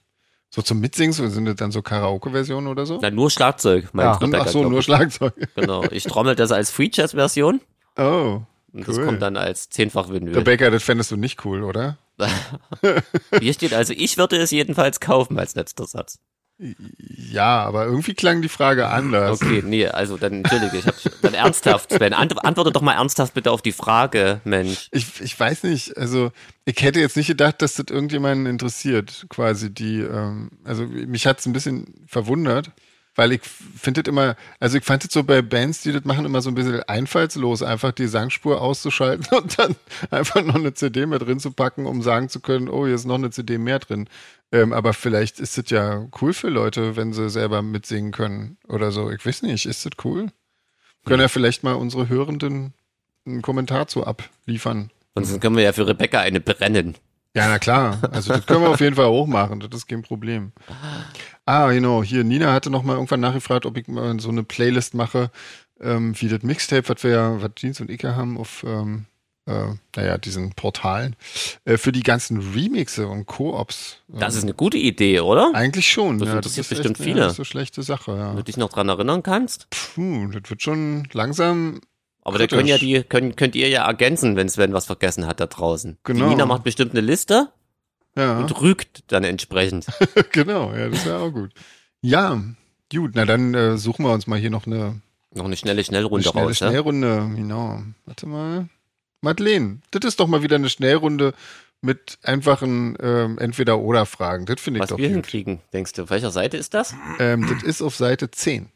[SPEAKER 1] so zum Mitsingen, so sind das dann so Karaoke-Versionen oder so?
[SPEAKER 2] Na, nur Schlagzeug, mein
[SPEAKER 3] Ja.
[SPEAKER 2] ja. Rebecca.
[SPEAKER 1] Ach so,
[SPEAKER 2] glaub
[SPEAKER 1] nur
[SPEAKER 2] ich.
[SPEAKER 1] Schlagzeug.
[SPEAKER 2] Genau. Ich trommel das als Free-Jazz-Version
[SPEAKER 1] Oh,
[SPEAKER 2] und das
[SPEAKER 1] cool.
[SPEAKER 2] kommt dann als zehnfach Vinyl.
[SPEAKER 1] Rebecca, das fändest du nicht cool, oder?
[SPEAKER 2] Hier steht also, ich würde es jedenfalls kaufen als letzter Satz.
[SPEAKER 1] Ja, aber irgendwie klang die Frage anders.
[SPEAKER 2] Okay, nee, also dann entschuldige, ich hab dann ernsthaft, Sven, ant antworte doch mal ernsthaft bitte auf die Frage, Mensch.
[SPEAKER 1] Ich, ich weiß nicht, also ich hätte jetzt nicht gedacht, dass das irgendjemanden interessiert, quasi die, ähm, also mich hat's ein bisschen verwundert, weil ich finde das immer, also ich fand das so bei Bands, die das machen, immer so ein bisschen einfallslos, einfach die Sangspur auszuschalten und dann einfach noch eine CD mehr drin zu packen, um sagen zu können, oh, hier ist noch eine CD mehr drin. Ähm, aber vielleicht ist das ja cool für Leute, wenn sie selber mitsingen können oder so. Ich weiß nicht, ist das cool? Können ja vielleicht mal unsere Hörenden einen Kommentar zu abliefern.
[SPEAKER 2] Sonst können wir ja für Rebecca eine brennen.
[SPEAKER 1] Ja, na klar. Also das können wir auf jeden Fall auch machen. Das ist kein Problem. Ah, genau. Hier, Nina hatte noch mal irgendwann nachgefragt, ob ich mal so eine Playlist mache, ähm, wie das Mixtape, was wir ja, was Jeans und Ike haben auf, ähm, äh, naja, diesen Portalen, äh, für die ganzen Remixe und Co-ops. Ähm,
[SPEAKER 2] Das ist eine gute Idee, oder?
[SPEAKER 1] eigentlich schon.
[SPEAKER 2] Das
[SPEAKER 1] ja,
[SPEAKER 2] interessiert
[SPEAKER 1] ist echt
[SPEAKER 2] bestimmt
[SPEAKER 1] eine
[SPEAKER 2] viele.
[SPEAKER 1] nicht so schlechte Sache,
[SPEAKER 2] Wenn du
[SPEAKER 1] ja.
[SPEAKER 2] dich noch dran erinnern kannst.
[SPEAKER 1] Puh, das wird schon langsam
[SPEAKER 2] Aber da
[SPEAKER 1] Kritisch.
[SPEAKER 2] können ja die, können, könnt ihr ja ergänzen, wenn Sven was vergessen hat da draußen.
[SPEAKER 1] Genau.
[SPEAKER 2] Die Nina macht bestimmt eine Liste
[SPEAKER 1] ja.
[SPEAKER 2] und rügt dann entsprechend.
[SPEAKER 1] genau, ja, das wäre auch gut. Ja, gut, na dann äh, suchen wir uns mal hier noch eine
[SPEAKER 2] Noch eine schnelle Schnellrunde
[SPEAKER 1] Eine schnelle
[SPEAKER 2] raus, ne? ja?
[SPEAKER 1] Schnellrunde, genau. Warte mal. Madeleine, das ist doch mal wieder eine Schnellrunde mit einfachen ähm, Entweder-Oder-Fragen. Das finde ich
[SPEAKER 2] Was
[SPEAKER 1] doch
[SPEAKER 2] wir
[SPEAKER 1] gut.
[SPEAKER 2] hinkriegen, denkst du? Auf welcher Seite ist das?
[SPEAKER 1] Ähm, das ist auf Seite 10.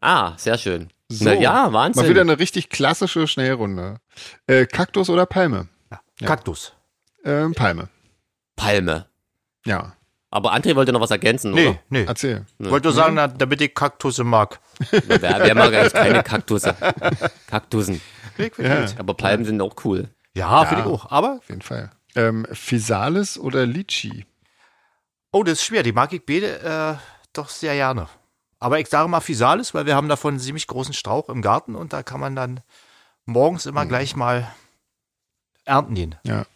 [SPEAKER 2] Ah, sehr schön.
[SPEAKER 1] So.
[SPEAKER 2] Na ja, Wahnsinn.
[SPEAKER 1] Mal wieder eine richtig klassische Schnellrunde. Äh, Kaktus oder Palme? Ja.
[SPEAKER 3] Kaktus.
[SPEAKER 1] Ähm, Palme.
[SPEAKER 2] Palme.
[SPEAKER 1] Ja,
[SPEAKER 2] Aber André wollte noch was ergänzen,
[SPEAKER 3] Nee,
[SPEAKER 2] oder?
[SPEAKER 3] nee.
[SPEAKER 1] erzähl.
[SPEAKER 3] Ich wollte nur sagen, na, damit ich Kaktusse mag.
[SPEAKER 2] Wer, wer mag eigentlich keine Kaktusse? Kaktusen.
[SPEAKER 3] Nee, ich
[SPEAKER 1] Ja.
[SPEAKER 3] ja,
[SPEAKER 2] Aber Palmen sind auch cool.
[SPEAKER 3] ja finde ich auch. Aber,
[SPEAKER 1] Auf jeden Fall. Ähm, Physalis oder Litchi?
[SPEAKER 3] oh, das ist schwer. Die mag ich beide äh, doch sehr gerne. Aber ich sage mal Physalis, weil wir haben davon einen ziemlich großen Strauch im Garten und da kann man dann morgens immer gleich mal ernten gehen.
[SPEAKER 1] Ja.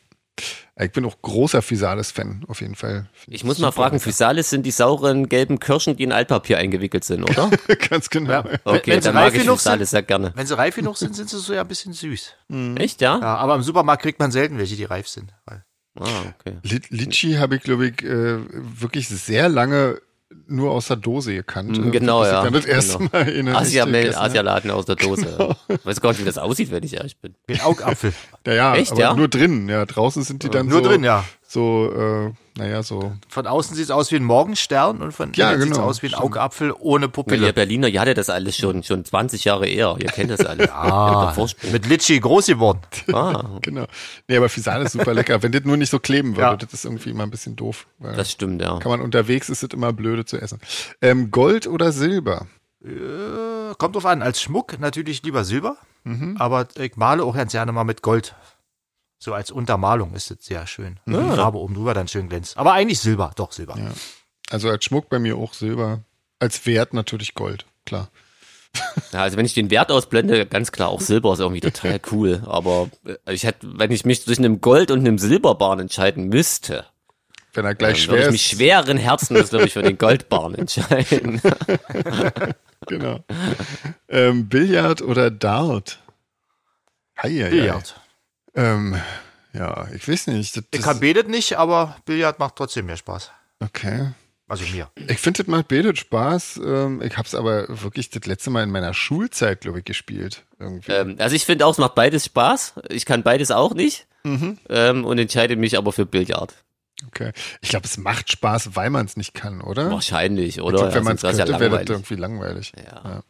[SPEAKER 1] Äh, Ich bin auch großer Physalis-Fan, auf jeden Fall. Find
[SPEAKER 2] Ich muss
[SPEAKER 1] super
[SPEAKER 2] mal fragen,
[SPEAKER 1] lecker.
[SPEAKER 2] Physalis sind die sauren gelben Kirschen, die in Altpapier eingewickelt sind, oder?
[SPEAKER 1] Ganz genau.
[SPEAKER 2] Okay,
[SPEAKER 3] Wenn's
[SPEAKER 2] dann
[SPEAKER 3] reif
[SPEAKER 2] mag ich
[SPEAKER 3] genug sind-
[SPEAKER 2] Physalis sehr gerne.
[SPEAKER 3] Wenn sie reif genug sind, sind sie so ja ein bisschen süß.
[SPEAKER 1] Mhm.
[SPEAKER 2] Echt, ja?
[SPEAKER 3] Ja, aber im Supermarkt kriegt man selten welche, die reif sind. Weil-
[SPEAKER 2] Ah, okay.
[SPEAKER 1] Lit- Litchi habe ich, glaube ich, äh, wirklich sehr lange nur aus der Dose gekannt.
[SPEAKER 2] Mm,
[SPEAKER 1] Äh,
[SPEAKER 2] genau,
[SPEAKER 1] bis ich
[SPEAKER 2] ja.
[SPEAKER 1] Dann das erste
[SPEAKER 2] Genau.
[SPEAKER 1] Mal in der
[SPEAKER 2] Asia
[SPEAKER 1] Nächte
[SPEAKER 2] Mel,
[SPEAKER 1] gegessen habe.
[SPEAKER 2] Asialaden aus der Dose.
[SPEAKER 1] Genau.
[SPEAKER 2] Ich weiß gar nicht, wie das aussieht, wenn ich ehrlich bin.
[SPEAKER 3] Wie ein Augapfel.
[SPEAKER 1] Ja, ja,
[SPEAKER 2] Echt,
[SPEAKER 1] aber
[SPEAKER 2] ja?
[SPEAKER 1] nur drin. Ja, draußen sind die dann
[SPEAKER 3] Nur
[SPEAKER 1] so,
[SPEAKER 3] drin, ja.
[SPEAKER 1] so äh, naja, so.
[SPEAKER 3] Von außen sieht es aus wie ein Morgenstern und von
[SPEAKER 1] Ja,
[SPEAKER 3] innen sieht es
[SPEAKER 1] genau.
[SPEAKER 3] aus wie ein Augapfel ohne Pupille.
[SPEAKER 2] Ihr Berliner, ihr hattet das alles schon, schon 20 Jahre eher. Ihr kennt das alles.
[SPEAKER 3] Ah, mit Litschi groß geworden.
[SPEAKER 2] Ah,
[SPEAKER 1] Genau. Nee, aber Fisal ist super lecker. Wenn das nur nicht so kleben würde,
[SPEAKER 3] Ja.
[SPEAKER 1] das ist irgendwie immer ein bisschen doof. Weil
[SPEAKER 2] das stimmt, ja.
[SPEAKER 1] kann man unterwegs, ist das immer blöde zu essen. Ähm, Gold oder Silber?
[SPEAKER 3] Äh, Kommt drauf an, als Schmuck natürlich lieber Silber, aber ich male auch ganz gerne mal mit Gold. So als Untermalung ist es sehr schön. Wenn Die Farbe oben drüber dann schön glänzt. Aber eigentlich Silber, doch Silber.
[SPEAKER 1] Also als Schmuck bei mir auch Silber. Als Wert natürlich Gold, klar.
[SPEAKER 2] Ja, also wenn ich den Wert ausblende, ganz klar, auch Silber ist irgendwie total cool. Aber äh, ich hätte, wenn ich mich zwischen einem Gold und einem Silberbarn entscheiden müsste,
[SPEAKER 1] Wenn er
[SPEAKER 2] dann
[SPEAKER 1] gleich
[SPEAKER 2] würde ich
[SPEAKER 1] schwer
[SPEAKER 2] mich
[SPEAKER 1] ist.
[SPEAKER 2] schweren Herzens, glaube ich, für den Goldbarn entscheiden.
[SPEAKER 1] Genau. ähm, Billard oder Dart? Hei, hei, hei.
[SPEAKER 3] Billard.
[SPEAKER 1] Ähm, ja, ich weiß nicht. Das,
[SPEAKER 3] Ich kann
[SPEAKER 1] das,
[SPEAKER 3] betet nicht, aber Billard macht trotzdem mehr Spaß.
[SPEAKER 1] okay.
[SPEAKER 3] Also mir.
[SPEAKER 1] Ich finde, das macht Bedet Spaß. Ähm, ich habe es aber wirklich das letzte Mal in meiner Schulzeit, glaube ich, gespielt. Irgendwie.
[SPEAKER 3] Äh.
[SPEAKER 2] ähm, also ich finde auch, es macht beides Spaß. Ich kann beides auch nicht.
[SPEAKER 1] Mhm.
[SPEAKER 2] Ähm, und entscheide mich aber für Billard.
[SPEAKER 1] Okay. Ich glaube, es macht Spaß, weil man es nicht kann, oder?
[SPEAKER 2] Wahrscheinlich,
[SPEAKER 1] ich
[SPEAKER 2] oder?
[SPEAKER 3] Also
[SPEAKER 2] Also
[SPEAKER 1] glaub, wenn man es
[SPEAKER 2] Sonst wär's
[SPEAKER 1] könnte, wäre das
[SPEAKER 2] langweilig.
[SPEAKER 1] irgendwie langweilig.
[SPEAKER 2] Ja.
[SPEAKER 1] Ja.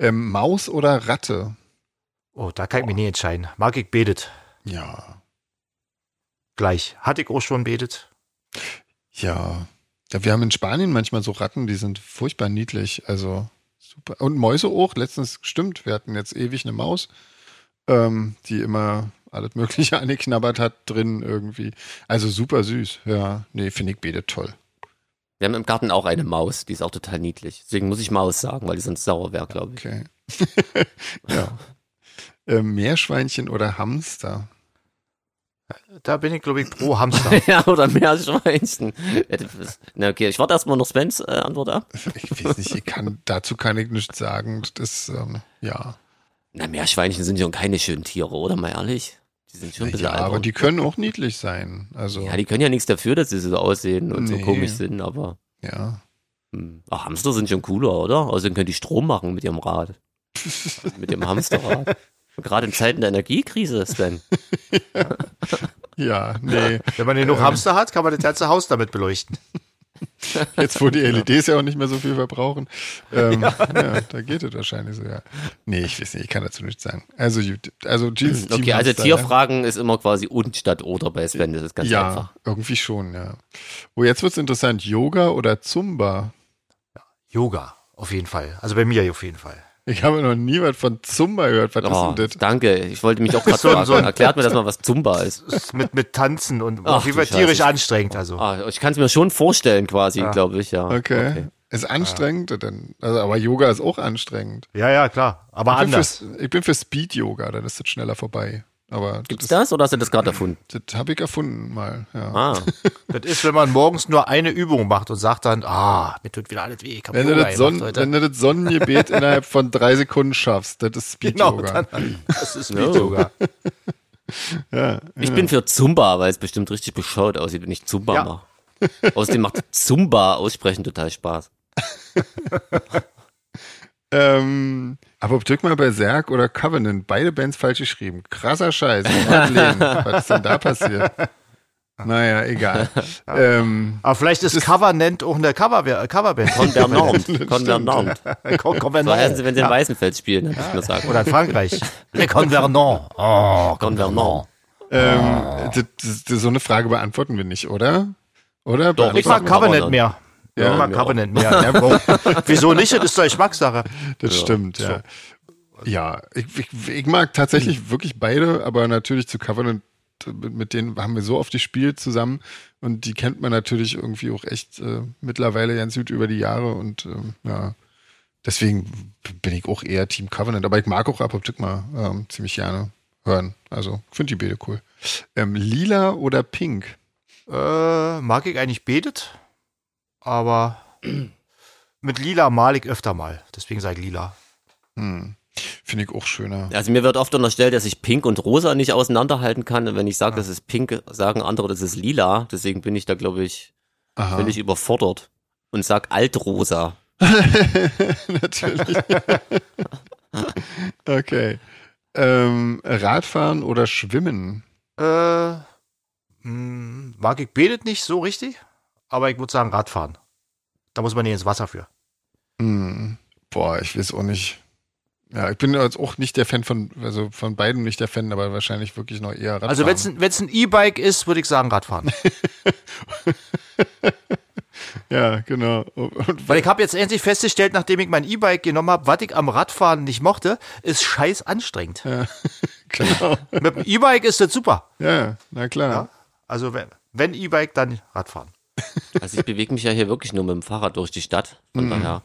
[SPEAKER 1] Ähm, Maus oder Ratte?
[SPEAKER 3] Oh, da kann ich mich nie entscheiden. Mag ich betet.
[SPEAKER 1] Ja.
[SPEAKER 3] Gleich. Hatte ich auch schon betet.
[SPEAKER 1] Ja. ja. Wir haben in Spanien manchmal so Ratten, die sind furchtbar niedlich. Also super. Und Mäuse auch. Letztens, stimmt, wir hatten jetzt ewig eine Maus, ähm, die immer alles Mögliche angeknabbert hat drin irgendwie. Also super süß. Ja, nee, finde ich beide toll.
[SPEAKER 2] Wir haben im Garten auch eine Maus, die ist auch total niedlich. Deswegen muss ich Maus sagen, weil die sonst sauer wäre, glaube ich.
[SPEAKER 1] Okay. ja. Äh, Meerschweinchen oder Hamster?
[SPEAKER 3] Da bin ich, glaube ich, pro Hamster.
[SPEAKER 2] ja, oder Meerschweinchen. Ja, das- Na okay, ich warte erstmal noch Svens äh, Antwort ab.
[SPEAKER 1] Ich weiß nicht, ich kann, dazu kann ich nichts sagen. Das, ähm, ja.
[SPEAKER 2] Na, Meerschweinchen sind schon keine schönen Tiere, oder mal ehrlich? Die sind schon ein bisschen
[SPEAKER 1] ja, aber
[SPEAKER 2] albern.
[SPEAKER 1] die können auch niedlich sein. Also,
[SPEAKER 2] ja, die können ja nichts dafür, dass sie so aussehen und
[SPEAKER 1] Nee.
[SPEAKER 2] so komisch sind, aber
[SPEAKER 1] ja.
[SPEAKER 2] hm. Ach, Hamster sind schon cooler, oder? Außerdem können die Strom machen mit ihrem Rad. mit dem Hamsterrad. Und Gerade in Zeiten der Energiekrise, Sven.
[SPEAKER 1] Ja, nee.
[SPEAKER 3] Wenn man genug Hamster hat, kann man das ganze Haus damit beleuchten.
[SPEAKER 1] Jetzt, wo die LEDs ja auch nicht mehr so viel verbrauchen. Ähm, ja. da geht es wahrscheinlich so, ja. Nee, ich weiß nicht, ich kann dazu nichts sagen. Also, gut, also Jeans,
[SPEAKER 2] Okay, also Tierfragen ist immer quasi und statt oder bei Sven, das ist ganz
[SPEAKER 1] Ja,
[SPEAKER 2] einfach.
[SPEAKER 1] irgendwie schon, ja. Oh, jetzt wird's interessant. Yoga oder Zumba?
[SPEAKER 3] Yoga, auf jeden Fall. Also bei mir auf jeden Fall.
[SPEAKER 1] Ich habe noch nie was von Zumba gehört. Was
[SPEAKER 2] Oh,
[SPEAKER 1] ist denn das?
[SPEAKER 2] danke, ich wollte mich auch gerade
[SPEAKER 3] So ein-
[SPEAKER 2] fragen.
[SPEAKER 3] so ein-
[SPEAKER 2] Erklärt mir das mal, was Zumba ist.
[SPEAKER 3] Das ist Mit, mit Tanzen und
[SPEAKER 2] Ach,
[SPEAKER 3] auf jeden
[SPEAKER 2] du
[SPEAKER 3] Fall tierisch
[SPEAKER 2] Scheiße.
[SPEAKER 3] anstrengend. Also.
[SPEAKER 2] Ah, ich kann es mir schon vorstellen quasi,
[SPEAKER 3] Ja.
[SPEAKER 2] glaube ich, ja.
[SPEAKER 1] Okay. Ist anstrengend,
[SPEAKER 2] Ah.
[SPEAKER 1] dann, also, aber Yoga ist auch anstrengend.
[SPEAKER 3] Ja, ja, klar. Aber
[SPEAKER 1] Ich bin,
[SPEAKER 3] anders.
[SPEAKER 1] fürs, ich bin für Speed-Yoga, dann ist das schneller vorbei. Aber
[SPEAKER 2] Gibt's
[SPEAKER 1] das,
[SPEAKER 2] das oder hast du das gerade erfunden?
[SPEAKER 1] das habe ich erfunden mal. Ja.
[SPEAKER 2] Ah,
[SPEAKER 3] Das ist, wenn man morgens nur eine Übung macht und sagt dann, ah, mir tut wieder alles weh. Ich hab
[SPEAKER 1] Wenn, du
[SPEAKER 3] Yoga
[SPEAKER 1] das Sonnen,
[SPEAKER 3] gemacht heute.
[SPEAKER 1] wenn du das Sonnengebet innerhalb von drei Sekunden schaffst, das ist
[SPEAKER 3] genau,
[SPEAKER 1] Speed-Yoga.
[SPEAKER 3] dann, das ist
[SPEAKER 2] No.
[SPEAKER 3] Speed-Yoga.
[SPEAKER 2] ich bin für Zumba, weil es bestimmt richtig bescheuert aussieht, wenn ich Zumba
[SPEAKER 3] Ja.
[SPEAKER 2] mache. Außerdem macht Zumba aussprechen total Spaß.
[SPEAKER 1] Ähm, aber drück mal bei Berserk oder Covenant, beide Bands falsch geschrieben. Krasser Scheiß. Ablehnen. Was ist denn da passiert? Naja, egal. ähm,
[SPEAKER 3] Aber vielleicht ist Covenant auch eine Cover äh, Coverband.
[SPEAKER 2] Condamnant, Condamnant. So
[SPEAKER 3] Con-
[SPEAKER 2] heißen
[SPEAKER 3] Convenant.
[SPEAKER 2] sie, wenn sie in Weißenfels spielen, hab ich mir sagen.
[SPEAKER 3] Oder in Frankreich. Le Convenant. Oh,
[SPEAKER 2] Condamnant.
[SPEAKER 3] Ah.
[SPEAKER 1] ähm, d- d- d- so eine Frage beantworten wir nicht, oder? Oder?
[SPEAKER 2] Doch,
[SPEAKER 3] Ich
[SPEAKER 2] Sagen
[SPEAKER 3] mag
[SPEAKER 2] wir aber
[SPEAKER 3] Covenant
[SPEAKER 2] dann.
[SPEAKER 3] mehr.
[SPEAKER 1] Ja,
[SPEAKER 3] ich mag
[SPEAKER 2] mir auch.
[SPEAKER 3] Covenant mehr. Ja, warum? Wieso nicht? Das ist doch Geschmackssache.
[SPEAKER 1] Das stimmt, ja. Ja, ich, ich, ich mag tatsächlich wirklich beide, aber natürlich zu Covenant, mit, mit denen haben wir so oft gespielt zusammen und die kennt man natürlich irgendwie auch echt äh, mittlerweile ganz gut über die Jahre und ähm, ja, deswegen bin ich auch eher Team Covenant, aber ich mag auch Apoptyk mal ähm, ziemlich gerne hören. Also, ich finde die Bede cool. Ähm, lila oder pink?
[SPEAKER 3] Äh, mag ich eigentlich betet, aber mit Lila mal ich öfter mal. Deswegen sage ich Lila.
[SPEAKER 1] Hm. Finde ich auch schöner.
[SPEAKER 2] Also mir wird oft unterstellt, dass ich Pink und Rosa nicht auseinanderhalten kann. Und wenn ich
[SPEAKER 3] Ah.
[SPEAKER 2] sage, das ist Pink, sagen andere, das ist Lila. Deswegen bin ich da, glaube ich,
[SPEAKER 1] Aha.
[SPEAKER 2] völlig überfordert und sag Altrosa.
[SPEAKER 1] Natürlich. okay. Ähm, Radfahren oder Schwimmen?
[SPEAKER 3] Äh, mh, mag ich betet nicht so richtig, aber ich würde sagen Radfahren. Da muss man nicht ins Wasser für.
[SPEAKER 1] Hm. Boah, ich weiß auch nicht. Ja, ich bin jetzt auch nicht der Fan von, also von beiden nicht der Fan, aber wahrscheinlich wirklich noch eher Radfahren.
[SPEAKER 3] Also wenn es ein wenn's ein E-Bike ist, würde ich sagen Radfahren.
[SPEAKER 1] Ja, genau. Und
[SPEAKER 3] Weil ich habe jetzt endlich festgestellt, nachdem ich mein E-Bike genommen habe, was ich am Radfahren nicht mochte, ist scheiß anstrengend.
[SPEAKER 1] genau.
[SPEAKER 3] Mit dem E-Bike ist das super.
[SPEAKER 1] Ja, na klar.
[SPEAKER 3] Also wenn, wenn E-Bike, dann Radfahren.
[SPEAKER 2] Also ich bewege mich ja hier wirklich nur mit dem Fahrrad durch die Stadt.
[SPEAKER 1] Mhm.
[SPEAKER 2] Von daher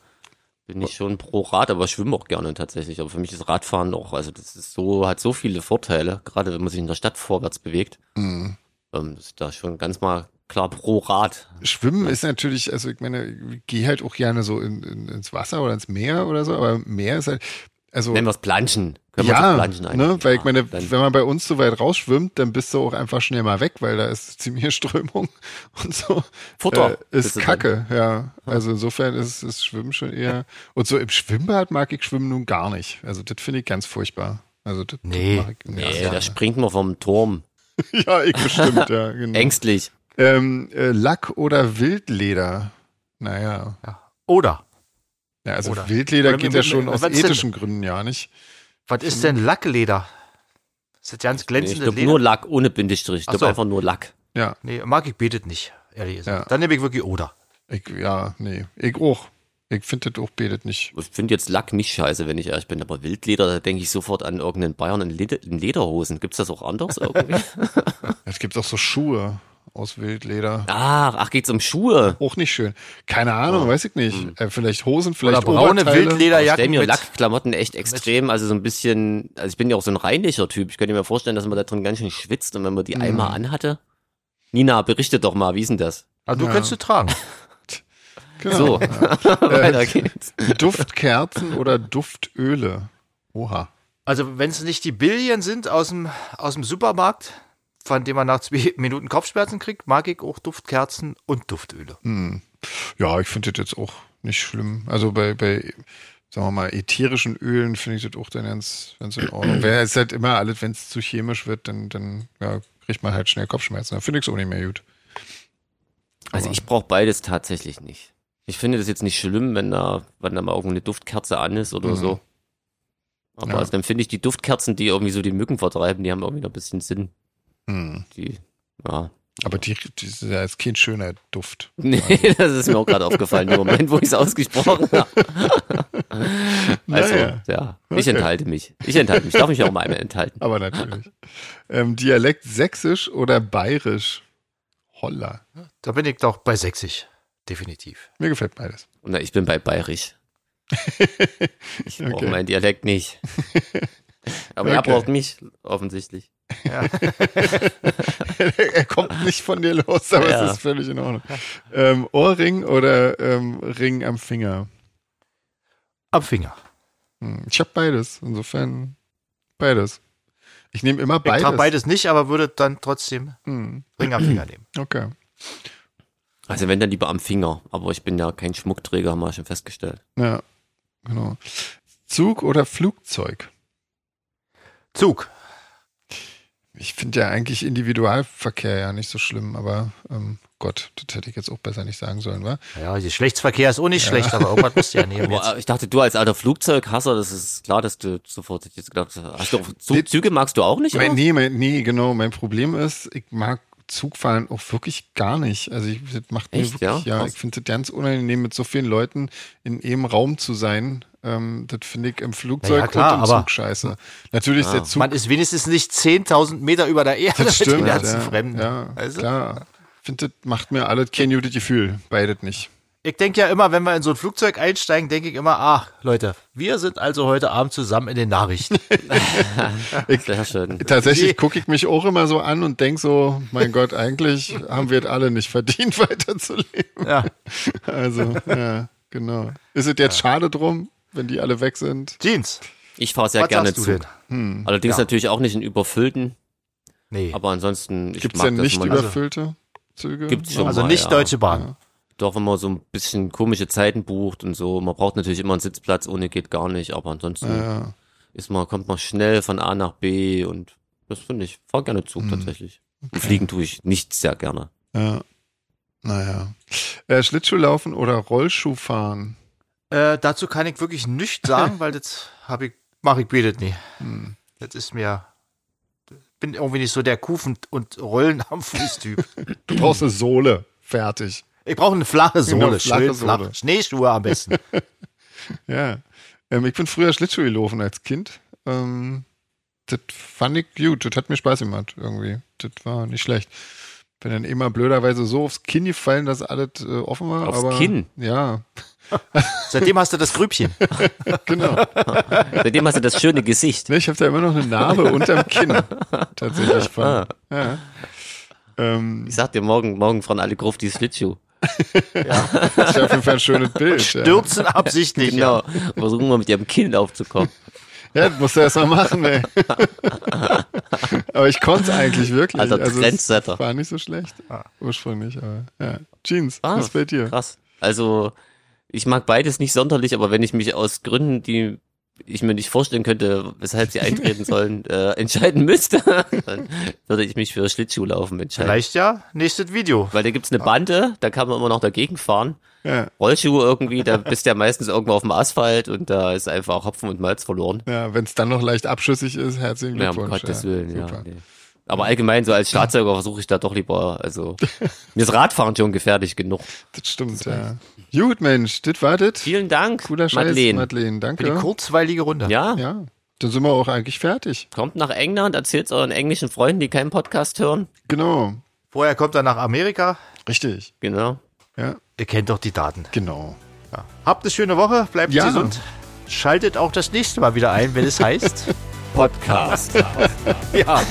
[SPEAKER 2] bin ich schon pro Rad, aber schwimme auch gerne tatsächlich. Aber für mich ist Radfahren auch, also das ist so, hat so viele Vorteile, gerade wenn man sich in der Stadt vorwärts bewegt.
[SPEAKER 1] Hm.
[SPEAKER 2] Ähm, das ist da schon ganz mal klar pro Rad.
[SPEAKER 1] Schwimmen ist natürlich, also ich meine, ich gehe halt auch gerne so in, in, ins Wasser oder ins Meer oder so, aber Meer ist halt, also
[SPEAKER 2] Nennen wir es Planschen. Können wir
[SPEAKER 1] ja,
[SPEAKER 2] uns auf Planschen
[SPEAKER 1] ne,
[SPEAKER 2] einigen?
[SPEAKER 1] weil
[SPEAKER 2] Ja,
[SPEAKER 1] ich meine,
[SPEAKER 2] dann-
[SPEAKER 1] wenn man bei uns so weit rausschwimmt, dann bist du auch einfach schnell mal weg, weil da ist ziemlich Strömung und so.
[SPEAKER 2] Futter
[SPEAKER 1] Äh,
[SPEAKER 2] bist
[SPEAKER 1] ist
[SPEAKER 2] du
[SPEAKER 1] Kacke, ja. Also insofern ist, ist Schwimmen schon eher. Und so im Schwimmbad mag ich Schwimmen nun gar nicht. Also das finde ich ganz furchtbar. Also das
[SPEAKER 3] Nee.
[SPEAKER 1] mag ich nicht.
[SPEAKER 2] Nee, da springt man vom Turm.
[SPEAKER 1] Ja, ich bestimmt, ja, genau.
[SPEAKER 2] Ängstlich.
[SPEAKER 1] Ähm, äh, Lack oder Wildleder? Naja.
[SPEAKER 3] Oder,
[SPEAKER 1] Ja, also
[SPEAKER 3] Oder-
[SPEAKER 1] Wildleder
[SPEAKER 3] Oder
[SPEAKER 1] geht
[SPEAKER 3] mit-
[SPEAKER 1] ja
[SPEAKER 3] mit-
[SPEAKER 1] schon
[SPEAKER 3] mit-
[SPEAKER 1] aus
[SPEAKER 3] was denn?
[SPEAKER 1] ethischen Gründen ja nicht.
[SPEAKER 3] was ist denn Lackleder? Ist das ganz
[SPEAKER 2] Ich
[SPEAKER 3] glänzendes
[SPEAKER 2] glaube
[SPEAKER 3] Leder?
[SPEAKER 2] nur Lack ohne Bindestrich. Ich
[SPEAKER 3] Ach
[SPEAKER 2] glaube
[SPEAKER 3] so.
[SPEAKER 2] einfach nur Lack.
[SPEAKER 1] Ja,
[SPEAKER 3] nee, mag ich betet nicht, ehrlich gesagt.
[SPEAKER 1] Ja.
[SPEAKER 3] Dann nehme ich wirklich Oder.
[SPEAKER 1] ich, ja, nee. Ich auch. Ich finde das auch betet nicht.
[SPEAKER 2] Ich finde jetzt Lack nicht scheiße, wenn ich ehrlich bin, aber Wildleder, da denke ich sofort an irgendeinen Bayern in, Leder, in Lederhosen. Gibt's das auch anders irgendwie?
[SPEAKER 1] Es gibt auch so Schuhe aus Wildleder.
[SPEAKER 2] ach, ach, geht's um Schuhe?
[SPEAKER 1] Auch nicht schön. Keine Ahnung, weiß ich nicht. Äh, vielleicht Hosen, vielleicht
[SPEAKER 3] Hm. Oder braune
[SPEAKER 1] Oberteile.
[SPEAKER 2] Ich stell
[SPEAKER 3] Wildlederjacken
[SPEAKER 2] mir
[SPEAKER 3] mit
[SPEAKER 2] Lackklamotten echt extrem, also so ein bisschen, also ich bin ja auch so ein reinlicher Typ. Ich könnte mir vorstellen, dass man da drin ganz schön schwitzt und wenn man die
[SPEAKER 3] Mhm.
[SPEAKER 2] einmal anhatte. Nina, berichte doch mal, wie ist denn das?
[SPEAKER 3] Ah, du
[SPEAKER 1] Ja.
[SPEAKER 3] könntest du tragen.
[SPEAKER 1] Genau.
[SPEAKER 2] So, weiter geht's.
[SPEAKER 1] Duftkerzen oder Duftöle. Oha.
[SPEAKER 3] Also, wenn es nicht die Billion sind aus dem, aus dem Supermarkt, von dem man nach zwei Minuten Kopfschmerzen kriegt, mag ich auch Duftkerzen und Duftöle.
[SPEAKER 1] Hm. Ja, ich finde das jetzt auch nicht schlimm. Also bei, bei sagen wir mal, ätherischen Ölen finde ich das auch dann ganz, ganz in Ordnung. Wäre es halt immer alles, wenn es zu chemisch wird, dann, dann ja, kriegt man halt schnell Kopfschmerzen. Da finde ich es auch nicht mehr gut.
[SPEAKER 2] Also ich brauche beides tatsächlich nicht. Ich finde das jetzt nicht schlimm, wenn da, wenn da mal irgendeine Duftkerze an ist oder
[SPEAKER 1] Mhm.
[SPEAKER 2] so. Aber
[SPEAKER 1] Ja.
[SPEAKER 2] also dann finde ich die Duftkerzen, die irgendwie so die Mücken vertreiben, die haben irgendwie noch ein bisschen Sinn.
[SPEAKER 1] Hm.
[SPEAKER 2] Die, ja.
[SPEAKER 1] Aber die, die ist ja jetzt kein schöner Duft.
[SPEAKER 2] Nee, das ist mir auch gerade aufgefallen, im Moment, wo ich es ausgesprochen habe. Also,
[SPEAKER 1] Naja.
[SPEAKER 2] ja, ich
[SPEAKER 1] Okay.
[SPEAKER 2] enthalte mich. Ich enthalte mich. Darf mich auch mal einmal enthalten.
[SPEAKER 1] Aber natürlich. ähm, Dialekt sächsisch oder bayerisch? Holla.
[SPEAKER 3] Da bin ich doch bei sächsisch. Definitiv.
[SPEAKER 1] Mir gefällt beides.
[SPEAKER 2] Na, ich bin bei Bayerisch. Ich ne? brauche
[SPEAKER 1] Okay.
[SPEAKER 2] meinen Dialekt nicht. Aber er
[SPEAKER 1] Okay.
[SPEAKER 2] braucht mich, offensichtlich.
[SPEAKER 1] er kommt nicht von dir los, aber
[SPEAKER 2] Ja.
[SPEAKER 1] es ist völlig in Ordnung. Ähm, Ohrring oder ähm, Ring am Finger?
[SPEAKER 3] Am Finger.
[SPEAKER 1] Hm, Ich habe beides. Insofern beides. Ich nehme immer
[SPEAKER 3] Ich
[SPEAKER 1] beides.
[SPEAKER 3] trage beides nicht, aber würde dann trotzdem
[SPEAKER 1] Hm,
[SPEAKER 3] Ring am Finger nehmen.
[SPEAKER 1] okay.
[SPEAKER 2] Also wenn dann lieber am Finger, aber ich bin ja kein Schmuckträger, haben wir ja schon festgestellt.
[SPEAKER 1] Ja, genau. Zug oder Flugzeug?
[SPEAKER 3] Zug.
[SPEAKER 1] Ich finde ja eigentlich Individualverkehr ja nicht so schlimm, aber ähm, Gott, das hätte ich jetzt auch besser nicht sagen sollen, wa?
[SPEAKER 3] Ja, Geschlechtsverkehr ist auch nicht schlecht, aber irgendwas musst du ja nehmen jetzt.
[SPEAKER 2] Aber äh, ich dachte, du als alter Flugzeughasser, das ist klar, dass du sofort jetzt gedacht hast, hast du auch Zug, Züge magst du auch nicht, Oh, oder?
[SPEAKER 1] Mein, nee, mein, nee, genau. Mein Problem ist, ich mag Zugfahren auch wirklich gar nicht. Also ich, das macht mir
[SPEAKER 2] Echt,
[SPEAKER 1] wirklich,
[SPEAKER 2] ja?
[SPEAKER 1] ja,
[SPEAKER 2] Krass.
[SPEAKER 1] ich finde es ganz unangenehm, mit so vielen Leuten in einem Raum zu sein. Ähm, das finde ich im Flugzeug
[SPEAKER 3] Ja, klar,
[SPEAKER 1] und im
[SPEAKER 3] aber-
[SPEAKER 1] Zug scheiße. Natürlich ist der Zug
[SPEAKER 3] Man ist wenigstens nicht 10.000 Meter über der Erde
[SPEAKER 1] Das stimmt.
[SPEAKER 3] mit den
[SPEAKER 1] ja,
[SPEAKER 3] ganzen Fremden.
[SPEAKER 1] Ja,
[SPEAKER 3] Also,
[SPEAKER 1] klar. Ich finde, das macht mir alles kein gutes Gefühl. Beidet nicht.
[SPEAKER 3] ich denke ja immer, wenn wir in so ein Flugzeug einsteigen, denke ich immer, ah, Leute, wir sind also heute Abend zusammen in den Nachrichten.
[SPEAKER 2] Sehr schön.
[SPEAKER 1] Tatsächlich gucke ich mich auch immer so an und denke so, mein Gott, eigentlich haben wir es alle nicht verdient, weiterzuleben.
[SPEAKER 3] ja.
[SPEAKER 1] Also, ja, genau. Ist es jetzt schade drum, wenn die alle weg sind?
[SPEAKER 3] Jeans,
[SPEAKER 2] Ich fahre sehr
[SPEAKER 3] was
[SPEAKER 2] gerne
[SPEAKER 3] sagst du
[SPEAKER 2] Zug.
[SPEAKER 3] denn?
[SPEAKER 2] Allerdings
[SPEAKER 3] Ja.
[SPEAKER 2] natürlich auch nicht in überfüllten,
[SPEAKER 3] Nee,
[SPEAKER 2] aber ansonsten, ich
[SPEAKER 1] Gibt es
[SPEAKER 2] mag
[SPEAKER 1] denn
[SPEAKER 2] das,
[SPEAKER 1] nicht
[SPEAKER 2] wenn man,
[SPEAKER 1] überfüllte Züge?
[SPEAKER 2] Gibt's schon.
[SPEAKER 3] also
[SPEAKER 2] mal,
[SPEAKER 3] nicht
[SPEAKER 2] ja.
[SPEAKER 3] Deutsche Bahn.
[SPEAKER 2] doch wenn man so ein bisschen komische Zeiten bucht und so. Man braucht natürlich immer einen Sitzplatz, ohne geht gar nicht, aber ansonsten
[SPEAKER 1] Ja,
[SPEAKER 2] ist man, kommt man schnell von A nach B und das finde ich, fahr gerne Zug
[SPEAKER 3] Mhm.
[SPEAKER 2] tatsächlich. Und Fliegen tue ich nicht sehr gerne.
[SPEAKER 1] ja. Naja. Äh, Schlittschuhlaufen oder Rollschuhfahren? Mhm.
[SPEAKER 3] Äh, dazu kann ich wirklich nichts sagen, weil das habe ich, mache ich bietet nie.
[SPEAKER 1] Hm.
[SPEAKER 3] Das ist mir, bin irgendwie nicht so der Kufen- und Rollen am Fuß-Typ.
[SPEAKER 1] Du brauchst eine Sohle. Fertig.
[SPEAKER 3] Ich brauche eine flache Sohle,
[SPEAKER 1] Genau, flache
[SPEAKER 3] schön
[SPEAKER 1] Sohle.
[SPEAKER 3] flach. Schneeschuhe am besten.
[SPEAKER 1] Ja. Ähm, ich bin früher Schlittschuh gelaufen als Kind. Ähm, das fand ich gut. Das hat mir Spaß gemacht irgendwie. Das war nicht schlecht. Bin dann immer blöderweise so aufs Kinn gefallen, dass alles äh, offen war.
[SPEAKER 2] Aufs
[SPEAKER 1] aber,
[SPEAKER 2] Kinn?
[SPEAKER 1] Ja,
[SPEAKER 3] Seitdem hast du das Grübchen.
[SPEAKER 1] genau.
[SPEAKER 2] Seitdem hast du das schöne Gesicht.
[SPEAKER 1] ne, ich habe da immer noch eine Narbe unterm Kinn. Tatsächlich.
[SPEAKER 2] Ah.
[SPEAKER 1] Von. Ja. Ähm,
[SPEAKER 2] Ich sag dir morgen, morgen fahren alle Gruft die Schlittschuh.
[SPEAKER 1] das ist ja auf jeden Fall ein schönes Bild. Ja,
[SPEAKER 3] Stürzen absichtlich.
[SPEAKER 2] Genau. Versuchen wir mit ihrem Kind aufzukommen.
[SPEAKER 1] ja das musst du erst mal machen, ey. aber ich konnte es eigentlich wirklich. Also,
[SPEAKER 2] Alter
[SPEAKER 1] es
[SPEAKER 2] Trendsetter.
[SPEAKER 1] War nicht so schlecht. Ursprünglich, aber ja. Jeans,
[SPEAKER 2] Ah,
[SPEAKER 1] was ist bei dir?
[SPEAKER 2] Krass. Also, ich mag beides nicht sonderlich, aber wenn ich mich aus Gründen, die ich mir nicht vorstellen könnte, weshalb sie eintreten sollen, äh, entscheiden müsste, dann würde ich mich für Schlittschuhlaufen entscheiden.
[SPEAKER 3] Vielleicht ja, nächstes Video.
[SPEAKER 2] Weil da gibt's eine Bande, da kann man immer noch dagegen fahren.
[SPEAKER 1] Ja.
[SPEAKER 2] Rollschuhe irgendwie, da bist du ja meistens irgendwo auf dem Asphalt und da ist einfach Hopfen und Malz verloren.
[SPEAKER 1] Ja, wenn es dann noch leicht abschüssig ist, herzlichen
[SPEAKER 2] Ja, um
[SPEAKER 1] Glückwunsch.
[SPEAKER 2] Gottes Willen, ja.
[SPEAKER 1] super.
[SPEAKER 2] Nee. Aber allgemein, so als Staatsbürger versuche ich da doch lieber, also, mir ist Radfahren schon gefährlich genug.
[SPEAKER 1] Das stimmt, ja. Gut, Mensch, das war das.
[SPEAKER 2] Vielen Dank,
[SPEAKER 1] Cooler Scheiß,
[SPEAKER 2] Madeleine.
[SPEAKER 1] Madeleine,
[SPEAKER 3] Für die
[SPEAKER 1] danke.
[SPEAKER 3] kurzweilige Runde.
[SPEAKER 2] Ja,
[SPEAKER 1] Ja, dann sind wir auch eigentlich fertig.
[SPEAKER 2] kommt nach England, erzählt euren englischen Freunden, die keinen Podcast hören.
[SPEAKER 1] Genau,
[SPEAKER 3] Vorher kommt er nach Amerika.
[SPEAKER 1] richtig.
[SPEAKER 2] Genau.
[SPEAKER 1] Ja,
[SPEAKER 3] Ihr kennt doch die Daten.
[SPEAKER 1] genau.
[SPEAKER 3] Ja. Habt eine schöne Woche, bleibt
[SPEAKER 1] Ja.
[SPEAKER 3] gesund. Schaltet auch das nächste Mal wieder ein, wenn es heißt.
[SPEAKER 2] Podcast.
[SPEAKER 3] ja. ja.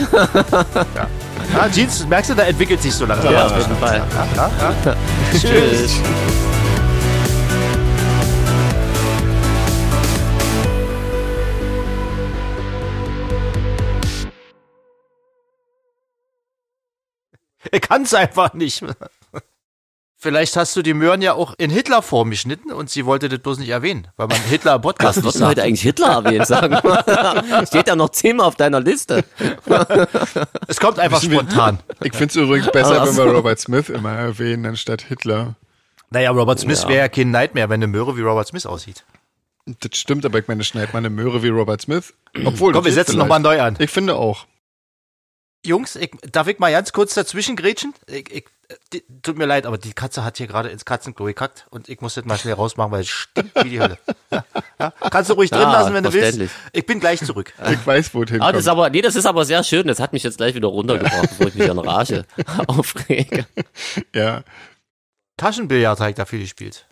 [SPEAKER 3] ja. Jeans, merkst du, da entwickelt sich so langsam.
[SPEAKER 2] ja,
[SPEAKER 3] was.
[SPEAKER 2] auf jeden Fall.
[SPEAKER 3] ja, ja.
[SPEAKER 2] Tschüss.
[SPEAKER 3] Er kann es einfach nicht. Vielleicht hast du die Möhren ja auch in Hitlerform geschnitten und sie wollte das bloß nicht erwähnen, weil man Hitler im Podcast
[SPEAKER 2] Was wird
[SPEAKER 3] nicht
[SPEAKER 2] denn
[SPEAKER 3] sagt.
[SPEAKER 2] heute eigentlich Hitler erwähnt, sagen wir? Steht da noch zehnmal auf deiner Liste.
[SPEAKER 3] Es kommt einfach
[SPEAKER 1] Wissen wir-
[SPEAKER 3] spontan.
[SPEAKER 1] Ich finde es übrigens besser,
[SPEAKER 2] Ach
[SPEAKER 1] wenn
[SPEAKER 2] so.
[SPEAKER 1] wir Robert Smith immer erwähnen, anstatt Hitler.
[SPEAKER 3] Naja, Robert Smith
[SPEAKER 2] Ja.
[SPEAKER 3] wäre ja kein Nightmare, wenn eine Möhre wie Robert Smith aussieht.
[SPEAKER 1] Das stimmt, aber ich meine, schneidet man eine Möhre wie Robert Smith. Obwohl,
[SPEAKER 3] Komm, wir
[SPEAKER 1] das geht
[SPEAKER 3] setzen nochmal
[SPEAKER 1] vielleicht.
[SPEAKER 3] neu an.
[SPEAKER 1] Ich finde auch.
[SPEAKER 3] Jungs, ich, darf ich mal ganz kurz dazwischen grätschen? Ich, ich, die, tut mir leid, aber die Katze hat hier gerade ins Katzenklo gekackt und ich muss das mal schnell rausmachen, weil es stinkt wie die Hölle. Ja, kannst du ruhig drin
[SPEAKER 2] Ah,
[SPEAKER 3] lassen, wenn du willst.
[SPEAKER 2] verständlich.
[SPEAKER 3] Ich bin gleich zurück.
[SPEAKER 1] Ich weiß, wo es
[SPEAKER 2] Ah, das ist
[SPEAKER 1] hinkommt.
[SPEAKER 2] aber, nee, das ist aber sehr schön. Das hat mich jetzt gleich wieder runtergebracht, bevor ich mich an Rage aufrege.
[SPEAKER 1] Ja.
[SPEAKER 3] Taschenbillard habe ich dafür gespielt.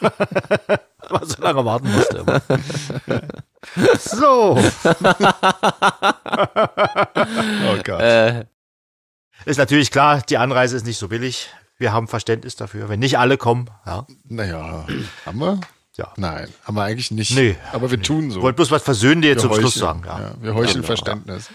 [SPEAKER 3] Weil man so lange warten musste. Immer. So,
[SPEAKER 1] Oh Gott.
[SPEAKER 2] Äh,
[SPEAKER 3] ist natürlich klar, die Anreise ist nicht so billig. Wir haben Verständnis dafür, wenn nicht alle kommen. Ja.
[SPEAKER 1] Naja, haben wir?
[SPEAKER 3] Ja.
[SPEAKER 1] Nein, haben wir eigentlich nicht.
[SPEAKER 3] Nee.
[SPEAKER 1] Aber wir tun so.
[SPEAKER 3] Wollt bloß was Versöhnliches
[SPEAKER 1] wir
[SPEAKER 3] zum Schluss
[SPEAKER 1] heucheln.
[SPEAKER 3] sagen. Ja.
[SPEAKER 1] wir heucheln Verständnis.